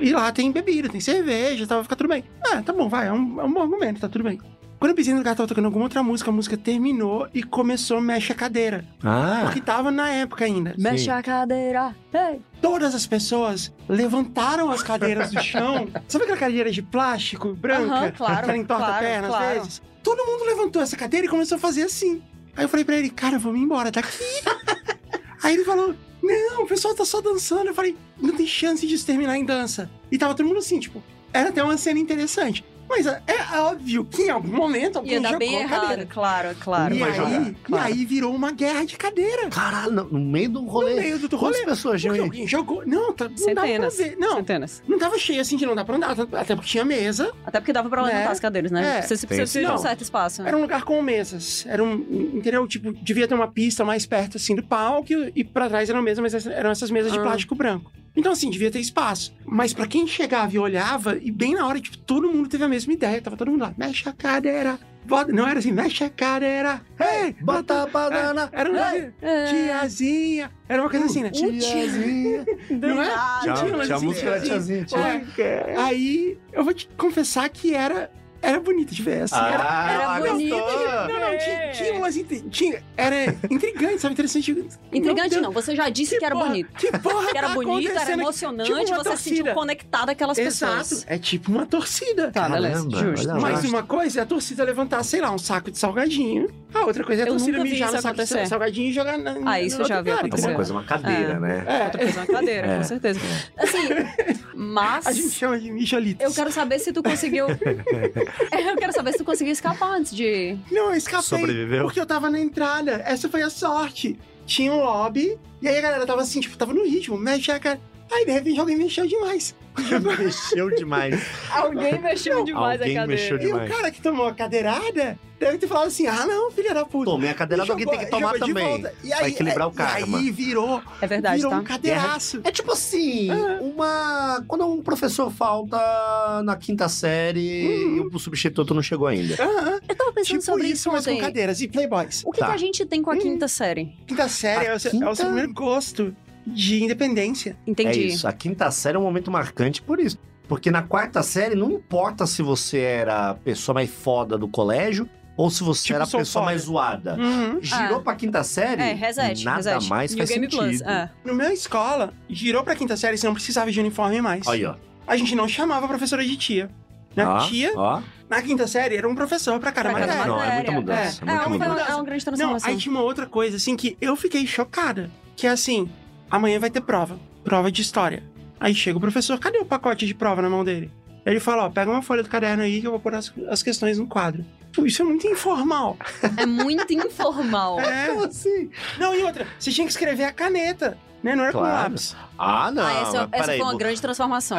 [SPEAKER 1] E lá tem bebida, tem cerveja, tá, vai ficar tudo bem. Ah, tá bom, vai, é um, é um bom argumento, tá tudo bem. Quando eu pisei no lugar, tava tocando alguma outra música, a música terminou e começou Mexe a Cadeira,
[SPEAKER 2] Ah,
[SPEAKER 1] que tava na época ainda.
[SPEAKER 3] Mexe a cadeira. Ei.
[SPEAKER 1] Todas as pessoas levantaram as cadeiras do chão. Sabe aquela cadeira de plástico, branca?
[SPEAKER 3] Aham, claro,
[SPEAKER 1] que ela entorta a
[SPEAKER 3] claro,
[SPEAKER 1] perna
[SPEAKER 3] claro.
[SPEAKER 1] às vezes. Todo mundo levantou essa cadeira e começou a fazer assim. Aí eu falei pra ele, cara, vamos embora daqui. [laughs] Aí ele falou, não, o pessoal tá só dançando. Eu falei, não tem chance disso terminar em dança. E tava todo mundo assim, tipo, era até uma cena interessante. Mas é é óbvio que em algum momento alguém
[SPEAKER 3] Ia dar
[SPEAKER 1] jogou
[SPEAKER 3] bem
[SPEAKER 1] a cadeira.
[SPEAKER 3] errado, claro, claro.
[SPEAKER 2] Ia
[SPEAKER 1] E
[SPEAKER 2] vai jogar,
[SPEAKER 1] aí, e aí virou uma guerra de cadeira.
[SPEAKER 2] caralho, no no meio do
[SPEAKER 1] No
[SPEAKER 2] rolê.
[SPEAKER 1] meio do rolê.
[SPEAKER 2] Quantas pessoas tinham
[SPEAKER 1] Porque
[SPEAKER 2] aí?
[SPEAKER 1] alguém jogou. Não, tá, não dava pra
[SPEAKER 3] Centenas.
[SPEAKER 1] ver. Não,
[SPEAKER 3] Centenas.
[SPEAKER 1] não tava cheio assim que não dá pra andar. Até porque tinha mesa.
[SPEAKER 3] Até porque dava pra levantar
[SPEAKER 1] Né?
[SPEAKER 3] as cadeiras, né?
[SPEAKER 1] É.
[SPEAKER 3] Você, você
[SPEAKER 2] Tem
[SPEAKER 3] precisa de
[SPEAKER 2] sinal.
[SPEAKER 3] um certo espaço. né?
[SPEAKER 1] Era um lugar com mesas. Era um. Entendeu? Tipo, devia ter uma pista mais perto assim do palco. E pra trás eram mesas, mas essa- eram essas mesas de
[SPEAKER 3] Ah.
[SPEAKER 1] plástico branco. Então, assim, devia ter espaço. Mas pra quem chegava e olhava, e bem na hora, tipo, todo mundo teve a mesma ideia. Tava todo mundo lá, mexe a cadeira. Bota... Não era assim, mexe a cadeira. Ei,
[SPEAKER 2] Bota a banana.
[SPEAKER 1] Era uma coisa,
[SPEAKER 3] é.
[SPEAKER 1] tiazinha. Era uma coisa assim, né?
[SPEAKER 2] Tiazinha.
[SPEAKER 1] Não é?
[SPEAKER 2] É. [laughs]
[SPEAKER 1] Tinha uma
[SPEAKER 2] Tinha, tinha a
[SPEAKER 1] tiazinha.
[SPEAKER 2] música da tiazinha. tinha.
[SPEAKER 3] Hum.
[SPEAKER 1] Aí eu vou te confessar que era, era bonito de ver, assim. era-
[SPEAKER 2] Ah,
[SPEAKER 3] Era bonito.
[SPEAKER 2] gostou.
[SPEAKER 1] não, não, tinha, tinha um lance inte- tinha- Era intrigante, sabe? Interessante.
[SPEAKER 3] Intrigante
[SPEAKER 1] Meu Deus,
[SPEAKER 3] não, você já disse que, era
[SPEAKER 1] porra,
[SPEAKER 3] bonito.
[SPEAKER 1] Que porra
[SPEAKER 3] Que era
[SPEAKER 1] tá
[SPEAKER 3] bonito, era
[SPEAKER 1] acontecendo aqui?
[SPEAKER 3] emocionante,
[SPEAKER 1] Tipo uma
[SPEAKER 3] você se
[SPEAKER 1] torcida.
[SPEAKER 3] sentiu conectado àquelas
[SPEAKER 1] Exato.
[SPEAKER 3] pessoas.
[SPEAKER 1] É tipo uma torcida.
[SPEAKER 3] Tá, beleza,
[SPEAKER 2] Caramba,
[SPEAKER 3] justo.
[SPEAKER 2] olha lá.
[SPEAKER 1] Mas
[SPEAKER 2] justo.
[SPEAKER 1] uma coisa é a torcida levantar, sei lá, um saco de salgadinho. A outra coisa é a
[SPEAKER 3] Eu
[SPEAKER 1] torcida
[SPEAKER 3] nunca vi
[SPEAKER 1] mijar
[SPEAKER 3] isso
[SPEAKER 1] no saco
[SPEAKER 3] acontecer.
[SPEAKER 1] de salgadinho e jogar na.
[SPEAKER 3] Ah, isso
[SPEAKER 1] no
[SPEAKER 3] eu já
[SPEAKER 1] outro
[SPEAKER 3] vi
[SPEAKER 1] cara,
[SPEAKER 3] acontecer.
[SPEAKER 2] Uma
[SPEAKER 1] entendeu?
[SPEAKER 2] coisa, uma cadeira,
[SPEAKER 3] É.
[SPEAKER 2] né?
[SPEAKER 1] É,
[SPEAKER 3] Outra coisa é uma cadeira,
[SPEAKER 2] É.
[SPEAKER 3] com certeza. Assim,
[SPEAKER 1] é, a gente
[SPEAKER 3] mas
[SPEAKER 1] chama de mijolito.
[SPEAKER 3] eu quero saber se tu conseguiu. eu quero saber se tu conseguiu escapar antes de.
[SPEAKER 1] Não, eu escapei. [laughs]
[SPEAKER 2] Sobreviveu.
[SPEAKER 1] Porque eu tava na entrada. Essa foi a sorte. Tinha um lobby. E aí a galera tava assim, tipo, tava no ritmo, mexe a cara. Aí de repente alguém mexeu demais.
[SPEAKER 2] Mexeu demais.
[SPEAKER 3] Alguém mexeu
[SPEAKER 2] demais a alguém cadeira. mexeu
[SPEAKER 1] E o
[SPEAKER 2] Demais.
[SPEAKER 1] cara que tomou a cadeirada deve ter falado assim: ah, não, filha da puta.
[SPEAKER 2] Tomei a cadeira,
[SPEAKER 1] E
[SPEAKER 2] alguém
[SPEAKER 1] jogou-
[SPEAKER 2] tem que tomar
[SPEAKER 1] jogou de
[SPEAKER 2] também.
[SPEAKER 1] volta. E aí, é,
[SPEAKER 2] equilibrar o
[SPEAKER 1] e
[SPEAKER 2] karma.
[SPEAKER 1] aí virou,
[SPEAKER 3] É verdade,
[SPEAKER 1] virou
[SPEAKER 3] tá?
[SPEAKER 1] um cadeiraço.
[SPEAKER 2] É tipo assim, uma. Quando um professor falta na quinta série
[SPEAKER 1] Uhum.
[SPEAKER 2] e o substituto não chegou ainda.
[SPEAKER 1] Aham.
[SPEAKER 3] Eu tava pensando
[SPEAKER 1] Tipo
[SPEAKER 3] sobre
[SPEAKER 1] isso,
[SPEAKER 3] isso
[SPEAKER 1] mas com
[SPEAKER 3] ontem.
[SPEAKER 1] cadeiras e playboys.
[SPEAKER 3] O que,
[SPEAKER 2] Tá.
[SPEAKER 3] que a gente tem com a quinta série?
[SPEAKER 1] Quinta série
[SPEAKER 2] A
[SPEAKER 1] é o, seu, é o seu
[SPEAKER 2] quinta-
[SPEAKER 1] primeiro gosto de independência.
[SPEAKER 3] Entendi.
[SPEAKER 2] É isso. A quinta série é um momento marcante por isso. Porque na quarta série, não importa se você era a pessoa mais foda do colégio ou se você
[SPEAKER 1] Tipo,
[SPEAKER 2] era a
[SPEAKER 1] sou
[SPEAKER 2] pessoa
[SPEAKER 1] foda.
[SPEAKER 2] mais zoada.
[SPEAKER 1] Uhum.
[SPEAKER 2] Girou pra quinta série?
[SPEAKER 3] Ah. É, reset,
[SPEAKER 2] Nada
[SPEAKER 3] reset.
[SPEAKER 2] mais
[SPEAKER 3] New
[SPEAKER 2] faz
[SPEAKER 3] Game
[SPEAKER 2] sentido.
[SPEAKER 3] Plus. É.
[SPEAKER 1] Na minha escola, girou pra quinta série, você não precisava de uniforme mais.
[SPEAKER 2] Aí, ó.
[SPEAKER 1] A gente não chamava a professora de tia. Na
[SPEAKER 2] Ó,
[SPEAKER 1] tia,
[SPEAKER 2] Ó.
[SPEAKER 1] na quinta série, era um professor pra cada
[SPEAKER 3] Pra cada
[SPEAKER 1] matéria.
[SPEAKER 2] Não, é muita
[SPEAKER 3] matéria.
[SPEAKER 2] mudança.
[SPEAKER 3] É,
[SPEAKER 2] muita
[SPEAKER 3] é, um,
[SPEAKER 2] mudança.
[SPEAKER 3] é um grande
[SPEAKER 1] Não,
[SPEAKER 3] transformação.
[SPEAKER 1] aí tinha uma outra coisa, assim, que eu fiquei chocada. Que é assim, amanhã vai ter prova. Prova de história. Aí chega o professor, cadê o pacote de prova na mão dele? Ele fala, ó, pega uma folha do caderno aí que eu vou pôr as, as questões no quadro. Pô, isso é muito informal.
[SPEAKER 4] É muito
[SPEAKER 2] [laughs]
[SPEAKER 4] informal.
[SPEAKER 1] É.
[SPEAKER 2] Como assim?
[SPEAKER 1] Não, e outra, você tinha que escrever a caneta, né? Não era com
[SPEAKER 2] Claro.
[SPEAKER 1] lápis.
[SPEAKER 2] Ah, não.
[SPEAKER 3] Ah, essa,
[SPEAKER 2] mas
[SPEAKER 3] essa
[SPEAKER 2] peraí,
[SPEAKER 3] foi uma
[SPEAKER 2] vo-
[SPEAKER 3] grande transformação.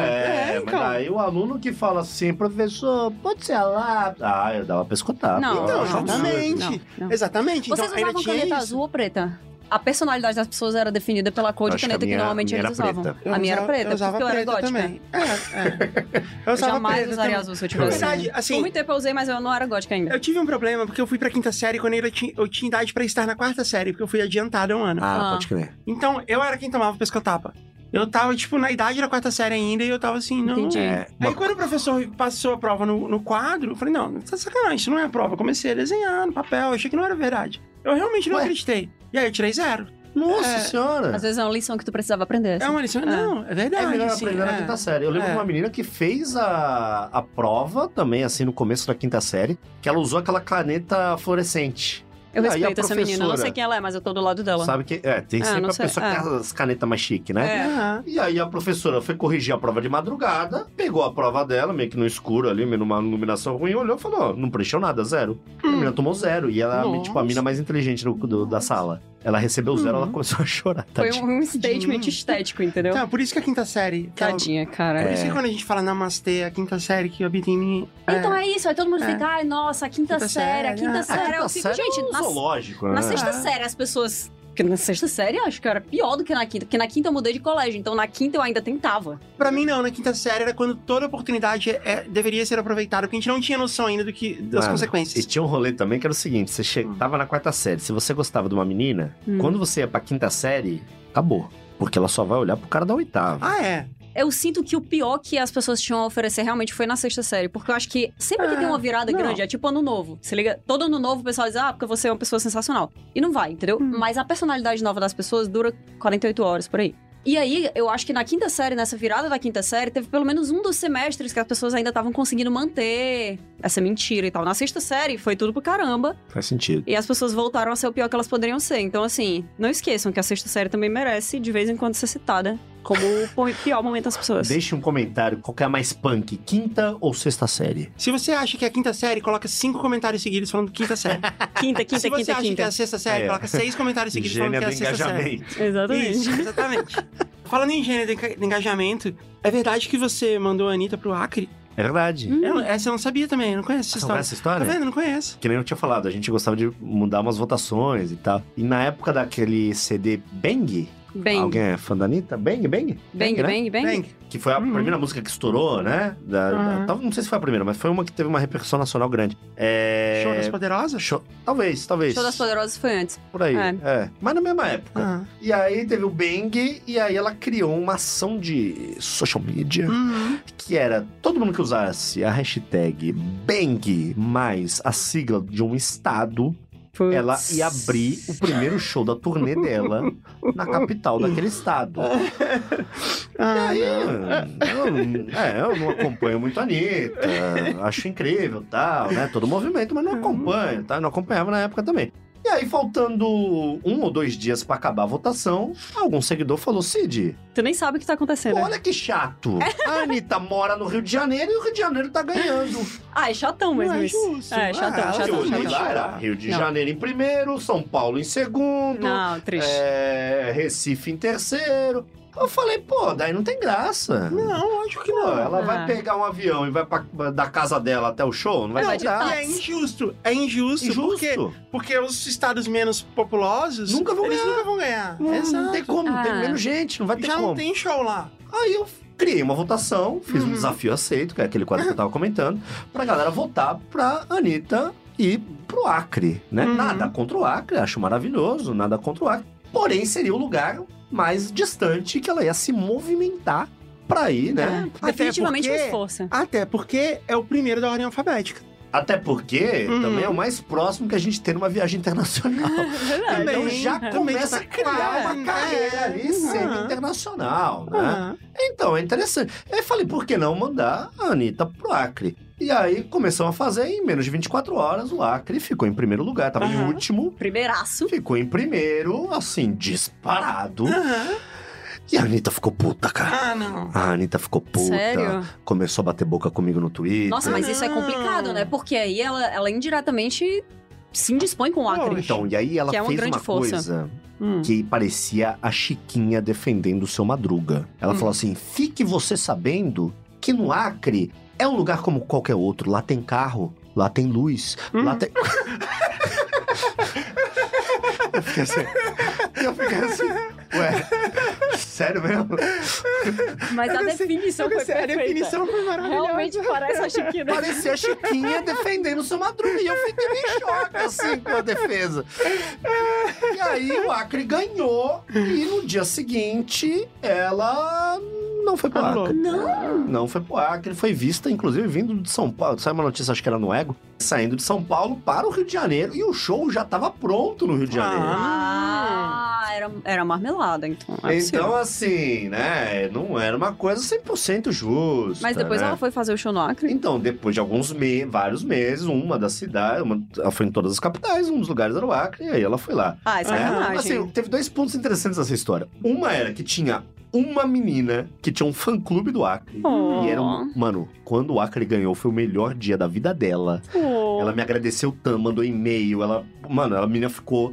[SPEAKER 1] É,
[SPEAKER 2] É, mas
[SPEAKER 1] então.
[SPEAKER 2] aí o aluno que fala assim, professor, pode ser a lápis? Ah, eu dava pra escutar.
[SPEAKER 3] Não,
[SPEAKER 1] Então,
[SPEAKER 3] não,
[SPEAKER 1] exatamente.
[SPEAKER 3] não, não.
[SPEAKER 2] assim,
[SPEAKER 1] Exatamente.
[SPEAKER 4] Vocês
[SPEAKER 1] então, ainda
[SPEAKER 4] usavam
[SPEAKER 1] tinha
[SPEAKER 4] caneta
[SPEAKER 1] isso.
[SPEAKER 4] azul ou preta? A personalidade das pessoas era definida pela cor de
[SPEAKER 2] Acho que a
[SPEAKER 4] caneta que,
[SPEAKER 2] minha-
[SPEAKER 4] normalmente
[SPEAKER 2] minha
[SPEAKER 4] eles
[SPEAKER 2] era
[SPEAKER 4] usavam.
[SPEAKER 2] preta.
[SPEAKER 1] Eu
[SPEAKER 4] A minha era
[SPEAKER 1] usava-
[SPEAKER 4] preta,
[SPEAKER 1] eu usava
[SPEAKER 4] porque eu era
[SPEAKER 1] preta
[SPEAKER 4] gótica.
[SPEAKER 1] também. É, é. Eu
[SPEAKER 4] [laughs] Eu
[SPEAKER 1] usava
[SPEAKER 4] jamais
[SPEAKER 1] preta
[SPEAKER 4] usaria
[SPEAKER 1] também.
[SPEAKER 4] azul se eu
[SPEAKER 1] Na
[SPEAKER 4] tivesse.
[SPEAKER 1] verdade,
[SPEAKER 3] Por
[SPEAKER 1] assim,
[SPEAKER 3] muito tempo eu usei, mas eu não era gótica ainda.
[SPEAKER 1] eu tive um problema porque eu fui pra quinta série quando eu tinha, eu tinha idade pra estar na quarta série, porque eu fui adiantada um ano.
[SPEAKER 2] Ah,
[SPEAKER 4] Ah.
[SPEAKER 2] pode crer.
[SPEAKER 1] Então, eu era quem tomava pescotapa. Eu tava, tipo, na idade da quarta série ainda e eu tava assim, não.
[SPEAKER 3] Entendi.
[SPEAKER 2] É,
[SPEAKER 1] Aí quando o professor passou a prova no, no quadro, eu falei, não, tá sacanagem, isso não é a prova. Eu comecei a desenhar no papel, eu achei que não era verdade. Eu realmente não
[SPEAKER 2] Ué?
[SPEAKER 1] acreditei. E aí eu tirei zero.
[SPEAKER 2] Nossa
[SPEAKER 1] É.
[SPEAKER 2] senhora!
[SPEAKER 4] Às vezes é uma lição que tu precisava aprender.
[SPEAKER 1] É
[SPEAKER 4] assim.
[SPEAKER 1] uma lição.
[SPEAKER 4] É.
[SPEAKER 1] Não, é verdade.
[SPEAKER 2] É melhor
[SPEAKER 1] assim,
[SPEAKER 2] aprender na
[SPEAKER 1] é.
[SPEAKER 2] quinta série. Eu lembro
[SPEAKER 1] É.
[SPEAKER 2] de uma menina que fez a, a prova também, assim, no começo da quinta série, que ela usou aquela caneta fluorescente.
[SPEAKER 3] Eu
[SPEAKER 2] Ah, e a
[SPEAKER 3] respeito essa menina. Eu não sei
[SPEAKER 2] professora?
[SPEAKER 3] quem ela é, mas eu tô do lado dela.
[SPEAKER 2] Sabe que. É, tem
[SPEAKER 3] Ah,
[SPEAKER 2] sempre
[SPEAKER 3] não
[SPEAKER 2] a
[SPEAKER 3] sei,
[SPEAKER 2] pessoa que
[SPEAKER 3] é.
[SPEAKER 2] tem as canetas mais chique, né?
[SPEAKER 3] É.
[SPEAKER 1] Aham.
[SPEAKER 2] E aí a professora foi corrigir a prova de madrugada, pegou a prova dela, meio que no escuro ali, meio numa iluminação ruim, olhou e falou, ó, não preencheu nada, zero. A menina tomou zero. E ela,
[SPEAKER 1] Nossa.
[SPEAKER 2] tipo, a mina mais inteligente do- do- da sala. Ela recebeu zero,
[SPEAKER 1] Uhum.
[SPEAKER 2] ela começou a chorar,
[SPEAKER 3] Foi
[SPEAKER 2] tadinha.
[SPEAKER 3] um, um statement
[SPEAKER 1] Tadinha.
[SPEAKER 3] estético,
[SPEAKER 2] É.
[SPEAKER 3] entendeu?
[SPEAKER 1] Uhum. Então, É. por isso que a quinta série. que ela-
[SPEAKER 3] Tadinha, cara.
[SPEAKER 1] Por isso que quando a gente fala namastê, a quinta série que habita em mim. é-
[SPEAKER 4] Então é isso, aí todo mundo
[SPEAKER 1] É.
[SPEAKER 4] fica, ai, nossa, a quinta,
[SPEAKER 1] Quinta
[SPEAKER 4] série, a
[SPEAKER 1] série,
[SPEAKER 4] quinta
[SPEAKER 1] ah,
[SPEAKER 4] série.
[SPEAKER 2] Aqui tá
[SPEAKER 4] eu fico,
[SPEAKER 2] sério, é um
[SPEAKER 4] gente, na,
[SPEAKER 2] zoológico,
[SPEAKER 4] na
[SPEAKER 2] né?
[SPEAKER 4] sexta
[SPEAKER 1] Ah.
[SPEAKER 4] série as pessoas. Porque na sexta série eu acho que eu era pior do que na quinta, porque na quinta eu mudei de colégio, então na quinta eu ainda tentava.
[SPEAKER 1] Pra mim, não. Na quinta série era quando toda oportunidade é- é- deveria ser aproveitada, porque a gente não tinha noção ainda do que, das
[SPEAKER 2] Mano, E
[SPEAKER 1] consequências.
[SPEAKER 2] tinha um rolê também que era o seguinte: você che- tava na quarta série, se você gostava de uma menina,
[SPEAKER 3] Hum.
[SPEAKER 2] quando você ia pra quinta série, acabou. Porque ela só vai olhar pro cara da oitava.
[SPEAKER 1] Ah, é.
[SPEAKER 4] Eu sinto que o pior que as pessoas tinham a oferecer realmente foi na sexta série, porque eu acho que sempre que
[SPEAKER 1] Ah,
[SPEAKER 4] tem uma virada
[SPEAKER 1] não.
[SPEAKER 4] grande, é tipo ano novo. Se liga, todo ano novo o pessoal diz, ah, porque você é uma pessoa sensacional. E não vai, entendeu?
[SPEAKER 1] Hum.
[SPEAKER 4] Mas a personalidade nova das pessoas dura 48 horas por aí. E aí, eu acho que na quinta série, nessa virada da quinta série, teve pelo menos um dos semestres que as pessoas ainda estavam conseguindo manter essa mentira e tal. Na sexta série, foi tudo pro caramba.
[SPEAKER 2] Faz sentido.
[SPEAKER 4] E as pessoas voltaram a ser o pior que elas poderiam ser. Então, assim, não esqueçam que a sexta série também merece, de vez em quando, ser citada como o po- pior momento das pessoas.
[SPEAKER 2] Deixe um comentário, qual que é a mais punk, quinta ou sexta série?
[SPEAKER 1] Se você acha que é a quinta série, coloca cinco comentários seguidos falando quinta série.
[SPEAKER 4] Quinta, [laughs] quinta,
[SPEAKER 1] Se
[SPEAKER 4] quinta,
[SPEAKER 1] você acha que é
[SPEAKER 4] quinta.
[SPEAKER 1] a sexta série,
[SPEAKER 2] É.
[SPEAKER 1] coloca seis comentários seguidos falando que
[SPEAKER 2] Gênia
[SPEAKER 1] é
[SPEAKER 2] do
[SPEAKER 1] a sexta série.
[SPEAKER 2] engajamento.
[SPEAKER 4] Exatamente.
[SPEAKER 1] Isso, exatamente. Falando em gênero de enca- de engajamento, é verdade que você mandou a Anitta pro Acre?
[SPEAKER 2] É verdade.
[SPEAKER 4] Hum.
[SPEAKER 1] Eu não- essa eu não sabia também, eu não conheço essa
[SPEAKER 2] Você não
[SPEAKER 1] história.
[SPEAKER 2] essa
[SPEAKER 1] Tá
[SPEAKER 2] história?
[SPEAKER 1] vendo? Eu Não conheço.
[SPEAKER 2] Que nem eu tinha falado, a gente gostava de mudar umas votações e tal. E na época daquele CD Bang,
[SPEAKER 3] Bang,
[SPEAKER 2] alguém é fã da Anitta? Bang, Bang?
[SPEAKER 3] bang,
[SPEAKER 2] né?
[SPEAKER 3] bang, bang.
[SPEAKER 1] Bem,
[SPEAKER 2] Que foi a
[SPEAKER 1] Uhum.
[SPEAKER 2] primeira música que estourou, né? Da, da-
[SPEAKER 1] Uhum.
[SPEAKER 2] tal- não sei se foi a primeira, mas foi uma que teve uma repercussão nacional grande. É...
[SPEAKER 1] show das poderosas?
[SPEAKER 2] Show- Talvez, talvez.
[SPEAKER 4] Show das Poderosas foi antes.
[SPEAKER 2] Por aí.
[SPEAKER 3] É.
[SPEAKER 2] É. Mas na mesma época.
[SPEAKER 1] Ah.
[SPEAKER 2] E aí teve o Bang, e aí ela criou uma ação de social media
[SPEAKER 1] Uhum.
[SPEAKER 2] que era todo mundo que usasse a hashtag Bang mais a sigla de um estado,
[SPEAKER 3] Putz.
[SPEAKER 2] ela ia abrir o primeiro show da turnê dela na capital daquele estado.
[SPEAKER 1] Ah,
[SPEAKER 2] Aí, eu, é, eu não acompanho muito a Anitta, acho incrível tal, né? Todo movimento, mas não acompanho, tá? Não acompanhava na época também. E aí, faltando um ou dois dias pra acabar a votação, algum seguidor falou: Cid,
[SPEAKER 4] Tu nem sabe o que tá acontecendo.
[SPEAKER 2] olha que chato. A Anitta mora no Rio de Janeiro e o Rio de Janeiro tá ganhando.
[SPEAKER 4] Ah, é chatão
[SPEAKER 1] não
[SPEAKER 4] mesmo
[SPEAKER 1] é
[SPEAKER 4] isso.
[SPEAKER 1] justo.
[SPEAKER 4] É, chatão,
[SPEAKER 1] Ah,
[SPEAKER 4] chatão,
[SPEAKER 2] Se eu
[SPEAKER 1] eu
[SPEAKER 2] olhei
[SPEAKER 4] chatão.
[SPEAKER 1] olhar
[SPEAKER 2] lá,
[SPEAKER 1] lá,
[SPEAKER 2] era Rio de
[SPEAKER 4] Não.
[SPEAKER 2] Janeiro em primeiro, São Paulo em segundo,
[SPEAKER 4] Não, triste.
[SPEAKER 2] é, Recife em terceiro. Eu falei, pô, daí não tem graça.
[SPEAKER 1] Não, lógico que
[SPEAKER 2] Pô,
[SPEAKER 1] não.
[SPEAKER 2] ela
[SPEAKER 4] Ah.
[SPEAKER 2] vai pegar um avião e vai pra, da casa dela até o show? Não vai
[SPEAKER 4] Ela
[SPEAKER 2] dar
[SPEAKER 4] vai de
[SPEAKER 1] E
[SPEAKER 2] graça.
[SPEAKER 1] é injusto. É injusto,
[SPEAKER 2] Injusto.
[SPEAKER 1] Porque, porque os estados menos populosos
[SPEAKER 2] Nunca vão
[SPEAKER 1] eles
[SPEAKER 2] ganhar.
[SPEAKER 1] nunca vão ganhar.
[SPEAKER 2] Não,
[SPEAKER 1] Exato.
[SPEAKER 2] não tem como, não tem
[SPEAKER 4] Ah.
[SPEAKER 2] menos gente, não vai ter
[SPEAKER 1] Já
[SPEAKER 2] como.
[SPEAKER 1] não tem show lá.
[SPEAKER 2] Aí eu criei uma votação, fiz um
[SPEAKER 1] Uhum.
[SPEAKER 2] desafio aceito, que é aquele quadro que eu tava comentando, pra galera votar pra Anitta e pro Acre, né?
[SPEAKER 1] Uhum.
[SPEAKER 2] Nada contra o Acre, acho maravilhoso, nada contra o Acre. Porém, seria o lugar mais distante que ela ia se movimentar pra ir, né?
[SPEAKER 4] É.
[SPEAKER 1] É.
[SPEAKER 4] Definitivamente
[SPEAKER 1] Até
[SPEAKER 4] uma
[SPEAKER 1] porque-
[SPEAKER 4] esforça.
[SPEAKER 1] Até porque é o primeiro da ordem alfabética.
[SPEAKER 2] Até porque
[SPEAKER 1] Uhum.
[SPEAKER 2] também é o mais próximo que a gente tem numa viagem internacional.
[SPEAKER 1] [laughs] [laughs] Ah, Também,
[SPEAKER 2] então já
[SPEAKER 1] também
[SPEAKER 2] começa
[SPEAKER 1] tá
[SPEAKER 2] a criar
[SPEAKER 1] claro,
[SPEAKER 2] uma carreira
[SPEAKER 1] é.
[SPEAKER 2] ali
[SPEAKER 1] Uhum.
[SPEAKER 2] semi-internacional, né?
[SPEAKER 1] Ah,
[SPEAKER 2] Então, é interessante. Aí falei, por que não mandar a Anitta pro Acre? E aí começamos a fazer em menos de 24 horas o Acre ficou em primeiro lugar, tava em
[SPEAKER 1] Aham.
[SPEAKER 2] último,
[SPEAKER 4] Primeiraço.
[SPEAKER 2] ficou em primeiro, assim, disparado.
[SPEAKER 1] aham.
[SPEAKER 2] E a Anitta ficou puta, cara.
[SPEAKER 1] Ah, não.
[SPEAKER 2] A Anitta ficou puta.
[SPEAKER 4] Sério?
[SPEAKER 2] Começou a bater boca comigo no Twitter.
[SPEAKER 4] Nossa, mas isso é complicado, né? Porque aí ela, ela indiretamente se indispõe com o Acre.
[SPEAKER 2] Então, e aí ela
[SPEAKER 4] Que é uma
[SPEAKER 2] fez
[SPEAKER 4] grande
[SPEAKER 2] uma
[SPEAKER 4] força.
[SPEAKER 2] coisa
[SPEAKER 1] Hum.
[SPEAKER 2] que parecia a Chiquinha defendendo o seu Madruga. Ela
[SPEAKER 1] Hum.
[SPEAKER 2] falou assim: fique você sabendo que no Acre é um lugar como qualquer outro. Lá tem carro, lá tem luz,
[SPEAKER 1] Hum.
[SPEAKER 2] lá tem. [laughs] Eu fiquei assim. Eu fiquei assim. Ué, sério mesmo?
[SPEAKER 4] Mas a
[SPEAKER 1] Eu pensei-
[SPEAKER 4] definição
[SPEAKER 1] Eu
[SPEAKER 4] foi
[SPEAKER 1] pensei, a
[SPEAKER 4] perfeita.
[SPEAKER 1] definição foi maravilhosa. Tá
[SPEAKER 4] Realmente parece a Chiquinha.
[SPEAKER 2] Parecia a Chiquinha defendendo o seu Madruga. E eu fiquei meio choque, assim, com a defesa. E aí o Acre ganhou. E no dia seguinte, ela não foi pro
[SPEAKER 1] Anulou.
[SPEAKER 2] Acre. [laughs] Não! Não foi pro Acre. Foi vista, inclusive, vindo de São Paulo. Saiu uma notícia, acho que era no Ego. Saindo de São Paulo para o Rio de Janeiro. E o show já tava pronto no Rio de Janeiro.
[SPEAKER 4] Ah, era, era marmelada, então. é possível.
[SPEAKER 2] Então, assim, né? Não era uma coisa 100% justa.
[SPEAKER 4] Mas depois
[SPEAKER 2] né?
[SPEAKER 4] ela foi fazer o show no Acre.
[SPEAKER 2] Então, depois de alguns meses, vários meses, uma das cidades, uma, ela foi em todas as capitais, um dos lugares era o Acre, e aí ela foi lá.
[SPEAKER 4] Ah, é
[SPEAKER 2] É,
[SPEAKER 4] sacanagem.
[SPEAKER 2] assim, teve dois pontos interessantes nessa história. Uma era que tinha uma menina que tinha um fã-clube do Acre.
[SPEAKER 4] Oh.
[SPEAKER 2] E era um... Mano, quando o Acre ganhou, foi o melhor dia da vida dela. Ela me agradeceu tanto, mandou e-mail, ela... Mano, a menina ficou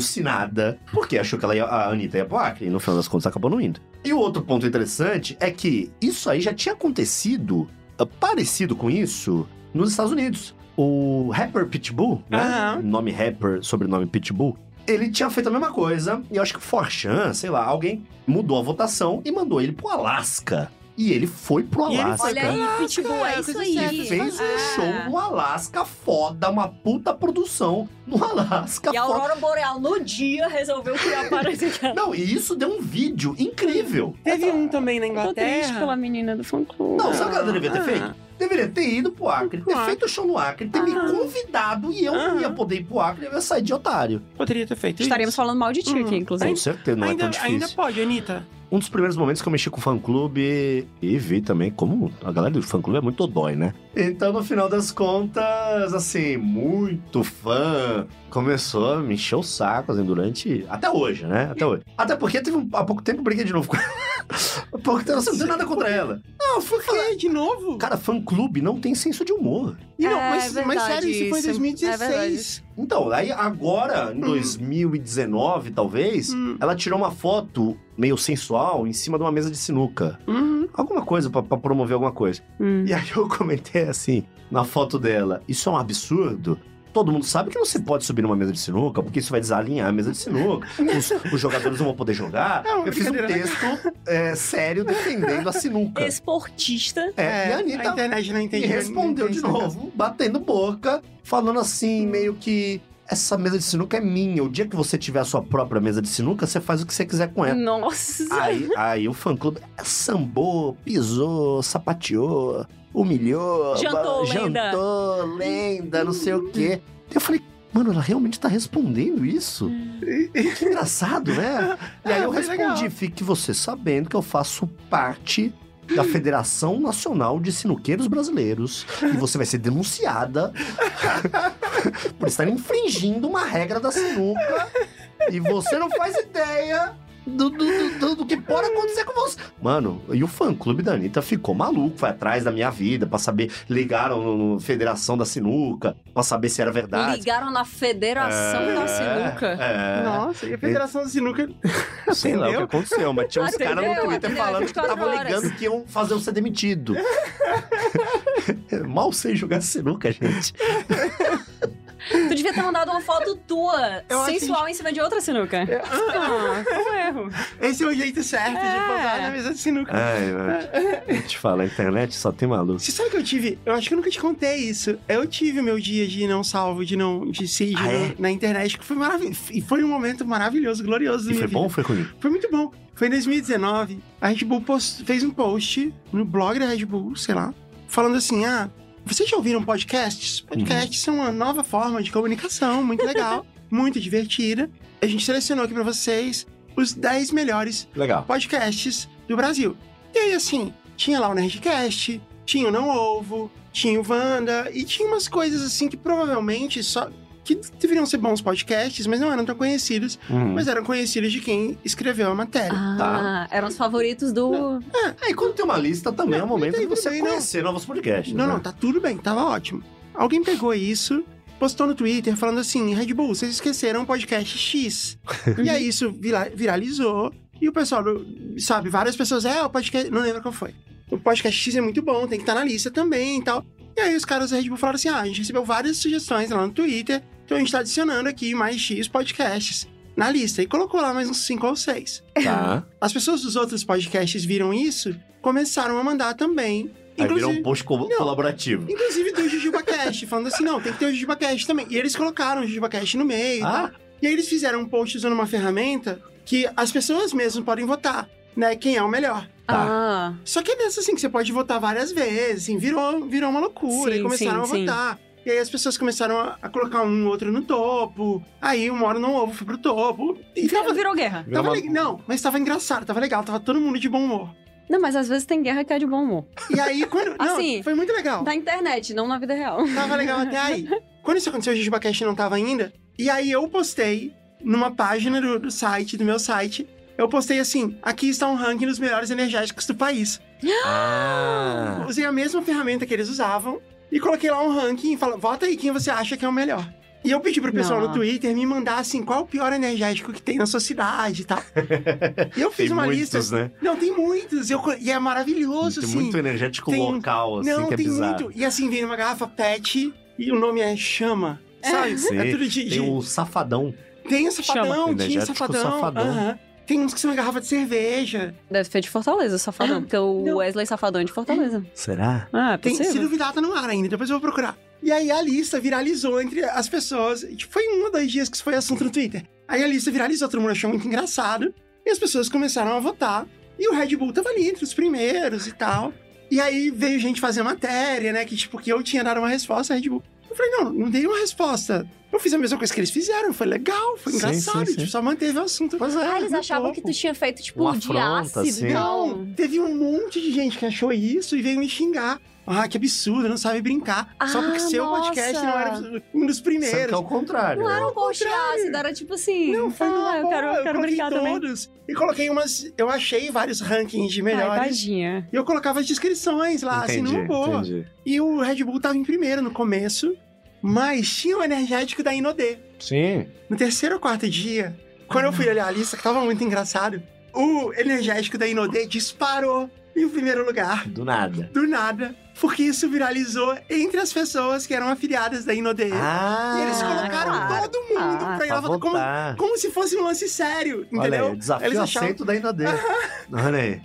[SPEAKER 2] alucinada, porque achou que ela ia, a Anitta ia pro Acre, e no final das contas acabou não indo. E o outro ponto interessante é que isso aí já tinha acontecido, ah, parecido com isso, nos Estados Unidos. O rapper Pitbull, né?
[SPEAKER 1] Aham.
[SPEAKER 2] Nome rapper, sobrenome Pitbull. Ele tinha feito a mesma coisa, e eu acho que Forchan, sei lá, alguém mudou a votação e mandou ele pro Alasca. E ele foi pro
[SPEAKER 1] E ele
[SPEAKER 2] Alasca.
[SPEAKER 4] Olha aí, Pitbull, é isso aí. É.
[SPEAKER 2] E fez um
[SPEAKER 1] Ah.
[SPEAKER 2] show no Alasca foda, uma puta produção no Alasca
[SPEAKER 4] E a
[SPEAKER 2] foda.
[SPEAKER 4] Aurora Boreal, no dia, resolveu criar para esse
[SPEAKER 2] [laughs]
[SPEAKER 4] cara.
[SPEAKER 2] Não, e isso deu um vídeo incrível.
[SPEAKER 1] Teve um também na
[SPEAKER 3] Tô triste
[SPEAKER 1] Inglaterra.
[SPEAKER 3] pela menina do fã-clube.
[SPEAKER 2] Não, sabe o que ela deveria ter
[SPEAKER 1] Ah.
[SPEAKER 2] feito? Deveria ter ido pro Acre, ter
[SPEAKER 1] Pro Acre.
[SPEAKER 2] feito o show no Acre, ter me
[SPEAKER 1] Ah.
[SPEAKER 2] convidado e eu não
[SPEAKER 1] Ah.
[SPEAKER 2] ia poder ir pro Acre, eu ia sair de otário.
[SPEAKER 1] Poderia ter feito
[SPEAKER 4] Estaremos
[SPEAKER 1] isso.
[SPEAKER 4] falando mal de ti
[SPEAKER 1] Hum.
[SPEAKER 4] aqui, inclusive.
[SPEAKER 2] Com certeza, não é
[SPEAKER 1] ainda,
[SPEAKER 2] tão difícil.
[SPEAKER 1] ainda pode, Anitta.
[SPEAKER 2] Um dos primeiros momentos que eu mexi com o fã-clube e vi também como a galera do fã-clube é muito dodói, né? Então, no final das contas, assim, muito fã começou a me encher o saco, assim, durante... Até hoje, né? Até hoje. Até porque teve um... há pouco tempo eu briguei de novo com ela. [laughs] Há pouco tempo, assim, não tenho nada contra ela. Não, fã
[SPEAKER 1] Por quê? De novo?
[SPEAKER 2] Cara, fã-clube não tem senso de humor.
[SPEAKER 1] E não,
[SPEAKER 4] É
[SPEAKER 1] mas, mas
[SPEAKER 4] verdade
[SPEAKER 1] sério, isso
[SPEAKER 4] isso.
[SPEAKER 1] foi em
[SPEAKER 4] É
[SPEAKER 1] 2016.
[SPEAKER 4] verdade.
[SPEAKER 2] Então, aí agora, em 2019, talvez,
[SPEAKER 1] Hum,
[SPEAKER 2] ela tirou uma foto meio sensual em cima de uma mesa de sinuca.
[SPEAKER 1] hum.
[SPEAKER 2] alguma coisa pra pra promover alguma coisa.
[SPEAKER 4] Hum.
[SPEAKER 2] E aí eu comentei assim, na foto dela, isso é um absurdo. Todo mundo sabe que não se pode subir numa mesa de sinuca, porque isso vai desalinhar a mesa de sinuca.
[SPEAKER 1] [laughs]
[SPEAKER 2] Os, os jogadores não vão poder jogar.
[SPEAKER 1] É uma
[SPEAKER 2] eu fiz um
[SPEAKER 1] brincadeira,
[SPEAKER 2] texto é, sério defendendo a sinuca.
[SPEAKER 4] Esportista.
[SPEAKER 2] É, e a Anitta
[SPEAKER 1] internet não
[SPEAKER 2] me
[SPEAKER 1] entende.
[SPEAKER 2] respondeu
[SPEAKER 1] não
[SPEAKER 2] de
[SPEAKER 1] entende essa
[SPEAKER 2] novo, batendo boca, falando assim, meio que. Essa mesa de sinuca é minha. O dia que você tiver a sua própria mesa de sinuca, você faz o que você quiser com ela.
[SPEAKER 3] Nossa.
[SPEAKER 2] Aí, aí o fã-clube sambou, pisou, sapateou, humilhou.
[SPEAKER 4] Jantou,
[SPEAKER 2] ba-
[SPEAKER 4] lenda.
[SPEAKER 2] Jantou, lenda, não sei o quê. Eu falei, mano, ela realmente tá respondendo isso? Que
[SPEAKER 1] [laughs]
[SPEAKER 2] engraçado, né? E aí
[SPEAKER 1] Ah,
[SPEAKER 2] eu
[SPEAKER 1] foi
[SPEAKER 2] respondi,
[SPEAKER 1] legal.
[SPEAKER 2] fique você sabendo que eu faço parte da Federação Nacional de Sinuqueiros Brasileiros e você vai ser denunciada [laughs] por estar infringindo uma regra da sinuca e você não faz ideia do, do, do- do- do que pode acontecer com você. Mano, e o fã-clube da Anitta ficou maluco, foi atrás da minha vida pra saber, ligaram no, no Federação da Sinuca pra saber se era verdade.
[SPEAKER 4] Ligaram na Federação da Sinuca.
[SPEAKER 2] É,
[SPEAKER 1] coisa. Nossa, e a Federação da Sinuca.
[SPEAKER 2] Sei lá o que
[SPEAKER 1] Entendeu?
[SPEAKER 2] aconteceu, mas tinha uns caras no
[SPEAKER 4] Entendeu?
[SPEAKER 2] Twitter
[SPEAKER 4] Entendeu?
[SPEAKER 2] falando que
[SPEAKER 4] 24
[SPEAKER 2] estavam
[SPEAKER 4] horas.
[SPEAKER 2] ligando que iam fazer eu ser demitido. [laughs] Mal sei jogar sinuca, gente.
[SPEAKER 4] Tu devia ter mandado uma foto tua,
[SPEAKER 1] Eu acho
[SPEAKER 4] sensual, em cima de outra sinuca. Ah, foi um erro.
[SPEAKER 1] Esse é o jeito certo
[SPEAKER 4] É.
[SPEAKER 1] de posar na mesa de sinuca.
[SPEAKER 2] Ai, mano. Te fala, a internet só tem maluco.
[SPEAKER 1] Você sabe que eu tive? Eu acho que eu nunca te contei isso. Eu tive o meu dia de não salvo, de não de ser
[SPEAKER 2] Ah, é?
[SPEAKER 1] na internet, que foi maravilhoso. E foi um momento maravilhoso, glorioso da
[SPEAKER 2] E
[SPEAKER 1] minha
[SPEAKER 2] foi
[SPEAKER 1] vida.
[SPEAKER 2] bom ou foi ruim?
[SPEAKER 1] Foi muito bom. Foi em 2019. A Red Bull post- fez um post no blog da Red Bull, sei lá, falando assim: ah, Vocês já ouviram podcasts?
[SPEAKER 2] Uhum.
[SPEAKER 1] Podcasts são uma nova forma de comunicação, muito
[SPEAKER 2] [laughs]
[SPEAKER 1] legal, muito divertida. A gente selecionou aqui pra vocês os 10 melhores
[SPEAKER 2] Legal.
[SPEAKER 1] podcasts do Brasil. E aí, assim, tinha lá o Nerdcast, tinha o Não Ovo, tinha o Wanda, e tinha umas coisas assim que provavelmente só. que deveriam ser bons podcasts, mas não eram tão conhecidos,
[SPEAKER 2] Uhum.
[SPEAKER 1] mas eram conhecidos de quem escreveu a matéria.
[SPEAKER 4] Ah, eram os favoritos do.
[SPEAKER 2] Aí quando tem uma lista também é o
[SPEAKER 1] Não,
[SPEAKER 2] momento
[SPEAKER 1] tem
[SPEAKER 2] de você
[SPEAKER 1] também, não.
[SPEAKER 2] conhecer novos podcasts.
[SPEAKER 1] Não,
[SPEAKER 2] né?
[SPEAKER 1] não, tá tudo bem, tava ótimo. Alguém pegou isso, postou no Twitter falando assim: Red Bull, vocês esqueceram o podcast
[SPEAKER 2] [laughs]
[SPEAKER 1] X. e aí isso vira- viralizou. E o pessoal, do- sabe, várias pessoas, é, o podcast. Não lembro qual foi. O podcast X é muito bom, tem que estar na lista também e tal. E aí os caras da Red Bull falaram assim: ah, a gente recebeu várias sugestões lá no Twitter, então a gente tá adicionando aqui mais X podcasts na lista. E colocou lá mais uns cinco ou seis.
[SPEAKER 2] Tá.
[SPEAKER 1] As pessoas dos outros podcasts viram isso, começaram a mandar também.
[SPEAKER 2] Aí virou
[SPEAKER 1] Inclusive-
[SPEAKER 2] um post co-
[SPEAKER 1] Não.
[SPEAKER 2] colaborativo.
[SPEAKER 1] Inclusive do JujubaCast, falando assim, não, tem que ter o JujubaCast também. E eles colocaram o JujubaCast no meio. e tal.
[SPEAKER 2] Ah,
[SPEAKER 1] E aí eles fizeram um post usando uma ferramenta que as pessoas mesmo podem votar, né? Quem é o melhor.
[SPEAKER 4] Ah,
[SPEAKER 1] Só que é dessa assim que você pode votar várias vezes, assim, virou, virou uma loucura.
[SPEAKER 3] Sim,
[SPEAKER 1] e começaram
[SPEAKER 3] sim,
[SPEAKER 1] a
[SPEAKER 3] sim.
[SPEAKER 1] votar. E aí as pessoas começaram a, a colocar um outro no topo. Aí uma hora não ovo foi pro topo. E
[SPEAKER 3] Virou,
[SPEAKER 1] tava,
[SPEAKER 3] virou guerra.
[SPEAKER 2] virou
[SPEAKER 1] tava
[SPEAKER 2] uma-
[SPEAKER 1] le- Não, mas tava engraçado, tava legal, tava todo mundo de bom humor.
[SPEAKER 4] Não, mas às vezes tem guerra que é de bom humor.
[SPEAKER 1] E aí,
[SPEAKER 3] [laughs]
[SPEAKER 1] quando. Não,
[SPEAKER 4] Assim,
[SPEAKER 1] foi muito legal.
[SPEAKER 4] Na internet, não na vida real.
[SPEAKER 1] Tava legal até aí. Quando isso aconteceu, o JujubaCast não tava ainda. E aí eu postei numa página do, do site, do meu site, eu postei assim: aqui está um ranking dos melhores energéticos do país.
[SPEAKER 2] Ah.
[SPEAKER 1] Usei a mesma ferramenta que eles usavam e coloquei lá um ranking e falo, vota aí quem você acha que é o melhor. E eu pedi pro pessoal no
[SPEAKER 4] Nossa.
[SPEAKER 1] Twitter me mandar assim qual o pior energético que tem na sua cidade e
[SPEAKER 2] [laughs]
[SPEAKER 1] tal. E eu fiz
[SPEAKER 2] Tem
[SPEAKER 1] uma
[SPEAKER 2] muitos,
[SPEAKER 1] lista.
[SPEAKER 2] né?
[SPEAKER 1] Não, tem muitos. Eu co- e é maravilhoso,
[SPEAKER 2] Tem
[SPEAKER 1] assim.
[SPEAKER 2] muito energético
[SPEAKER 1] Tem-
[SPEAKER 2] local, assim,
[SPEAKER 1] Não,
[SPEAKER 2] que é
[SPEAKER 1] tem
[SPEAKER 2] bizarro.
[SPEAKER 1] muito. E assim, vem numa garrafa pet e o nome é Chama. Sabe?
[SPEAKER 2] Sim.
[SPEAKER 1] É tudo de. de-
[SPEAKER 2] Tem o safadão.
[SPEAKER 1] Tem o safadão,
[SPEAKER 2] Chama. né?
[SPEAKER 1] tinha o
[SPEAKER 2] Energético
[SPEAKER 1] safadão.
[SPEAKER 2] tipo Safadão.
[SPEAKER 1] aham. Tem uns que são uma garrafa de cerveja.
[SPEAKER 4] Deve ser de Fortaleza, safadão. Porque o
[SPEAKER 1] Não.
[SPEAKER 4] Wesley Safadão é de Fortaleza.
[SPEAKER 2] Será?
[SPEAKER 4] Ah, é
[SPEAKER 1] Tem,
[SPEAKER 4] possível.
[SPEAKER 1] se duvidar, tá no ar ainda, depois eu vou procurar. E aí a lista viralizou entre as pessoas. Tipo, Foi um ou dois dias que isso foi assunto no Twitter. Aí a lista viralizou, todo mundo achou muito engraçado. E as pessoas começaram a votar. E o Red Bull tava ali entre os primeiros e tal. E aí veio gente fazer matéria, né? Que tipo, que eu tinha dado uma resposta, a Red Bull. Eu falei, não, não dei uma resposta. Eu fiz a mesma coisa que eles fizeram, foi legal, foi
[SPEAKER 2] Sim,
[SPEAKER 1] engraçado.
[SPEAKER 2] sim, sim.
[SPEAKER 1] Tipo, só manteve o assunto. Pois
[SPEAKER 3] Ah, eles achavam que tu tinha feito, tipo,
[SPEAKER 2] Uma
[SPEAKER 3] de
[SPEAKER 2] afronta,
[SPEAKER 3] ácido.
[SPEAKER 2] assim.
[SPEAKER 3] Não.
[SPEAKER 1] Não, teve um monte de gente que achou isso e veio me xingar. Ah, que absurdo, não sabe brincar. Só porque
[SPEAKER 3] Ah,
[SPEAKER 1] seu
[SPEAKER 3] nossa.
[SPEAKER 1] podcast não era um dos primeiros.
[SPEAKER 2] Sendo que é o contrário.
[SPEAKER 4] Não
[SPEAKER 2] né?
[SPEAKER 4] era um post ácido, era tipo
[SPEAKER 2] é
[SPEAKER 4] assim.
[SPEAKER 1] Não, foi
[SPEAKER 4] ah,
[SPEAKER 1] numa
[SPEAKER 4] eu
[SPEAKER 1] boa,
[SPEAKER 4] quero, eu quero
[SPEAKER 1] coloquei
[SPEAKER 4] brincar também.
[SPEAKER 1] todos. E coloquei umas... Eu achei vários rankings de
[SPEAKER 4] Ai,
[SPEAKER 1] melhores.
[SPEAKER 4] tadinha.
[SPEAKER 1] e eu colocava as descrições lá,
[SPEAKER 2] entendi,
[SPEAKER 1] assim, numa boa.
[SPEAKER 2] entendi.
[SPEAKER 1] E o Red Bull tava em primeiro no começo, mas tinha o energético da Inodê.
[SPEAKER 2] Sim.
[SPEAKER 1] No terceiro ou quarto dia, quando eu fui olhar a lista, que tava muito engraçado, o energético da Inodê disparou em primeiro lugar.
[SPEAKER 2] Do nada.
[SPEAKER 1] do nada, porque isso viralizou entre as pessoas que eram afiliadas da Inodê.
[SPEAKER 2] Ah,
[SPEAKER 1] e eles colocaram
[SPEAKER 4] claro.
[SPEAKER 1] todo mundo
[SPEAKER 4] Ah,
[SPEAKER 1] pra ir
[SPEAKER 2] pra
[SPEAKER 1] lá votar, como,
[SPEAKER 2] votar.
[SPEAKER 1] como se fosse um lance sério,
[SPEAKER 2] Olha aí,
[SPEAKER 1] entendeu?
[SPEAKER 2] o desafio
[SPEAKER 1] Eles achavam-
[SPEAKER 2] aceito da Inodê. Olha aí.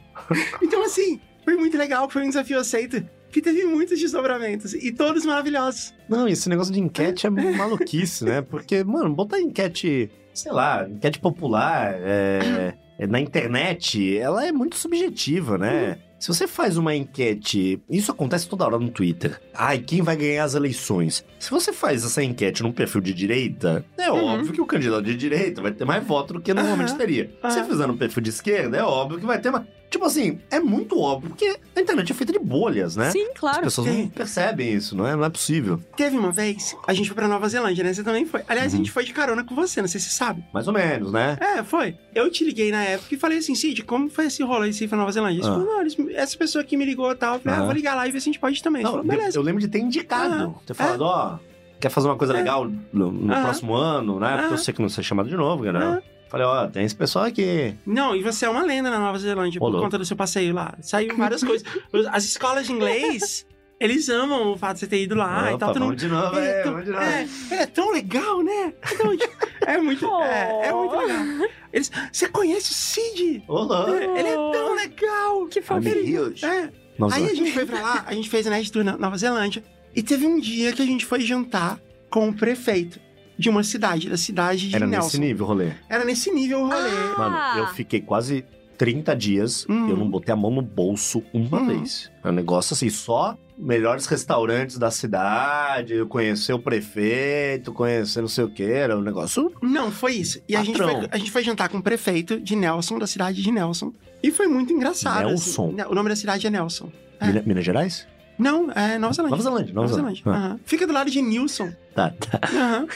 [SPEAKER 1] Então, assim, foi muito legal, foi um desafio aceito, que teve muitos desdobramentos, e todos maravilhosos.
[SPEAKER 2] Não, esse negócio de enquete é maluquice, né? Porque, mano, botar enquete, sei lá, enquete popular é, é na internet, ela é muito subjetiva, né? Se você faz uma enquete, isso acontece toda hora no Twitter. Ai, quem vai ganhar as eleições? Se você faz essa enquete num perfil de direita, é óbvio que o candidato de direita vai ter mais voto do que normalmente
[SPEAKER 1] Aham,
[SPEAKER 2] teria. Se você
[SPEAKER 1] aham.
[SPEAKER 2] fizer num perfil de esquerda, é óbvio que vai ter mais. Tipo assim, é muito óbvio, porque a internet é feita de bolhas, né?
[SPEAKER 4] Sim,
[SPEAKER 2] As
[SPEAKER 4] claro.
[SPEAKER 2] pessoas não percebem isso, não é? Não é possível.
[SPEAKER 1] Teve uma vez, a gente foi pra Nova Zelândia, né? Você também foi. Aliás,
[SPEAKER 2] Uhum.
[SPEAKER 1] a gente foi de carona com você, não sei se você sabe.
[SPEAKER 2] Mais ou menos, né?
[SPEAKER 1] É, foi. Eu te liguei na época e falei assim, Cid, como foi esse rolo aí, você ir pra Nova Zelândia? Você
[SPEAKER 2] Ah.
[SPEAKER 1] falou, não, eles- essa pessoa que me ligou e tal, eu falei, ah,
[SPEAKER 2] Aham.
[SPEAKER 1] vou ligar lá e ver se a gente pode ir também. Ele
[SPEAKER 2] Não,
[SPEAKER 1] falou,
[SPEAKER 2] eu-
[SPEAKER 1] beleza.
[SPEAKER 2] Eu lembro de ter indicado. ter falado, ó, quer fazer uma coisa
[SPEAKER 1] Ah, É. Ah.
[SPEAKER 2] legal no, no
[SPEAKER 1] Aham.
[SPEAKER 2] próximo ano, né? Porque eu
[SPEAKER 1] Aham.
[SPEAKER 2] sei que não sei chamado de novo, galera.
[SPEAKER 1] Aham.
[SPEAKER 2] Falei, ó, tem esse pessoal aqui.
[SPEAKER 1] Não, e você é uma lenda na Nova Zelândia
[SPEAKER 2] Ô,
[SPEAKER 1] por
[SPEAKER 2] louco.
[SPEAKER 1] conta do seu passeio lá. Saiu
[SPEAKER 2] [laughs]
[SPEAKER 1] várias coisas. As escolas de inglês, eles amam o fato de você ter ido lá
[SPEAKER 2] Opa,
[SPEAKER 1] e tal. todo
[SPEAKER 2] vamos
[SPEAKER 1] mundo-
[SPEAKER 2] de novo, é,
[SPEAKER 1] É,
[SPEAKER 2] vamos de novo.
[SPEAKER 1] é, é tão legal, né? Então, tipo, é muito, é, é muito legal. Eles, você conhece o Cid?
[SPEAKER 2] Ô, louco.
[SPEAKER 1] É, Ele é tão legal.
[SPEAKER 4] Que fofo.
[SPEAKER 1] Ele-
[SPEAKER 2] Amigos.
[SPEAKER 1] É,
[SPEAKER 2] Nossa,
[SPEAKER 1] Aí a gente foi pra lá, a gente fez a Nerd Tour na Nova Zelândia, e teve um dia que a gente foi jantar com o prefeito de uma cidade, da cidade de
[SPEAKER 2] era
[SPEAKER 1] Nelson.
[SPEAKER 2] nesse nível o rolê.
[SPEAKER 1] Era nesse nível o rolê.
[SPEAKER 4] Ah.
[SPEAKER 2] Mano, eu fiquei quase 30 dias
[SPEAKER 1] Hum.
[SPEAKER 2] eu não botei a mão no bolso uma
[SPEAKER 1] Hum.
[SPEAKER 2] vez. É um negócio assim, só melhores restaurantes da cidade, eu conhecer o prefeito, conhecer não sei o que, era um negócio...
[SPEAKER 1] Não, foi isso. E a gente,
[SPEAKER 2] Patrão.
[SPEAKER 1] foi, a gente foi jantar com o prefeito de Nelson, da cidade de Nelson. E foi muito engraçado.
[SPEAKER 2] Nelson?
[SPEAKER 1] assim. O nome da cidade é Nelson. É.
[SPEAKER 2] Minas, Minas Gerais?
[SPEAKER 1] Não, é Nova Zelândia.
[SPEAKER 2] Nova Zelândia, Nova, Zelândia.
[SPEAKER 1] Aham. Fica do lado de
[SPEAKER 2] [laughs]
[SPEAKER 1] Nilson.
[SPEAKER 2] Ah, tá, tá.
[SPEAKER 1] Aham.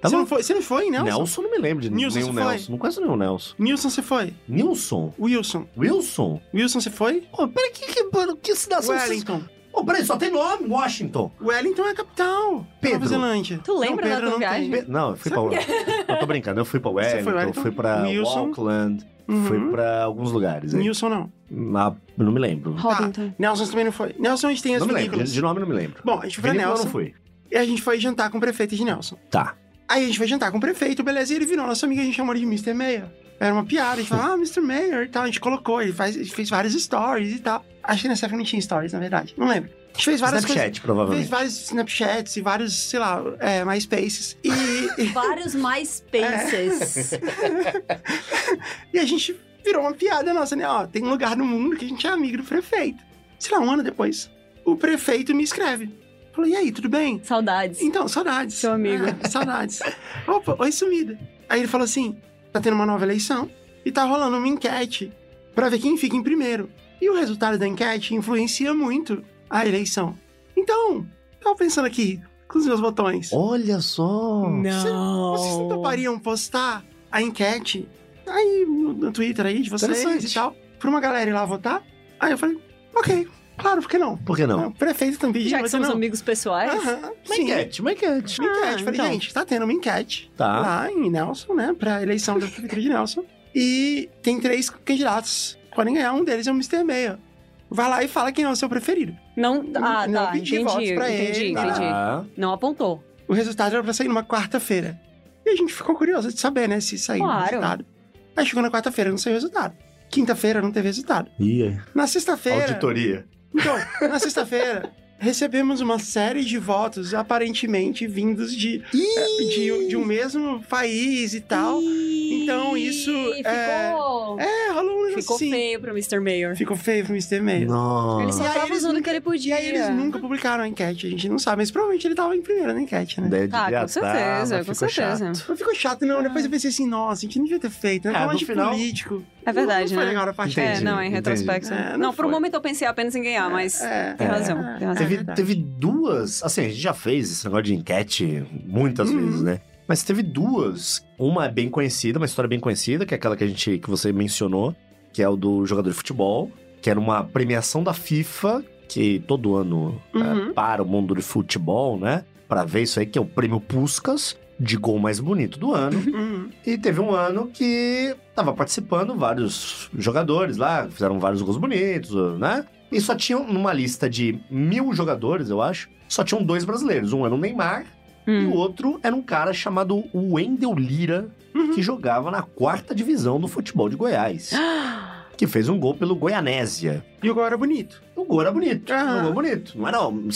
[SPEAKER 2] Tá
[SPEAKER 1] você,
[SPEAKER 2] bom.
[SPEAKER 1] não foi, você não foi, em
[SPEAKER 2] Nelson?
[SPEAKER 1] Nelson?
[SPEAKER 2] não me lembro de
[SPEAKER 1] Nilson, você
[SPEAKER 2] nenhum
[SPEAKER 1] foi?
[SPEAKER 2] Nelson. Não conheço nenhum Nelson.
[SPEAKER 1] Nilson, você foi?
[SPEAKER 2] Nilson?
[SPEAKER 1] Wilson.
[SPEAKER 2] Wilson?
[SPEAKER 1] Wilson, você foi?
[SPEAKER 2] Pô, peraí, que, que, mano, que cidade são essas?
[SPEAKER 1] Wellington.
[SPEAKER 2] Pô, peraí, só tem nome, Washington.
[SPEAKER 1] Wellington é a capital.
[SPEAKER 2] Pedro.
[SPEAKER 1] Nova Zelândia.
[SPEAKER 4] Tu lembra
[SPEAKER 1] não,
[SPEAKER 4] da tua
[SPEAKER 1] Pedro não tem.
[SPEAKER 4] viagem?
[SPEAKER 2] Pe- Não, eu fui pra... Eu tô brincando, eu fui pra
[SPEAKER 1] é? [laughs] Você
[SPEAKER 2] Wellington,
[SPEAKER 1] foi Wellington?
[SPEAKER 2] fui pra
[SPEAKER 1] Wilson?
[SPEAKER 2] Auckland,
[SPEAKER 1] Uhum.
[SPEAKER 2] fui pra alguns lugares aí.
[SPEAKER 1] Nilson não.
[SPEAKER 2] Ah, eu não me lembro.
[SPEAKER 4] Robinton.
[SPEAKER 1] Nelson também não foi. Nelson a gente tem as
[SPEAKER 2] Não me lembro,
[SPEAKER 1] vinícolas.
[SPEAKER 2] de de nome não me lembro.
[SPEAKER 1] Bom, a gente foi pra
[SPEAKER 2] Vinícola eu
[SPEAKER 1] Nelson.
[SPEAKER 2] não fui.
[SPEAKER 1] E a gente foi jantar com o prefeito de Nelson.
[SPEAKER 2] Tá.
[SPEAKER 1] Aí a gente foi jantar com o prefeito, beleza, e ele virou nosso amigo, a gente chamou ele de Mr. Mayor. Era uma piada, a gente falou, ah, Mr. Mayor e tal. A gente colocou, ele, faz, ele fez várias stories e tal. Acho que nessa época não tinha stories, na verdade. Não lembro. A gente fez várias coisas.
[SPEAKER 2] Snapchat,
[SPEAKER 1] Fez
[SPEAKER 2] provavelmente.
[SPEAKER 1] vários Snapchats e vários, sei lá, é, MySpaces. E,
[SPEAKER 4] Vários mais penses.
[SPEAKER 2] É.
[SPEAKER 1] e a gente virou uma piada nossa, né? Ó, tem um lugar no mundo que a gente é amigo do prefeito. Sei lá, um ano depois, o prefeito me escreve. Falou, e aí, tudo bem?
[SPEAKER 4] [laughs] Saudades.
[SPEAKER 1] Então, saudades.
[SPEAKER 4] Seu amigo.
[SPEAKER 1] É, saudades. Opa, oi sumida. Aí ele falou assim: tá tendo uma nova eleição e tá rolando uma enquete pra ver quem fica em primeiro. E o resultado da enquete influencia muito a eleição. Então, tava pensando aqui, com os meus botões.
[SPEAKER 2] Olha só.
[SPEAKER 1] Não. Vocês
[SPEAKER 2] Oh.
[SPEAKER 1] não topariam postar a enquete aí no no Twitter aí de vocês
[SPEAKER 2] Interessante.
[SPEAKER 1] e tal, pra uma galera ir lá votar? Aí eu falei, ok, claro, por que não?
[SPEAKER 2] Por que não?
[SPEAKER 1] O prefeito também
[SPEAKER 4] Já que
[SPEAKER 1] você
[SPEAKER 4] somos
[SPEAKER 1] não.
[SPEAKER 4] amigos é. pessoais.
[SPEAKER 1] Aham,
[SPEAKER 2] Uma
[SPEAKER 1] sim.
[SPEAKER 2] enquete, uma enquete.
[SPEAKER 1] Uma enquete.
[SPEAKER 4] Ah,
[SPEAKER 1] Falei,
[SPEAKER 4] então.
[SPEAKER 1] gente, tá tendo uma enquete
[SPEAKER 2] Tá.
[SPEAKER 1] lá em Nelson, né? Pra eleição da prefeitura de Nelson. E tem três candidatos. Podem ganhar, um deles é o Mr. Meia. Vai lá e fala quem é o seu preferido.
[SPEAKER 4] Não, ah,
[SPEAKER 1] Não
[SPEAKER 4] tá.
[SPEAKER 1] pedi
[SPEAKER 4] Entendi,
[SPEAKER 1] votos pra ele,
[SPEAKER 4] entendi,
[SPEAKER 1] nada.
[SPEAKER 4] entendi.
[SPEAKER 2] Tá.
[SPEAKER 4] Não apontou.
[SPEAKER 1] O resultado era pra sair numa quarta-feira. E a gente ficou curioso de saber, né? Se saiu o
[SPEAKER 4] Claro.
[SPEAKER 1] resultado. Aí chegou na quarta-feira, não saiu o resultado. Quinta-feira não teve resultado.
[SPEAKER 2] E aí?
[SPEAKER 1] Na sexta-feira.
[SPEAKER 2] Auditoria.
[SPEAKER 1] Então, na sexta-feira, recebemos uma série de votos aparentemente vindos de, eh, de, de um mesmo país e tal. Então, isso,
[SPEAKER 4] Ih,
[SPEAKER 1] é,
[SPEAKER 4] Ficou,
[SPEAKER 1] É, rolou um negócio
[SPEAKER 4] ficou
[SPEAKER 1] assim.
[SPEAKER 4] feio pro Mr. Mayor.
[SPEAKER 1] Ficou feio pro Mr. Mayer.
[SPEAKER 4] Ele
[SPEAKER 2] Nossa.
[SPEAKER 4] só
[SPEAKER 1] E aí
[SPEAKER 4] tava
[SPEAKER 1] eles
[SPEAKER 4] usando o
[SPEAKER 1] nunca-
[SPEAKER 4] que ele
[SPEAKER 1] E
[SPEAKER 4] podia.
[SPEAKER 1] aí eles nunca publicaram a enquete, a gente não sabe, mas provavelmente ele tava em primeiro na enquete, né?
[SPEAKER 2] Deve-
[SPEAKER 4] Tá,
[SPEAKER 2] devia
[SPEAKER 4] com
[SPEAKER 2] tá, mas
[SPEAKER 4] certeza, com
[SPEAKER 2] ficou
[SPEAKER 4] certeza.
[SPEAKER 2] chato.
[SPEAKER 1] Mas ficou chato, não. Depois eu pensei assim, nossa, a gente não devia ter feito, né?
[SPEAKER 2] É,
[SPEAKER 1] Falando
[SPEAKER 2] no
[SPEAKER 1] de
[SPEAKER 2] final-
[SPEAKER 1] político.
[SPEAKER 3] É verdade,
[SPEAKER 1] não foi
[SPEAKER 3] né?
[SPEAKER 1] legal a parte
[SPEAKER 2] Entendi.
[SPEAKER 3] É, não, é em
[SPEAKER 2] entendi.
[SPEAKER 3] retrospecto.
[SPEAKER 1] É, não
[SPEAKER 3] não, por um
[SPEAKER 1] foi.
[SPEAKER 3] momento eu pensei apenas em ganhar, mas
[SPEAKER 1] É,
[SPEAKER 3] tem
[SPEAKER 1] é,
[SPEAKER 3] razão, tem razão.
[SPEAKER 2] Teve,
[SPEAKER 1] verdade.
[SPEAKER 2] teve duas. Assim, a gente já fez esse negócio de enquete muitas
[SPEAKER 1] Uhum.
[SPEAKER 2] vezes, né? Mas teve duas. Uma é bem conhecida, uma história bem conhecida, que é aquela que a gente que você mencionou, que é o do jogador de futebol, que era uma premiação da FIFA, que todo ano é,
[SPEAKER 1] Uhum.
[SPEAKER 2] para o mundo do futebol, né? Pra ver isso aí, que é o prêmio Puskas de gol mais bonito do ano.
[SPEAKER 1] Uhum.
[SPEAKER 2] E teve um ano que tava participando vários jogadores lá, fizeram vários gols bonitos, né? E só tinham, numa lista de mil jogadores, eu acho, só tinham dois brasileiros. Um era o Neymar e o
[SPEAKER 4] [gasps]
[SPEAKER 3] Hum.
[SPEAKER 2] outro era um cara chamado Wendel Lira,
[SPEAKER 1] Uhum.
[SPEAKER 2] que jogava na quarta divisão do futebol de Goiás,
[SPEAKER 3] Ah.
[SPEAKER 2] que fez um gol pelo Goianésia.
[SPEAKER 1] E o gol era bonito.
[SPEAKER 2] O gol era bonito,
[SPEAKER 1] Ah.
[SPEAKER 2] era um gol bonito. Não era um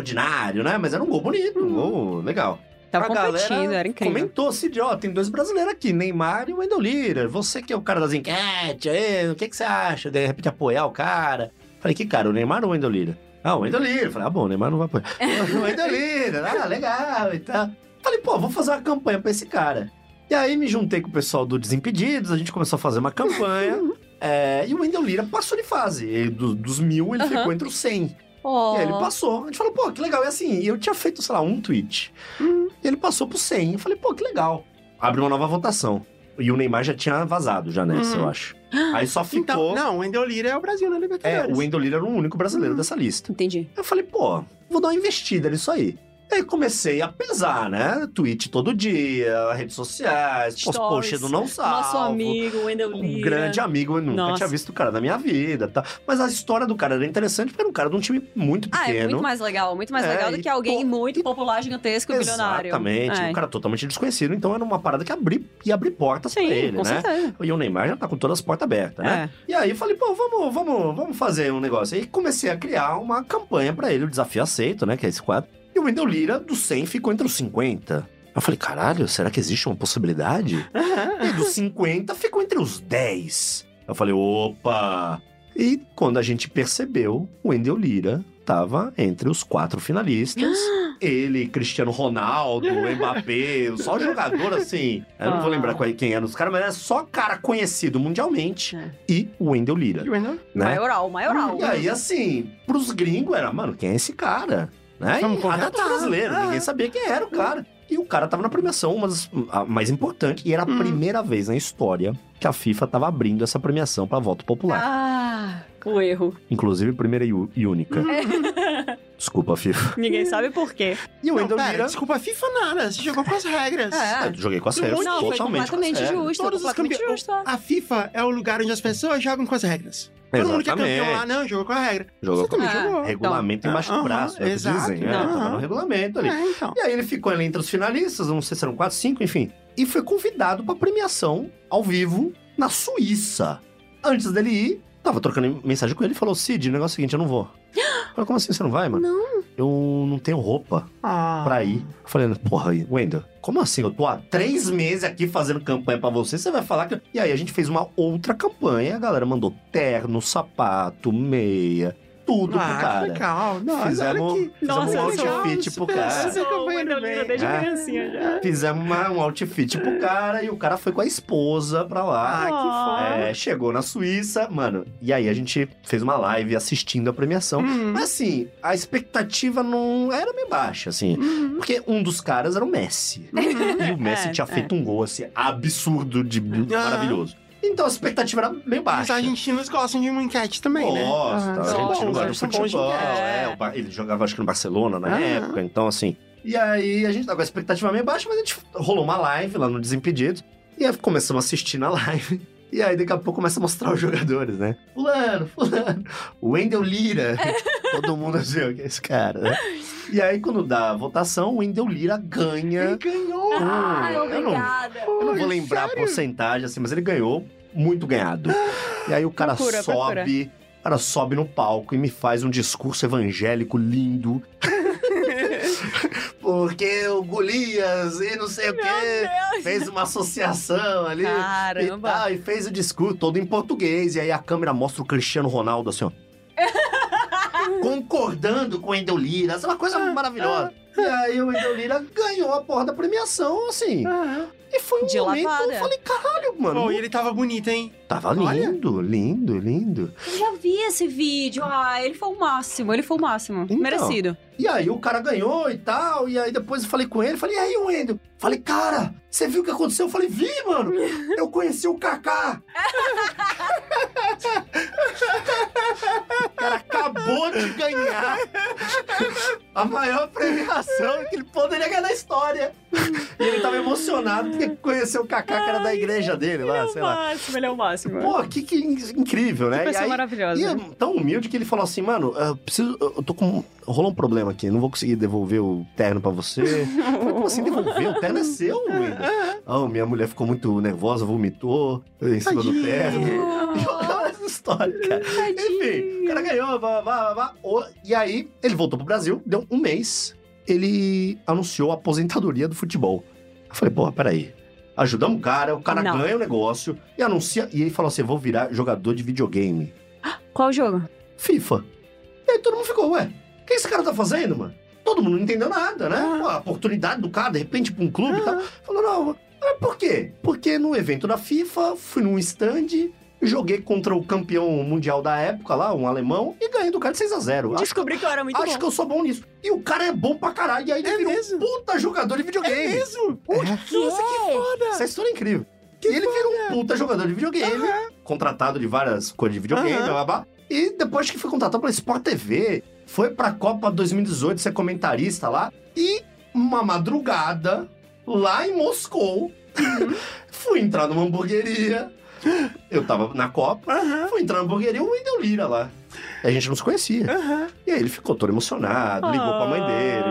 [SPEAKER 2] extraordinário, né? Mas era um gol bonito, um gol legal.
[SPEAKER 3] Tava
[SPEAKER 2] A galera
[SPEAKER 3] Tá competindo, era incrível.
[SPEAKER 2] Comentou assim, de, ó, tem dois brasileiros aqui, Neymar e o Wendel Lira. Você que é o cara das enquetes, aí, o que, que você acha? De repente apoiar o cara. Falei, que cara, o Neymar ou o Wendel Lira? Ah, o Wendel Lira. Falei, ah, bom, o Neymar não vai apoiar. [laughs] o Wendel Lira, ah, legal e tal. Falei, pô, vou fazer uma campanha pra esse cara. E aí me juntei com o pessoal do Desimpedidos, a gente começou a fazer uma
[SPEAKER 3] [laughs]
[SPEAKER 2] campanha. é, e o Wendel Lira passou de fase. Ele, do- dos mil, ele
[SPEAKER 4] Aham.
[SPEAKER 2] ficou entre os 100.
[SPEAKER 4] Oh,
[SPEAKER 2] E aí ele passou. A gente falou, pô, que legal. E assim, eu tinha feito, sei lá, um tweet.
[SPEAKER 4] Hum.
[SPEAKER 2] E ele passou pro 100. Eu falei, pô, que legal. Abre uma nova votação. E o Neymar já tinha vazado já nessa,
[SPEAKER 4] Hum.
[SPEAKER 1] Uhum.
[SPEAKER 2] eu acho.
[SPEAKER 4] [gasps]
[SPEAKER 2] Aí só ficou...
[SPEAKER 1] Então, não, o Wendel Lira é o Brasil na
[SPEAKER 2] é,
[SPEAKER 1] Libertadores.
[SPEAKER 2] o Wendel Lira era o único
[SPEAKER 4] Hum.
[SPEAKER 2] brasileiro dessa lista.
[SPEAKER 4] Entendi.
[SPEAKER 2] Eu falei, pô, vou dar uma investida nisso aí. Aí comecei a pesar, né? Tweet todo dia, redes sociais,
[SPEAKER 4] Stories.
[SPEAKER 2] post do não salvo.
[SPEAKER 4] Nosso amigo, Wendell
[SPEAKER 2] Ah, Um
[SPEAKER 4] Lira.
[SPEAKER 2] grande amigo, eu nunca
[SPEAKER 4] Nossa.
[SPEAKER 2] tinha visto o cara na minha vida, tá? Mas a história do cara era interessante, porque era um cara de um time muito
[SPEAKER 4] Ah,
[SPEAKER 2] pequeno.
[SPEAKER 4] é muito mais legal. Muito mais
[SPEAKER 2] É,
[SPEAKER 4] legal do
[SPEAKER 2] e
[SPEAKER 4] que alguém
[SPEAKER 2] pô-
[SPEAKER 4] muito popular, gigantesco, bilionário.
[SPEAKER 2] Exatamente,
[SPEAKER 4] É.
[SPEAKER 2] um cara totalmente desconhecido. Então era uma parada que abri, ia abrir portas
[SPEAKER 4] Sim,
[SPEAKER 2] pra ele,
[SPEAKER 4] com
[SPEAKER 2] né?
[SPEAKER 4] certeza. É.
[SPEAKER 2] E o Neymar já tá com todas as portas abertas, né? E aí eu falei, pô, vamos, vamos, vamos fazer um negócio. Aí comecei a criar uma campanha pra ele, o desafio aceito, né? Que é esse quadro. E o Wendel Lira, do 100, ficou entre os 50. Eu falei,
[SPEAKER 1] [laughs]
[SPEAKER 2] caralho, será que existe uma possibilidade?
[SPEAKER 1] Aham.
[SPEAKER 2] E dos 50 ficou entre os 10. Eu falei, opa! E quando a gente percebeu, o Wendel Lira tava entre os quatro
[SPEAKER 3] [gasps]
[SPEAKER 2] finalistas. Ele, Cristiano
[SPEAKER 3] [laughs]
[SPEAKER 2] Ronaldo, Mbappé, só jogador assim. Eu não vou
[SPEAKER 3] Ah.
[SPEAKER 2] lembrar qual- quem eram os caras, mas era só cara conhecido mundialmente.
[SPEAKER 3] É.
[SPEAKER 2] E o Wendel Lira,
[SPEAKER 1] Wendel?
[SPEAKER 2] né?
[SPEAKER 4] Maioral, maioral.
[SPEAKER 2] E aí, assim, pros gringos era, mano, quem é esse cara? Né?
[SPEAKER 1] Vamos
[SPEAKER 2] E até
[SPEAKER 1] contratar.
[SPEAKER 2] os brasileiros,
[SPEAKER 1] Ah.
[SPEAKER 2] ninguém sabia quem era o cara. E o cara tava na premiação, uma das a mais importante, e era a
[SPEAKER 1] Hum.
[SPEAKER 2] primeira vez na história que a FIFA tava abrindo essa premiação pra voto popular.
[SPEAKER 4] Ah, Hum.
[SPEAKER 3] O erro.
[SPEAKER 2] Inclusive, primeira e u- e única.
[SPEAKER 1] [laughs]
[SPEAKER 2] Desculpa, FIFA.
[SPEAKER 4] ninguém sabe por quê.
[SPEAKER 2] E o
[SPEAKER 1] Não,
[SPEAKER 2] Wendel
[SPEAKER 1] pera,
[SPEAKER 2] Lira.
[SPEAKER 1] desculpa, a FIFA nada, você jogou com as regras.
[SPEAKER 4] É.
[SPEAKER 2] Eu joguei com as regras,
[SPEAKER 4] Não, foi
[SPEAKER 2] totalmente. é. com as
[SPEAKER 4] completamente
[SPEAKER 2] regras.
[SPEAKER 4] justo,
[SPEAKER 1] Todos os
[SPEAKER 4] completamente
[SPEAKER 1] campeões-
[SPEAKER 4] justo. é.
[SPEAKER 1] A FIFA é o lugar onde as pessoas jogam com as regras. Todo mundo que é campeão lá,
[SPEAKER 2] Exatamente.
[SPEAKER 1] não, jogou com a regra.
[SPEAKER 2] Jogou
[SPEAKER 1] você
[SPEAKER 2] com
[SPEAKER 1] também
[SPEAKER 4] Ah,
[SPEAKER 1] jogou.
[SPEAKER 2] regulamento
[SPEAKER 1] Então.
[SPEAKER 2] embaixo do
[SPEAKER 1] Aham,
[SPEAKER 2] braço, é o que
[SPEAKER 1] exato.
[SPEAKER 2] dizem. É, tava
[SPEAKER 1] Aham.
[SPEAKER 2] no regulamento ali.
[SPEAKER 1] É, então.
[SPEAKER 2] E aí ele ficou ali entre os finalistas, não sei se eram quatro, cinco, enfim. E foi convidado pra premiação ao vivo na Suíça. Antes dele ir, tava trocando mensagem com ele e falou: Cid, o negócio é o seguinte, eu não vou. Eu falei, como assim você não vai, mano? Não. Eu não tenho roupa
[SPEAKER 1] Ah.
[SPEAKER 2] pra ir. Eu falei, porra, Wendel, como assim? Eu tô há três meses aqui fazendo campanha pra você, você vai falar que. E aí a gente fez uma outra campanha, a galera mandou terno, sapato, meia, tudo
[SPEAKER 1] Ah,
[SPEAKER 2] pro
[SPEAKER 1] que
[SPEAKER 2] cara.
[SPEAKER 1] legal. Nossa,
[SPEAKER 2] Fizemos-
[SPEAKER 1] olha que...
[SPEAKER 2] fizemos
[SPEAKER 1] Nossa,
[SPEAKER 2] um
[SPEAKER 1] legal.
[SPEAKER 2] outfit pro
[SPEAKER 1] Super-
[SPEAKER 2] cara.
[SPEAKER 1] super campanha do bem.
[SPEAKER 2] desde É.
[SPEAKER 3] criancinha
[SPEAKER 2] Fizemos uma- um outfit pro cara e o cara foi com a esposa pra
[SPEAKER 1] Ah,
[SPEAKER 2] lá.
[SPEAKER 1] que foda.
[SPEAKER 2] É, chegou na Suíça, mano. E aí a gente fez uma live assistindo a premiação.
[SPEAKER 4] Uhum.
[SPEAKER 1] Hum,
[SPEAKER 2] Mas assim, a expectativa não era meio baixa, assim.
[SPEAKER 1] hum,
[SPEAKER 2] Porque um dos caras era o Messi.
[SPEAKER 1] [laughs]
[SPEAKER 2] E o Messi
[SPEAKER 4] Uhum. É,
[SPEAKER 2] tinha
[SPEAKER 4] é.
[SPEAKER 2] feito um gol, assim, absurdo de maravilhoso. Então a expectativa era meio
[SPEAKER 1] Os
[SPEAKER 2] baixa.
[SPEAKER 1] argentinos gostam de uma enquete também, né?
[SPEAKER 2] Gosta,
[SPEAKER 1] Ah, são
[SPEAKER 2] a gente
[SPEAKER 1] bons,
[SPEAKER 2] gosta de
[SPEAKER 1] eles são bons de
[SPEAKER 2] futebol.
[SPEAKER 1] enquete.
[SPEAKER 2] é, o Bar- ele jogava, acho que no Barcelona na
[SPEAKER 1] Ah.
[SPEAKER 2] época, então assim. E aí a gente tava com a expectativa meio baixa, mas a gente rolou uma live lá no Desimpedidos. E aí começamos a assistir na [laughs] live. E aí daqui a pouco começa a mostrar os jogadores, né? Fulano, fulano,
[SPEAKER 1] [laughs]
[SPEAKER 2] Wendel Lira. Todo mundo assim, ó, que é esse cara, né? E aí quando dá a votação, o Wendel Lira ganha.
[SPEAKER 1] Ele ganhou! Ah,
[SPEAKER 4] Ai,
[SPEAKER 2] Eu não-
[SPEAKER 4] obrigada.
[SPEAKER 2] Eu não vou lembrar a porcentagem, assim, mas ele ganhou muito
[SPEAKER 4] [gasps]
[SPEAKER 2] ganhado. E aí o cara
[SPEAKER 4] Procura,
[SPEAKER 2] sobe,
[SPEAKER 4] procura.
[SPEAKER 2] o cara sobe no palco e me faz um discurso evangélico lindo. Porque o Golias e não sei o quê fez uma associação ali. E,
[SPEAKER 4] Caramba.
[SPEAKER 2] tal, e fez o discurso todo em português. E aí a câmera mostra o Cristiano
[SPEAKER 4] [laughs]
[SPEAKER 2] Ronaldo assim, ó. concordando com o Endel Lira. Essa é uma coisa
[SPEAKER 4] Ah,
[SPEAKER 2] maravilhosa. E aí o Endel Lira ganhou a porra da premiação, assim.
[SPEAKER 1] Aham.
[SPEAKER 2] E foi um
[SPEAKER 4] De
[SPEAKER 2] momento que
[SPEAKER 4] lavada.
[SPEAKER 2] eu falei, caralho, mano.
[SPEAKER 1] ah. Pô, e ele tava bonito, hein?
[SPEAKER 2] Tava
[SPEAKER 1] Olha.
[SPEAKER 2] lindo, lindo, lindo.
[SPEAKER 4] Eu já vi esse vídeo. Ah, ele foi o máximo, ele foi o máximo.
[SPEAKER 2] Então.
[SPEAKER 4] Merecido.
[SPEAKER 2] E aí o cara ganhou e tal, e aí depois eu falei com ele, falei, e aí, Wendel? Falei, cara, você viu o que aconteceu? Eu falei, vi, mano, eu conheci o Kaká. o cara acabou de ganhar a maior premiação que ele poderia ganhar na história. E ele tava emocionado porque conheceu o Kaká, que era da igreja dele lá, sei lá.
[SPEAKER 4] máximo, ele é o máximo.
[SPEAKER 2] Pô, que, que incrível,
[SPEAKER 3] Tipo
[SPEAKER 2] né? E aí, E é
[SPEAKER 4] maravilhosa.
[SPEAKER 2] tão humilde que ele falou assim, mano, eu preciso. Eu tô com. Rolou um problema aqui, não vou conseguir devolver o terno pra você. Eu falei, Como assim devolver? O terno é seu, ainda. Ah, minha mulher ficou muito nervosa, vomitou em cima do
[SPEAKER 1] Tadinho.
[SPEAKER 2] terno. [laughs] E olha essa história, cara.
[SPEAKER 4] Oh,
[SPEAKER 2] Enfim, o cara ganhou, blá, blá, blá, blá. O- E aí, ele voltou pro Brasil, deu um mês, ele anunciou a aposentadoria do futebol. Eu falei, porra, peraí. Ajudamos o cara, o cara
[SPEAKER 4] Não.
[SPEAKER 2] ganha o negócio e anuncia. E ele falou assim: vou virar jogador de videogame.
[SPEAKER 4] Qual jogo?
[SPEAKER 2] FIFA. E aí todo mundo ficou, ué, o que esse cara tá fazendo, mano? Todo mundo não entendeu nada, né? Pô, a oportunidade do cara, de repente, pra um clube e tal. Falou, não, mas por quê? Porque no evento da FIFA, fui num stand, joguei contra o campeão mundial da época lá, um alemão, e ganhei do cara de 6x0. Acho,
[SPEAKER 4] Descobri que eu era muito
[SPEAKER 2] acho que eu sou bom nisso. E o cara é bom pra caralho, e aí ele
[SPEAKER 1] É
[SPEAKER 2] virou
[SPEAKER 1] mesmo?
[SPEAKER 2] um puta jogador de videogame.
[SPEAKER 1] É mesmo?
[SPEAKER 4] Nossa, que
[SPEAKER 2] Essa história é incrível. e ele virou um puta jogador de videogame, contratado de várias coisas de videogame,
[SPEAKER 1] Aham.
[SPEAKER 2] blá, blá, blá. E depois que foi contratado pela Sport TV, foi pra Copa 2018 ser comentarista lá. E uma madrugada, lá em Moscou,
[SPEAKER 1] Uhum.
[SPEAKER 2] [laughs] fui entrar numa hamburgueria. Eu tava na Copa,
[SPEAKER 1] Aham,
[SPEAKER 2] fui entrar na hamburgueria, o Wendel Lira lá. A gente não se conhecia.
[SPEAKER 1] aham.
[SPEAKER 2] E aí ele ficou todo emocionado, ligou pra mãe dele,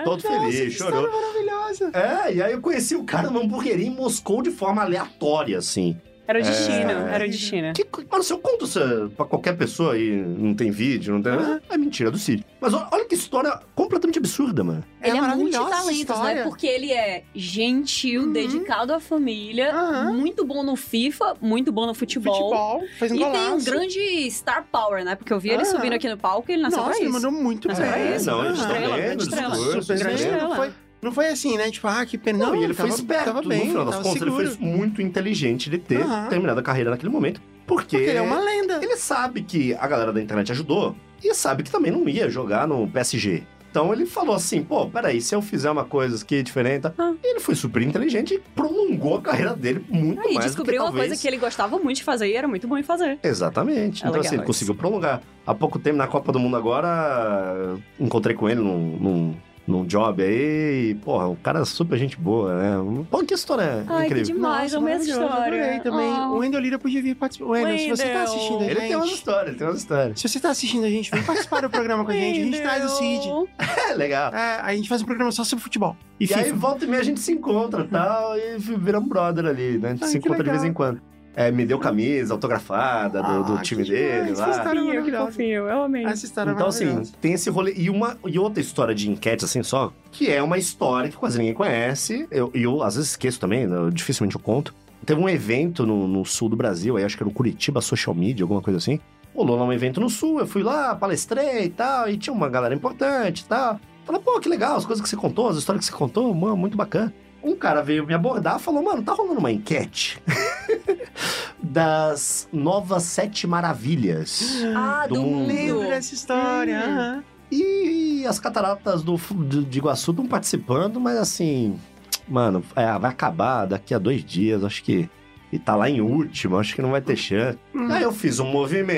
[SPEAKER 2] ficou todo
[SPEAKER 1] Ah, Nossa, que
[SPEAKER 2] feliz, chorou.
[SPEAKER 1] história maravilhosa.
[SPEAKER 2] É, e aí eu conheci o cara numa hamburgueria em Moscou de forma aleatória, assim.
[SPEAKER 3] Era o destino,
[SPEAKER 2] É.
[SPEAKER 3] era o destino.
[SPEAKER 2] Que, co- mano, se eu conto isso pra qualquer pessoa aí, não tem vídeo, não tem. É mentira do Cid. Mas o- olha que história completamente absurda, mano.
[SPEAKER 4] ele é
[SPEAKER 1] maravilhosa essa
[SPEAKER 4] multitalentos, né?
[SPEAKER 1] história.
[SPEAKER 4] Porque ele é gentil,
[SPEAKER 1] Uhum.
[SPEAKER 4] dedicado à família,
[SPEAKER 1] Aham.
[SPEAKER 4] muito bom no FIFA, muito bom no futebol.
[SPEAKER 1] Futebol, fez um
[SPEAKER 4] E
[SPEAKER 1] golaço.
[SPEAKER 4] tem um grande star power, né? Porque eu vi ele
[SPEAKER 1] Aham.
[SPEAKER 4] subindo aqui no palco e ele nasceu
[SPEAKER 1] Nossa,
[SPEAKER 4] pra
[SPEAKER 1] ele
[SPEAKER 4] isso.
[SPEAKER 1] mandou muito
[SPEAKER 4] Mas
[SPEAKER 1] bem.
[SPEAKER 4] é isso,
[SPEAKER 2] não,
[SPEAKER 1] Aham.
[SPEAKER 2] ele está
[SPEAKER 4] estrela,
[SPEAKER 2] bem,
[SPEAKER 4] grande
[SPEAKER 2] no
[SPEAKER 4] estrela.
[SPEAKER 2] discurso,
[SPEAKER 1] Super
[SPEAKER 2] grande.
[SPEAKER 1] estrela.
[SPEAKER 2] Não foi,
[SPEAKER 1] Não foi assim, né? Tipo, ah, que pena.
[SPEAKER 2] não, e ele
[SPEAKER 1] tava,
[SPEAKER 2] foi esperto,
[SPEAKER 1] Tava bem,
[SPEAKER 2] no final das
[SPEAKER 1] tava
[SPEAKER 2] contas,
[SPEAKER 1] seguro.
[SPEAKER 2] ele foi muito inteligente de ter
[SPEAKER 1] Aham.
[SPEAKER 2] terminado a carreira naquele momento.
[SPEAKER 1] Porque
[SPEAKER 2] Porque,
[SPEAKER 1] ele é uma lenda.
[SPEAKER 2] ele sabe que a galera da internet ajudou e sabe que também não ia jogar no PSG. Então ele falou assim, pô, peraí, se eu fizer uma coisa aqui diferente... tá?
[SPEAKER 4] Ah.
[SPEAKER 2] E Ele foi super inteligente e prolongou a carreira dele muito
[SPEAKER 4] Aí
[SPEAKER 2] mais
[SPEAKER 4] descobriu
[SPEAKER 2] do
[SPEAKER 4] uma
[SPEAKER 2] que talvez...
[SPEAKER 4] coisa que ele gostava muito de fazer e era muito bom em fazer.
[SPEAKER 2] Exatamente.
[SPEAKER 4] É
[SPEAKER 2] então,
[SPEAKER 4] legal
[SPEAKER 2] assim, ele
[SPEAKER 4] isso.
[SPEAKER 2] conseguiu prolongar. Há pouco tempo, na Copa do Mundo agora, encontrei com ele num, num, num job aí. E, porra, o cara é super gente boa, né? Pô, que história
[SPEAKER 4] Ai, que
[SPEAKER 2] incrível.
[SPEAKER 4] demais, amo essa
[SPEAKER 1] é maravilhoso, Adorei
[SPEAKER 4] história.
[SPEAKER 1] também.
[SPEAKER 4] Oh.
[SPEAKER 1] O Wendel Lira podia vir participar. Wendel, se você tá
[SPEAKER 4] Wendel.
[SPEAKER 1] assistindo a gente...
[SPEAKER 2] Ele tem umas histórias, ele tem umas histórias.
[SPEAKER 1] Se você tá assistindo a gente, vem participar do programa com a gente. A gente traz o Cid.
[SPEAKER 2] É, legal.
[SPEAKER 1] É, a gente faz um programa só sobre futebol. E,
[SPEAKER 2] E,
[SPEAKER 1] FIFA.
[SPEAKER 2] aí, volta e meia, a gente se encontra e tal, e viramos brother ali, né? A gente
[SPEAKER 1] Ai,
[SPEAKER 2] se
[SPEAKER 1] que
[SPEAKER 2] encontra de
[SPEAKER 1] legal.
[SPEAKER 2] vez em quando. É, me deu camisa autografada do, do
[SPEAKER 1] Ah,
[SPEAKER 2] time
[SPEAKER 1] que
[SPEAKER 2] dele
[SPEAKER 1] demais,
[SPEAKER 2] lá.
[SPEAKER 1] que história
[SPEAKER 3] Fofinho,
[SPEAKER 1] maravilhosa.
[SPEAKER 3] fofinho, eu amei.
[SPEAKER 1] Essa história é
[SPEAKER 2] Então, assim,
[SPEAKER 1] maravilhosa.
[SPEAKER 2] tem esse rolê. E, uma, e outra história de enquete, assim, só, que é uma história que quase ninguém conhece. E eu, e eu, às vezes, esqueço também, né, eu dificilmente eu conto. Teve um evento no, no sul do Brasil, aí acho que era o Curitiba Social Media, alguma coisa assim. Rolou lá um evento no sul, eu fui lá, palestrei e tal, e tinha uma galera importante e tal. Falei, pô, que legal, as coisas que você contou, as histórias que você contou, mano, muito bacana. Um cara veio me abordar e falou, mano, tá rolando uma enquete [laughs] das novas sete maravilhas.
[SPEAKER 4] Ah,
[SPEAKER 2] Do
[SPEAKER 4] do,
[SPEAKER 2] mundo.
[SPEAKER 1] Lembro
[SPEAKER 4] mundo.
[SPEAKER 1] dessa história.
[SPEAKER 4] Hum.
[SPEAKER 1] aham.
[SPEAKER 2] E as cataratas do, de, de Iguaçu estão participando, mas assim, mano, é, vai acabar daqui a dois dias, acho que. E tá lá em último, acho que não vai ter chance.
[SPEAKER 1] Hum.
[SPEAKER 2] Aí eu fiz um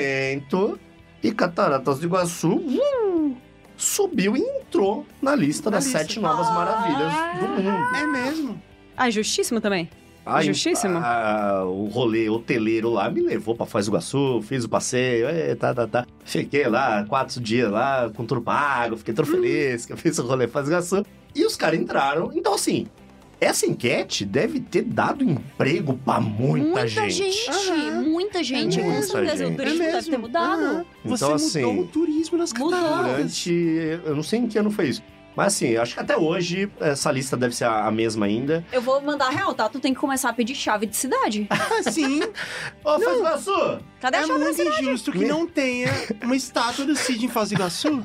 [SPEAKER 2] movimento e Cataratas do Iguaçu vum, subiu e entrou na lista
[SPEAKER 1] Na
[SPEAKER 2] das
[SPEAKER 1] lista.
[SPEAKER 2] sete novas maravilhas do mundo.
[SPEAKER 1] É mesmo.
[SPEAKER 3] Ah, justíssimo também.
[SPEAKER 2] Aí,
[SPEAKER 3] justíssimo.
[SPEAKER 2] ah, o rolê hoteleiro lá me levou pra Foz do Iguaçu, fiz o passeio, é, tá, tá, tá. Fiquei lá quatro dias lá, com tudo pago, fiquei todo feliz que eu fiz o rolê em Foz do Iguaçu. E os caras entraram. Então, assim, essa enquete deve ter dado emprego pra muita,
[SPEAKER 4] Muita gente,
[SPEAKER 1] Aham.
[SPEAKER 4] muita gente.
[SPEAKER 2] Muita
[SPEAKER 4] com certeza
[SPEAKER 2] gente.
[SPEAKER 4] o turismo
[SPEAKER 1] é
[SPEAKER 4] deve
[SPEAKER 1] mesmo.
[SPEAKER 4] ter mudado.
[SPEAKER 1] Aham. Você
[SPEAKER 2] Então,
[SPEAKER 1] mudou
[SPEAKER 2] assim,
[SPEAKER 1] o turismo nas
[SPEAKER 4] mudou.
[SPEAKER 1] cataratas.
[SPEAKER 2] Durante. Eu não sei em que ano foi isso. Mas assim, eu acho que até hoje essa lista deve ser a a mesma ainda.
[SPEAKER 4] Eu vou mandar real, tá? Tu tem que começar a pedir chave de
[SPEAKER 1] [laughs]
[SPEAKER 4] cidade. [laughs]
[SPEAKER 1] Ah, sim.
[SPEAKER 2] Ô, Foz do Iguaçu!
[SPEAKER 4] Cadê a
[SPEAKER 1] É
[SPEAKER 4] chave?
[SPEAKER 1] muito injusto que não tenha uma estátua do Cid em Foz do Iguaçu.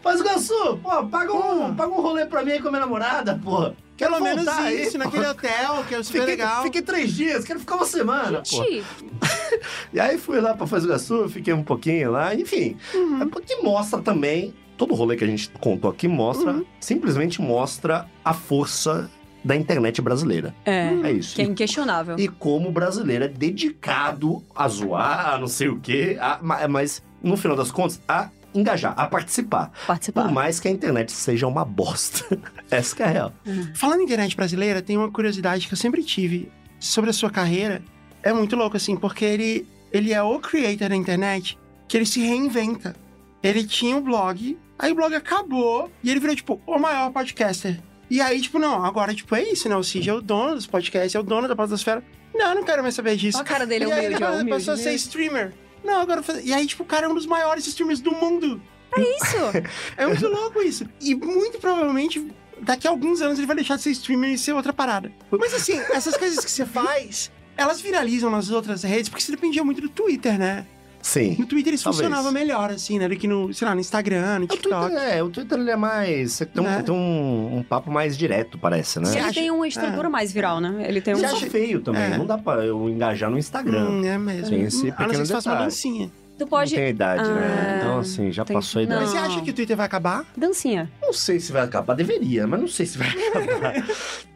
[SPEAKER 2] Foz do Iguaçu! Pô, paga um,
[SPEAKER 1] Pô.
[SPEAKER 2] paga um rolê pra mim aí com a minha namorada, porra. Quero
[SPEAKER 1] Pelo menos
[SPEAKER 2] voltar aí,
[SPEAKER 1] isso, naquele hotel, que é super
[SPEAKER 2] Fiquei,
[SPEAKER 1] legal.
[SPEAKER 2] fiquei três dias, quero ficar uma semana, pô.
[SPEAKER 4] Gente,
[SPEAKER 2] E aí fui lá pra Foz do Iguaçu, fiquei um pouquinho lá, enfim.
[SPEAKER 1] Uhum.
[SPEAKER 2] É porque mostra também, todo o rolê que a gente contou aqui mostra,
[SPEAKER 1] Uhum.
[SPEAKER 2] simplesmente mostra a força da internet brasileira.
[SPEAKER 3] É.
[SPEAKER 1] Uhum.
[SPEAKER 2] É isso.
[SPEAKER 4] que é inquestionável.
[SPEAKER 2] E como o brasileiro é dedicado a zoar, a não sei o quê, a- ma- mas no final das contas, a engajar, a participar. Por
[SPEAKER 1] Tá.
[SPEAKER 4] Participar.
[SPEAKER 2] mais que a internet seja uma bosta. [laughs] Essa que é a real.
[SPEAKER 1] Falando em internet brasileira, tem uma curiosidade que eu sempre tive sobre a sua carreira. É muito louco, assim, porque ele, ele é o creator da internet que ele se reinventa. Ele tinha um blog, aí o blog acabou e ele virou, tipo, o maior podcaster. E aí, tipo, não, agora, tipo, é isso, né? O Cid é o dono dos podcasts, é o dono da Podosfera. Não, eu não quero mais saber disso.
[SPEAKER 4] Olha a cara dele,
[SPEAKER 1] e
[SPEAKER 4] é
[SPEAKER 1] aí ele
[SPEAKER 4] humilde, ó,
[SPEAKER 1] passou-
[SPEAKER 4] humilde. né?
[SPEAKER 1] passou a ser streamer. Não, agora... eu vou fazer- E aí, tipo, o cara é um dos maiores streamers do mundo.
[SPEAKER 4] Isso!
[SPEAKER 1] É muito louco isso. E muito provavelmente, daqui a alguns anos, ele vai deixar de ser streamer e ser outra parada. Mas assim, essas coisas que você faz, elas viralizam nas outras redes, porque você dependia muito do Twitter, né?
[SPEAKER 2] Sim.
[SPEAKER 1] No Twitter eles
[SPEAKER 2] Talvez.
[SPEAKER 1] funcionavam melhor, assim, né? Do que no, sei lá, no Instagram, no
[SPEAKER 2] O Twitter,
[SPEAKER 1] TikTok.
[SPEAKER 2] é, o Twitter ele é mais. Você tem, um,
[SPEAKER 1] Né?
[SPEAKER 2] tem um, um papo mais direto, parece, né?
[SPEAKER 1] Você
[SPEAKER 4] Ele
[SPEAKER 1] acha-
[SPEAKER 4] tem uma estrutura mais viral, né? Ele tem um.
[SPEAKER 2] Eu acho feio também.
[SPEAKER 1] É.
[SPEAKER 2] Não dá pra eu engajar no Instagram.
[SPEAKER 1] Hum, é mesmo.
[SPEAKER 2] Tem
[SPEAKER 1] a
[SPEAKER 2] esse
[SPEAKER 1] não ser
[SPEAKER 2] pequeno
[SPEAKER 1] que você faça uma
[SPEAKER 2] detalhe.
[SPEAKER 1] dancinha.
[SPEAKER 4] Tu
[SPEAKER 2] Não
[SPEAKER 4] pode.
[SPEAKER 2] tem a idade, né?
[SPEAKER 4] Ah,
[SPEAKER 2] Então, assim, já
[SPEAKER 3] tem-
[SPEAKER 2] passou a idade.
[SPEAKER 1] Mas você
[SPEAKER 4] Não.
[SPEAKER 1] acha que o Twitter vai acabar?
[SPEAKER 4] Dancinha.
[SPEAKER 2] Não sei se vai acabar. Deveria, mas não
[SPEAKER 1] [laughs]
[SPEAKER 2] sei se vai acabar.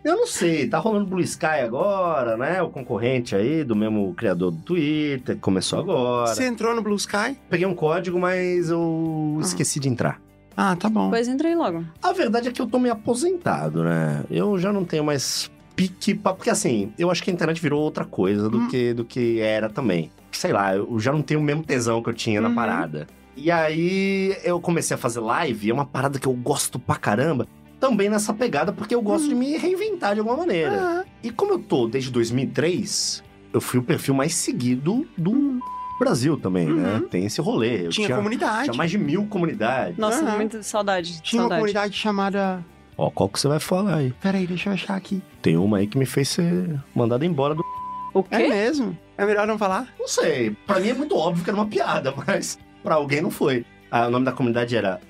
[SPEAKER 2] eu não sei. Tá rolando Blue Sky agora, né? O concorrente aí do mesmo criador do Twitter, que começou agora.
[SPEAKER 1] Você entrou no Blue Sky?
[SPEAKER 2] Peguei um código, mas eu
[SPEAKER 1] Ah.
[SPEAKER 2] esqueci de entrar.
[SPEAKER 1] Ah, tá bom.
[SPEAKER 4] Pois entra aí logo.
[SPEAKER 2] A verdade é que eu tô meio aposentado, né? Eu já não tenho mais pique pra... Porque assim, eu acho que a internet virou outra coisa do,
[SPEAKER 1] Hum.
[SPEAKER 2] que, do que era também. Sei lá, eu já não tenho o mesmo tesão que eu tinha na
[SPEAKER 1] Uhum.
[SPEAKER 2] parada. E aí eu comecei a fazer live, é uma parada que eu gosto pra caramba. Também nessa
[SPEAKER 1] Hum.
[SPEAKER 2] É. pegada, porque eu gosto de me reinventar de alguma maneira.
[SPEAKER 1] Ah,
[SPEAKER 2] E como eu tô desde 2003, eu fui o perfil mais seguido do Brasil também, né? Tem esse rolê. Eu
[SPEAKER 1] Hum. Uhum. tinha,
[SPEAKER 2] tinha,
[SPEAKER 1] comunidade.
[SPEAKER 2] tinha mais de mil comunidades.
[SPEAKER 4] Nossa,
[SPEAKER 1] Aham.
[SPEAKER 4] muito saudade.
[SPEAKER 1] Tinha uma
[SPEAKER 4] saudade.
[SPEAKER 1] comunidade chamada.
[SPEAKER 2] Ó, qual que você vai falar aí?
[SPEAKER 1] Peraí, deixa eu achar aqui.
[SPEAKER 2] Tem uma aí que me fez ser mandado embora do.
[SPEAKER 4] O
[SPEAKER 1] É
[SPEAKER 4] quê?
[SPEAKER 1] mesmo? É melhor não falar?
[SPEAKER 2] Não sei, pra mim é muito óbvio que era uma piada, [laughs] mas pra alguém não foi. Ah, o nome da comunidade era.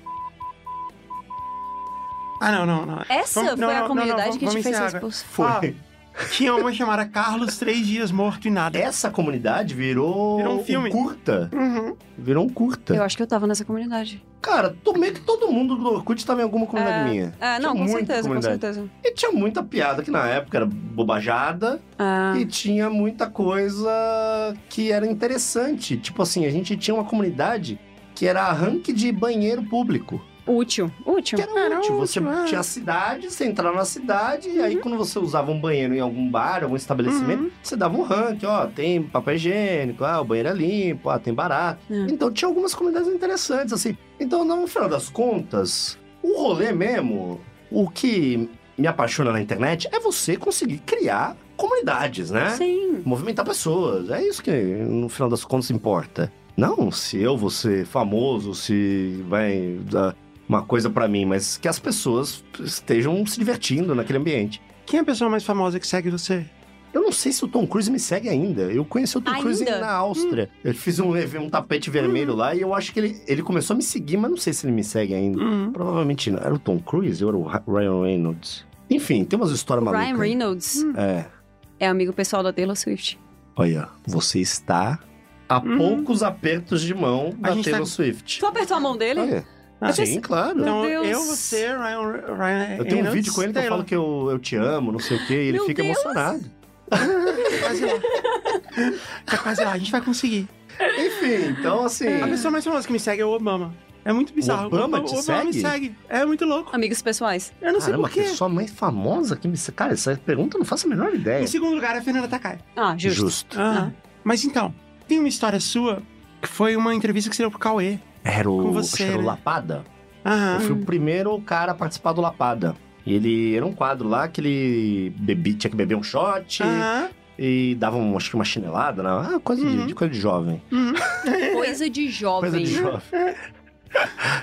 [SPEAKER 1] Ah, não, não, não.
[SPEAKER 4] Essa
[SPEAKER 1] Vamos- não,
[SPEAKER 4] foi
[SPEAKER 1] não,
[SPEAKER 4] a
[SPEAKER 1] não,
[SPEAKER 4] comunidade
[SPEAKER 1] não,
[SPEAKER 4] que te
[SPEAKER 1] vamos
[SPEAKER 4] fez ser
[SPEAKER 1] encerrar
[SPEAKER 4] expulso.
[SPEAKER 2] Foi.
[SPEAKER 1] Ah. Tinha uma chamada Carlos Três Dias Morto e Nada.
[SPEAKER 2] Essa comunidade virou.
[SPEAKER 1] Virou um filme.
[SPEAKER 2] curta.
[SPEAKER 1] Uhum.
[SPEAKER 2] Virou um curta.
[SPEAKER 4] Eu acho que eu tava nessa comunidade.
[SPEAKER 2] Cara, tô, meio que todo mundo do Orkut tava em alguma comunidade
[SPEAKER 4] É.
[SPEAKER 2] minha.
[SPEAKER 4] É, não,
[SPEAKER 2] Tinha
[SPEAKER 4] com
[SPEAKER 2] muita
[SPEAKER 4] certeza, com
[SPEAKER 2] comunidade.
[SPEAKER 4] certeza.
[SPEAKER 2] E tinha muita piada que na época era bobajada.
[SPEAKER 4] Ah,
[SPEAKER 2] E tinha muita coisa que era interessante. Tipo assim, a gente tinha uma comunidade que era arranque de banheiro público.
[SPEAKER 4] útil, útil.
[SPEAKER 2] Que era,
[SPEAKER 1] Era
[SPEAKER 2] útil. Você
[SPEAKER 1] útil, é.
[SPEAKER 2] tinha a cidade, você entrava na cidade, e aí quando você usava um banheiro em algum bar, algum estabelecimento,
[SPEAKER 1] Uhum.
[SPEAKER 2] você dava um ranking, ó, tem papel higiênico, ah, o banheiro é limpo, ah, tem barato.
[SPEAKER 4] É.
[SPEAKER 2] Então tinha algumas comunidades interessantes, assim. Então, no final das contas, o rolê mesmo, o que me apaixona na internet é você conseguir criar comunidades, né?
[SPEAKER 4] Sim.
[SPEAKER 2] movimentar pessoas. É isso que, no final das contas, importa. Não se eu vou ser famoso, se vai dar uma coisa pra mim, mas que as pessoas estejam se divertindo naquele ambiente.
[SPEAKER 1] Quem é a pessoa mais famosa que segue você?
[SPEAKER 2] Eu não sei se o Tom Cruise me segue ainda. Eu conheci o Tom
[SPEAKER 4] Ainda? Hum.
[SPEAKER 2] Cruise na Áustria. Eu fiz um, um tapete vermelho lá e eu acho que ele, ele começou a me seguir, mas não sei se ele me segue ainda.
[SPEAKER 1] Uhum.
[SPEAKER 2] Provavelmente não. Era o Tom Cruise ou era o Ra- Ryan Reynolds? Enfim, tem umas histórias malucas.
[SPEAKER 4] Ryan Reynolds
[SPEAKER 2] É.
[SPEAKER 4] é amigo pessoal da Taylor Swift.
[SPEAKER 2] Olha, você está a
[SPEAKER 1] Uhum.
[SPEAKER 2] poucos apertos de mão da
[SPEAKER 1] A gente tá-
[SPEAKER 2] Taylor Swift.
[SPEAKER 4] Tu apertou a mão dele?
[SPEAKER 2] Olha,
[SPEAKER 1] Ah,
[SPEAKER 2] sim, claro.
[SPEAKER 1] Então,
[SPEAKER 4] Deus.
[SPEAKER 1] eu, você, Ryan, Ryan
[SPEAKER 2] Eu tenho um
[SPEAKER 1] Reynolds,
[SPEAKER 2] vídeo com ele que eu
[SPEAKER 1] Taylor.
[SPEAKER 2] falo que eu, eu te amo, não sei o quê, e ele
[SPEAKER 4] Meu
[SPEAKER 2] fica
[SPEAKER 4] Deus.
[SPEAKER 2] emocionado.
[SPEAKER 1] Tá quase
[SPEAKER 2] [laughs]
[SPEAKER 1] lá. Tá quase lá, a gente vai conseguir.
[SPEAKER 2] Enfim, então assim.
[SPEAKER 1] A pessoa mais famosa que me segue é o Obama. É muito bizarro.
[SPEAKER 2] Obama
[SPEAKER 1] o
[SPEAKER 2] te
[SPEAKER 1] Obama me segue. É muito louco.
[SPEAKER 4] Amigos pessoais.
[SPEAKER 1] Eu não
[SPEAKER 2] Caramba, a
[SPEAKER 1] sei porquê.
[SPEAKER 2] pessoa mais famosa que me. Cara, essa pergunta eu não faço a menor ideia.
[SPEAKER 1] Em segundo lugar, é a Fernanda Takai.
[SPEAKER 4] Ah, justo.
[SPEAKER 1] Aham. Mas então, tem uma história sua que foi uma entrevista que você deu pro Cauê.
[SPEAKER 2] Era o,
[SPEAKER 1] Com você,
[SPEAKER 2] acho que era
[SPEAKER 1] né?
[SPEAKER 2] o
[SPEAKER 1] Ah.
[SPEAKER 2] Lapada. Eu
[SPEAKER 1] Aham.
[SPEAKER 2] fui o primeiro cara a participar do Lapada. E ele era um quadro lá que ele bebi, tinha que beber um shot
[SPEAKER 1] Aham.
[SPEAKER 2] e dava um, acho que uma chinelada, né? Ah, coisa, de-
[SPEAKER 1] Uhum.
[SPEAKER 2] de, coisa de jovem.
[SPEAKER 1] Uhum.
[SPEAKER 4] Coisa de jovem.
[SPEAKER 2] Coisa de jovem. [laughs]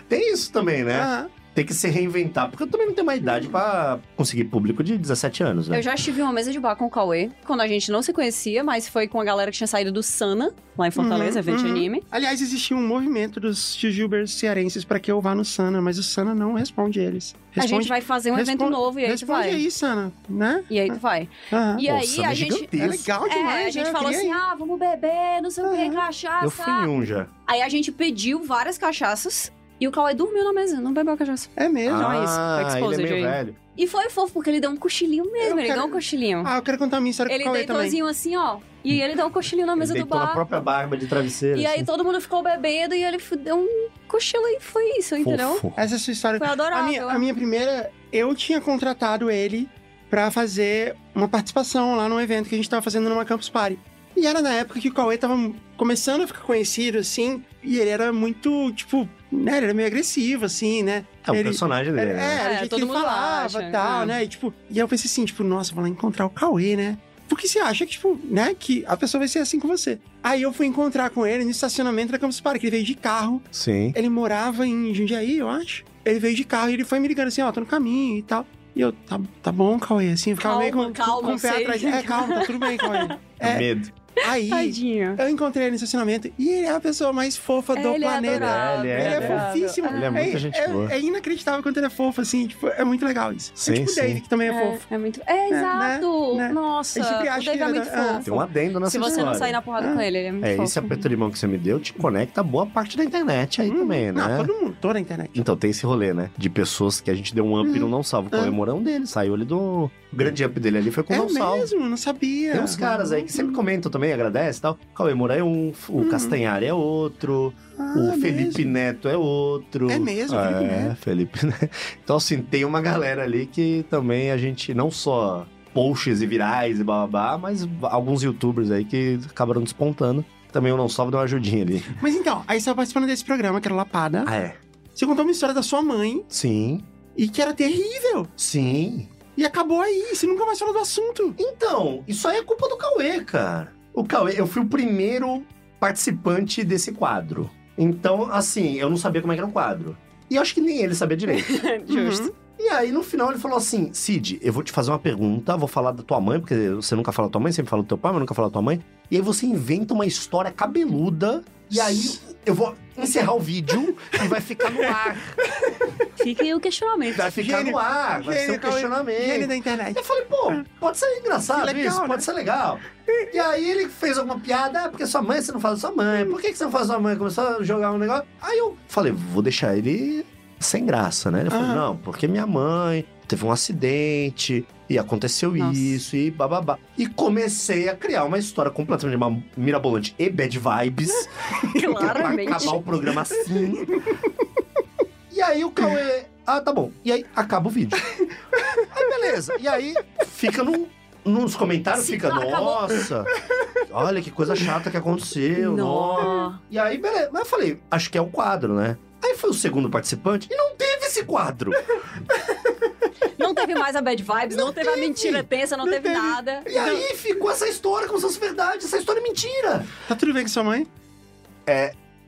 [SPEAKER 2] Tem isso também, né?
[SPEAKER 1] Aham.
[SPEAKER 2] Tem que se reinventar, porque eu também não tenho uma idade pra conseguir público de 17 anos, né?
[SPEAKER 4] Eu já estive em uma mesa de bar com o Cauê, quando a gente não se conhecia, mas foi com a galera que tinha saído do Sana, lá em Fortaleza,
[SPEAKER 1] Uhum,
[SPEAKER 4] evento de
[SPEAKER 1] uhum.
[SPEAKER 4] anime.
[SPEAKER 1] Aliás, existia um movimento dos Jujubers cearenses pra que eu vá no Sana, mas o Sana não responde eles. Responde,
[SPEAKER 4] a gente vai fazer um evento
[SPEAKER 1] responde-
[SPEAKER 4] novo e aí tu
[SPEAKER 1] responde
[SPEAKER 4] vai.
[SPEAKER 1] aí, Sana, né?
[SPEAKER 4] E aí tu vai.
[SPEAKER 1] Aham.
[SPEAKER 4] E
[SPEAKER 2] Pô,
[SPEAKER 4] aí
[SPEAKER 2] Sana
[SPEAKER 4] a
[SPEAKER 2] é
[SPEAKER 4] gente.
[SPEAKER 1] É
[SPEAKER 2] gigantesco.
[SPEAKER 1] legal demais,
[SPEAKER 4] é, a gente
[SPEAKER 1] né? Uhum. Eu
[SPEAKER 4] falou assim:
[SPEAKER 1] queria ir.
[SPEAKER 4] ah, vamos beber, não sei o que,
[SPEAKER 1] Aham.
[SPEAKER 4] cachaça.
[SPEAKER 2] Eu fui em um já.
[SPEAKER 4] Aí a gente pediu várias cachaças e o Cauê dormiu na mesa, não bebeu a cachaça.
[SPEAKER 1] É mesmo.
[SPEAKER 4] não é isso.
[SPEAKER 2] Ah,
[SPEAKER 4] Foi
[SPEAKER 2] ele é
[SPEAKER 4] exposed
[SPEAKER 2] meio
[SPEAKER 4] aí.
[SPEAKER 2] velho.
[SPEAKER 4] E foi fofo, porque ele deu um cochilinho mesmo,
[SPEAKER 1] Eu
[SPEAKER 4] ele
[SPEAKER 1] quero-
[SPEAKER 4] deu um cochilinho.
[SPEAKER 1] Ah, eu quero contar a minha história
[SPEAKER 4] ele
[SPEAKER 1] com o Cauê também.
[SPEAKER 4] deitou assim, ó. E aí ele deu um cochilinho na mesa
[SPEAKER 2] ele
[SPEAKER 4] do
[SPEAKER 2] deitou na
[SPEAKER 4] bar.
[SPEAKER 2] própria barba de travesseiro.
[SPEAKER 4] E aí
[SPEAKER 2] assim.
[SPEAKER 4] todo mundo ficou bebendo e ele f- deu um cochilo e foi isso, entendeu?
[SPEAKER 2] Fofo.
[SPEAKER 1] Essa é a sua história.
[SPEAKER 4] Foi
[SPEAKER 1] A
[SPEAKER 4] adorável.
[SPEAKER 1] minha, a minha primeira, eu tinha contratado ele pra fazer uma participação lá num evento que a gente tava fazendo numa Campus Party. E era na época que o Cauê tava começando a ficar conhecido, assim, e ele era muito, tipo, né, ele era meio agressivo, assim, né?
[SPEAKER 2] É o
[SPEAKER 1] Ele-
[SPEAKER 2] personagem dele,
[SPEAKER 1] Era-
[SPEAKER 2] né?
[SPEAKER 1] É, era o
[SPEAKER 4] É,
[SPEAKER 1] jeito que
[SPEAKER 4] todo
[SPEAKER 1] ele
[SPEAKER 4] mundo
[SPEAKER 1] falava
[SPEAKER 4] acha,
[SPEAKER 1] e tal,
[SPEAKER 4] é.
[SPEAKER 1] né? E, tipo, e eu pensei assim, tipo, nossa, vou lá encontrar o Cauê, né? Porque você acha que, tipo, né, que a pessoa vai ser assim com você. Aí eu fui encontrar com ele no estacionamento da Campus Party, que ele veio de carro.
[SPEAKER 2] Sim.
[SPEAKER 1] Ele morava em Jundiaí, eu acho. Ele veio de carro e ele foi me ligando assim, ó, tô no caminho e tal. E eu, tá, tá bom, Cauê, assim, eu ficava
[SPEAKER 4] Calma,
[SPEAKER 1] meio com,
[SPEAKER 4] [laughs] calma,
[SPEAKER 1] com o pé
[SPEAKER 4] sei.
[SPEAKER 1] atrás. É, calma, tá tudo bem, Cauê.
[SPEAKER 4] [laughs]
[SPEAKER 1] É,
[SPEAKER 2] Medo.
[SPEAKER 1] aí
[SPEAKER 4] Tadinho.
[SPEAKER 1] eu encontrei ele no estacionamento e ele é a pessoa mais fofa do
[SPEAKER 4] Ele é
[SPEAKER 1] planeta.
[SPEAKER 4] adorável.
[SPEAKER 2] Ele é,
[SPEAKER 1] Ele é,
[SPEAKER 2] ele é.
[SPEAKER 1] fofíssimo.
[SPEAKER 2] Ele é muita gente boa.
[SPEAKER 1] é inacreditável quanto ele é fofo, assim. Tipo, é muito legal isso.
[SPEAKER 2] Sim,
[SPEAKER 1] é tipo
[SPEAKER 2] sim.
[SPEAKER 1] o Dave, que também é, fofo.
[SPEAKER 4] É, é muito. É, exato.
[SPEAKER 1] né?
[SPEAKER 4] Nossa,
[SPEAKER 1] Eu sempre acho
[SPEAKER 4] o Dave
[SPEAKER 1] que
[SPEAKER 4] é
[SPEAKER 1] ele
[SPEAKER 4] muito
[SPEAKER 1] era-
[SPEAKER 4] fofo.
[SPEAKER 2] Tem um adendo nessa
[SPEAKER 4] Se você
[SPEAKER 2] história.
[SPEAKER 4] não sair na porrada
[SPEAKER 1] Ah.
[SPEAKER 4] com ele, ele é muito
[SPEAKER 2] É,
[SPEAKER 4] fofo.
[SPEAKER 2] esse aperto de mão que você me deu te conecta a boa parte da internet aí
[SPEAKER 1] Hum,
[SPEAKER 2] também, né?
[SPEAKER 1] Não, todo mundo, toda a internet.
[SPEAKER 2] Então tem esse rolê, né? De pessoas que a gente deu um up e
[SPEAKER 1] Hum,
[SPEAKER 2] não não salvo. Qual é o morão dele? Saiu ele do. O grande up dele ali foi com o
[SPEAKER 1] é
[SPEAKER 2] não salvo.
[SPEAKER 1] mesmo, não sabia.
[SPEAKER 2] Tem uns caras aí que sempre comentam também, agradece e tal. Cauê Moura é um, o
[SPEAKER 1] Uhum.
[SPEAKER 2] Castanhari é outro,
[SPEAKER 1] Ah,
[SPEAKER 2] o
[SPEAKER 1] é
[SPEAKER 2] Felipe
[SPEAKER 1] mesmo.
[SPEAKER 2] Neto é outro.
[SPEAKER 1] É mesmo, Felipe
[SPEAKER 2] É,
[SPEAKER 1] Neto.
[SPEAKER 2] Felipe [laughs] Neto. Então, assim, tem uma galera ali que também a gente não só posts e virais e bababá, mas alguns youtubers aí que acabaram despontando. Também o Não Salvo deu uma ajudinha ali.
[SPEAKER 1] Mas então, aí você tava participando desse programa, que era Lapada.
[SPEAKER 2] Ah, é?
[SPEAKER 1] Você contou uma história da sua mãe
[SPEAKER 2] Sim,
[SPEAKER 1] e que era terrível.
[SPEAKER 2] sim.
[SPEAKER 1] E acabou aí, você nunca mais falou do assunto.
[SPEAKER 2] Então, isso aí é culpa do Cauê, cara. O Cauê, eu fui o primeiro participante desse quadro. Então, assim, eu não sabia como é que era o quadro. E eu acho que nem ele
[SPEAKER 1] [laughs]
[SPEAKER 2] sabia direito.
[SPEAKER 3] Justo.
[SPEAKER 1] Uhum.
[SPEAKER 2] E aí, no final, ele falou assim: Cid, eu vou te fazer uma pergunta, vou falar da tua mãe, porque você nunca fala da tua mãe, sempre fala do teu pai, mas nunca fala da tua mãe. E aí você inventa uma história cabeluda, e aí eu vou encerrar o vídeo e vai ficar no ar.
[SPEAKER 1] [laughs]
[SPEAKER 4] Uhum. Fica aí o questionamento.
[SPEAKER 2] Vai ficar
[SPEAKER 1] Gênio.
[SPEAKER 2] no ar, vai ser um
[SPEAKER 1] Gênio, Cauê. Gênio
[SPEAKER 2] questionamento.
[SPEAKER 1] da internet.
[SPEAKER 2] Eu falei, pô, pode ser engraçado
[SPEAKER 1] Ah. Que legal,
[SPEAKER 2] isso,
[SPEAKER 1] né?
[SPEAKER 2] pode ser legal. E aí ele fez alguma piada, ah, porque sua mãe, você não fala da sua mãe, por que que você não fala da sua mãe? Começou a jogar um negócio. Aí eu falei, vou deixar ele sem graça, né? Ele falou,
[SPEAKER 1] Aham.
[SPEAKER 2] não, porque minha mãe teve um acidente e aconteceu
[SPEAKER 3] Nossa.
[SPEAKER 2] isso e bababá. E comecei a criar uma história completamente ma- mirabolante e bad vibes.
[SPEAKER 4] Claramente.
[SPEAKER 2] pra acabar o programa assim. E aí o Cauê. Ah, tá bom. E aí
[SPEAKER 4] [laughs]
[SPEAKER 2] acaba o vídeo. Aí beleza. E aí fica no, nos comentários,
[SPEAKER 4] Sim,
[SPEAKER 2] fica,
[SPEAKER 4] acabou.
[SPEAKER 2] nossa, olha que coisa chata que aconteceu. Nossa.
[SPEAKER 4] Nó.
[SPEAKER 2] E aí, beleza. Mas eu falei, acho que é o quadro, né? Aí foi o segundo participante e não teve esse quadro.
[SPEAKER 4] Não teve mais a bad vibes, não, teve, a mentira tensa, não, teve, nada.
[SPEAKER 2] E aí ficou essa história como se fosse verdade. Essa história é mentira.
[SPEAKER 1] Tá tudo bem com sua mãe?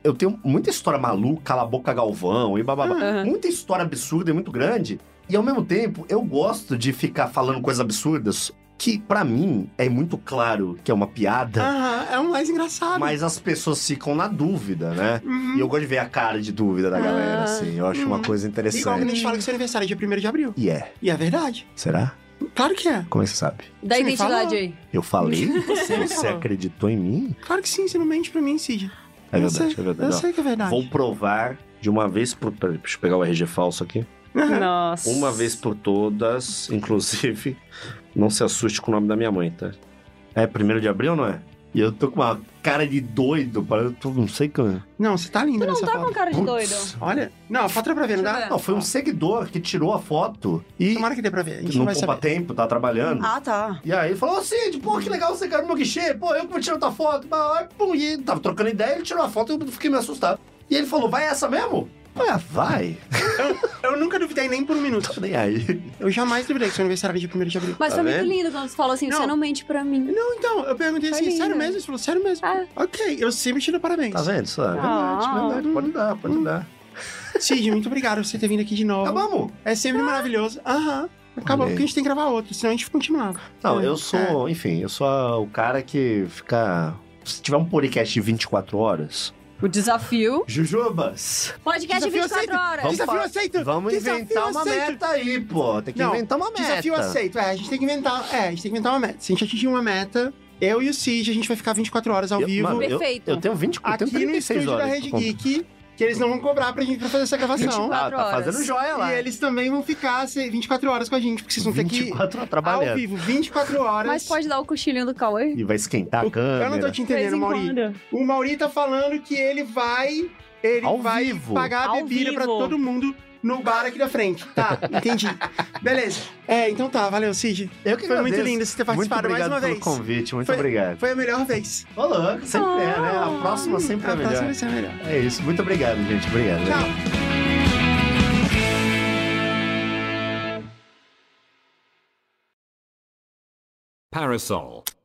[SPEAKER 2] Eu tenho muita história maluca, cala a boca Galvão e bababá.
[SPEAKER 3] Aham.
[SPEAKER 2] Muita história absurda e muito grande. E ao mesmo tempo, eu gosto de ficar falando coisas absurdas que, pra mim, é muito claro que é uma piada,
[SPEAKER 1] Aham, é o mais engraçado.
[SPEAKER 2] mas as pessoas ficam na dúvida, né?
[SPEAKER 1] Uhum.
[SPEAKER 2] E eu gosto de ver a cara de dúvida da galera,
[SPEAKER 3] Ah.
[SPEAKER 2] assim. Eu acho
[SPEAKER 1] Hum.
[SPEAKER 2] uma coisa
[SPEAKER 1] Igual quando a
[SPEAKER 2] interessante.
[SPEAKER 1] gente fala que seu aniversário é dia 1 de abril.
[SPEAKER 2] E é.
[SPEAKER 1] E é verdade.
[SPEAKER 2] Será?
[SPEAKER 1] Claro que é.
[SPEAKER 2] Como é que você sabe?
[SPEAKER 4] Da
[SPEAKER 1] Você me
[SPEAKER 4] identidade aí.
[SPEAKER 1] [laughs]
[SPEAKER 2] Eu falei? Você,
[SPEAKER 1] me
[SPEAKER 2] você
[SPEAKER 1] falou.
[SPEAKER 2] acreditou em mim?
[SPEAKER 1] Claro que sim, você não mente pra mim, Cid.
[SPEAKER 2] É
[SPEAKER 1] Eu
[SPEAKER 2] verdade,
[SPEAKER 1] sei,
[SPEAKER 2] é verdade.
[SPEAKER 1] Eu sei que é
[SPEAKER 2] Ó,
[SPEAKER 1] verdade.
[SPEAKER 2] Vou provar de uma vez por... Peraí, Deixa eu pegar o RG falso aqui.
[SPEAKER 1] Aham.
[SPEAKER 3] Nossa.
[SPEAKER 2] Uma vez por todas, inclusive, [laughs] não se assuste com o nome da minha mãe, tá? É primeiro de abril, não é? E eu tô com uma cara de doido, para eu tô- não sei como.
[SPEAKER 1] [laughs] Não, você tá lindo
[SPEAKER 4] Não
[SPEAKER 1] nessa
[SPEAKER 4] tá
[SPEAKER 1] foto.
[SPEAKER 4] com cara de doido.
[SPEAKER 2] né? Putz.
[SPEAKER 1] Olha. Não, a foto é pra ver, não
[SPEAKER 4] Deixa eu
[SPEAKER 1] dá?
[SPEAKER 4] ver.
[SPEAKER 2] Não, foi um seguidor que tirou a foto e
[SPEAKER 1] Tomara que dê pra ver. A gente
[SPEAKER 2] não
[SPEAKER 1] vai
[SPEAKER 2] poupa
[SPEAKER 1] saber.
[SPEAKER 2] tempo, tá trabalhando.
[SPEAKER 4] Ah, tá.
[SPEAKER 2] E aí ele falou, ô Cid, pô, que legal você caiu no meu guichê, pô, eu que vou tirar tua foto. Mas, aí, pum, e ele tava trocando ideia, ele tirou a foto e eu fiquei meio assustado. E ele falou, vai essa mesmo? Ah, vai. [laughs]
[SPEAKER 1] Eu nunca duvidei nem por um minuto.
[SPEAKER 2] Tô nem aí.
[SPEAKER 1] Eu jamais duvidei que seu aniversário era dia 1 de abril.
[SPEAKER 4] Mas
[SPEAKER 2] Tá
[SPEAKER 4] foi
[SPEAKER 2] vendo?
[SPEAKER 4] muito lindo quando você falou assim:
[SPEAKER 1] Não.
[SPEAKER 4] você não mente pra mim.
[SPEAKER 1] Não, então, eu perguntei
[SPEAKER 4] Tá
[SPEAKER 1] assim, sério
[SPEAKER 4] lindo.
[SPEAKER 1] mesmo? Ele falou, sério mesmo?
[SPEAKER 4] Ah.
[SPEAKER 1] Ok, eu sempre te dou parabéns.
[SPEAKER 2] Tá vendo, Hum. sabe?
[SPEAKER 3] Ah.
[SPEAKER 2] Verdade, verdade, pode dar, pode dar.
[SPEAKER 1] Cid, muito obrigado por você ter vindo aqui de novo.
[SPEAKER 2] Acabamos.
[SPEAKER 1] É
[SPEAKER 4] Ah.
[SPEAKER 1] sempre maravilhoso. Aham. Acabou,
[SPEAKER 2] Olha aí.
[SPEAKER 1] porque a gente tem que gravar outro, senão a gente continuava.
[SPEAKER 2] Não,
[SPEAKER 1] É.
[SPEAKER 2] eu sou, enfim, eu sou a- o cara que fica. Se tiver um podcast de 24 horas.
[SPEAKER 4] O desafio.
[SPEAKER 2] Jujubas!
[SPEAKER 4] Podcast
[SPEAKER 1] Desafio
[SPEAKER 4] 24
[SPEAKER 1] aceito.
[SPEAKER 4] horas.
[SPEAKER 2] Vamos
[SPEAKER 1] desafio
[SPEAKER 2] fa-
[SPEAKER 1] aceito!
[SPEAKER 2] Vamos
[SPEAKER 1] Desafio
[SPEAKER 2] inventar uma
[SPEAKER 1] aceito.
[SPEAKER 2] meta aí, pô. Tem que
[SPEAKER 1] Não,
[SPEAKER 2] inventar uma meta.
[SPEAKER 1] Desafio aceito. É, a gente tem que inventar. É, a gente tem que inventar uma meta. Se a gente atingir uma meta, eu e o Cid, a gente vai ficar 24 horas ao
[SPEAKER 2] Eu-
[SPEAKER 1] vivo
[SPEAKER 2] mano,
[SPEAKER 4] Perfeito.
[SPEAKER 2] Eu, eu tenho 20, eu tenho
[SPEAKER 1] aqui no
[SPEAKER 2] 36
[SPEAKER 1] estúdio da
[SPEAKER 2] horas.
[SPEAKER 1] Rede
[SPEAKER 2] pra contar.
[SPEAKER 1] Geek, que eles não vão cobrar pra gente pra fazer essa gravação.
[SPEAKER 4] 24
[SPEAKER 2] Ah, [laughs] tá
[SPEAKER 4] horas.
[SPEAKER 2] fazendo joia lá.
[SPEAKER 1] E eles também vão ficar se- 24 horas com a gente, porque vocês vão ter que.
[SPEAKER 2] 24 horas
[SPEAKER 1] Ao
[SPEAKER 2] trabalhando.
[SPEAKER 1] vivo, 24 horas.
[SPEAKER 4] Mas pode dar o cochilinho do Cauê?
[SPEAKER 2] E vai esquentar a
[SPEAKER 1] Eu
[SPEAKER 2] câmera.
[SPEAKER 1] não tô te entendendo, Mauri. O Mauri tá falando que ele vai. Ele
[SPEAKER 2] Ao
[SPEAKER 1] vai
[SPEAKER 2] vivo.
[SPEAKER 1] pagar a
[SPEAKER 3] Ao
[SPEAKER 1] bebida pra
[SPEAKER 3] vivo.
[SPEAKER 1] todo mundo no bar aqui da frente.
[SPEAKER 2] [laughs]
[SPEAKER 1] Tá, entendi. Beleza. É, então tá, valeu, Cid.
[SPEAKER 2] Eu que
[SPEAKER 1] Foi muito
[SPEAKER 2] agradeço.
[SPEAKER 1] lindo você ter
[SPEAKER 2] Muito
[SPEAKER 1] participado mais
[SPEAKER 2] obrigado
[SPEAKER 1] uma
[SPEAKER 2] pelo
[SPEAKER 1] vez.
[SPEAKER 2] convite, muito
[SPEAKER 1] Foi-
[SPEAKER 2] obrigado.
[SPEAKER 1] Foi a melhor vez.
[SPEAKER 2] Ô, louco, sempre é, né? A próxima sempre
[SPEAKER 1] Ah, A
[SPEAKER 2] é
[SPEAKER 1] próxima vai
[SPEAKER 2] melhor.
[SPEAKER 1] ser a melhor.
[SPEAKER 2] É isso, muito obrigado, gente. Obrigado.
[SPEAKER 1] Tchau.
[SPEAKER 5] Parasol.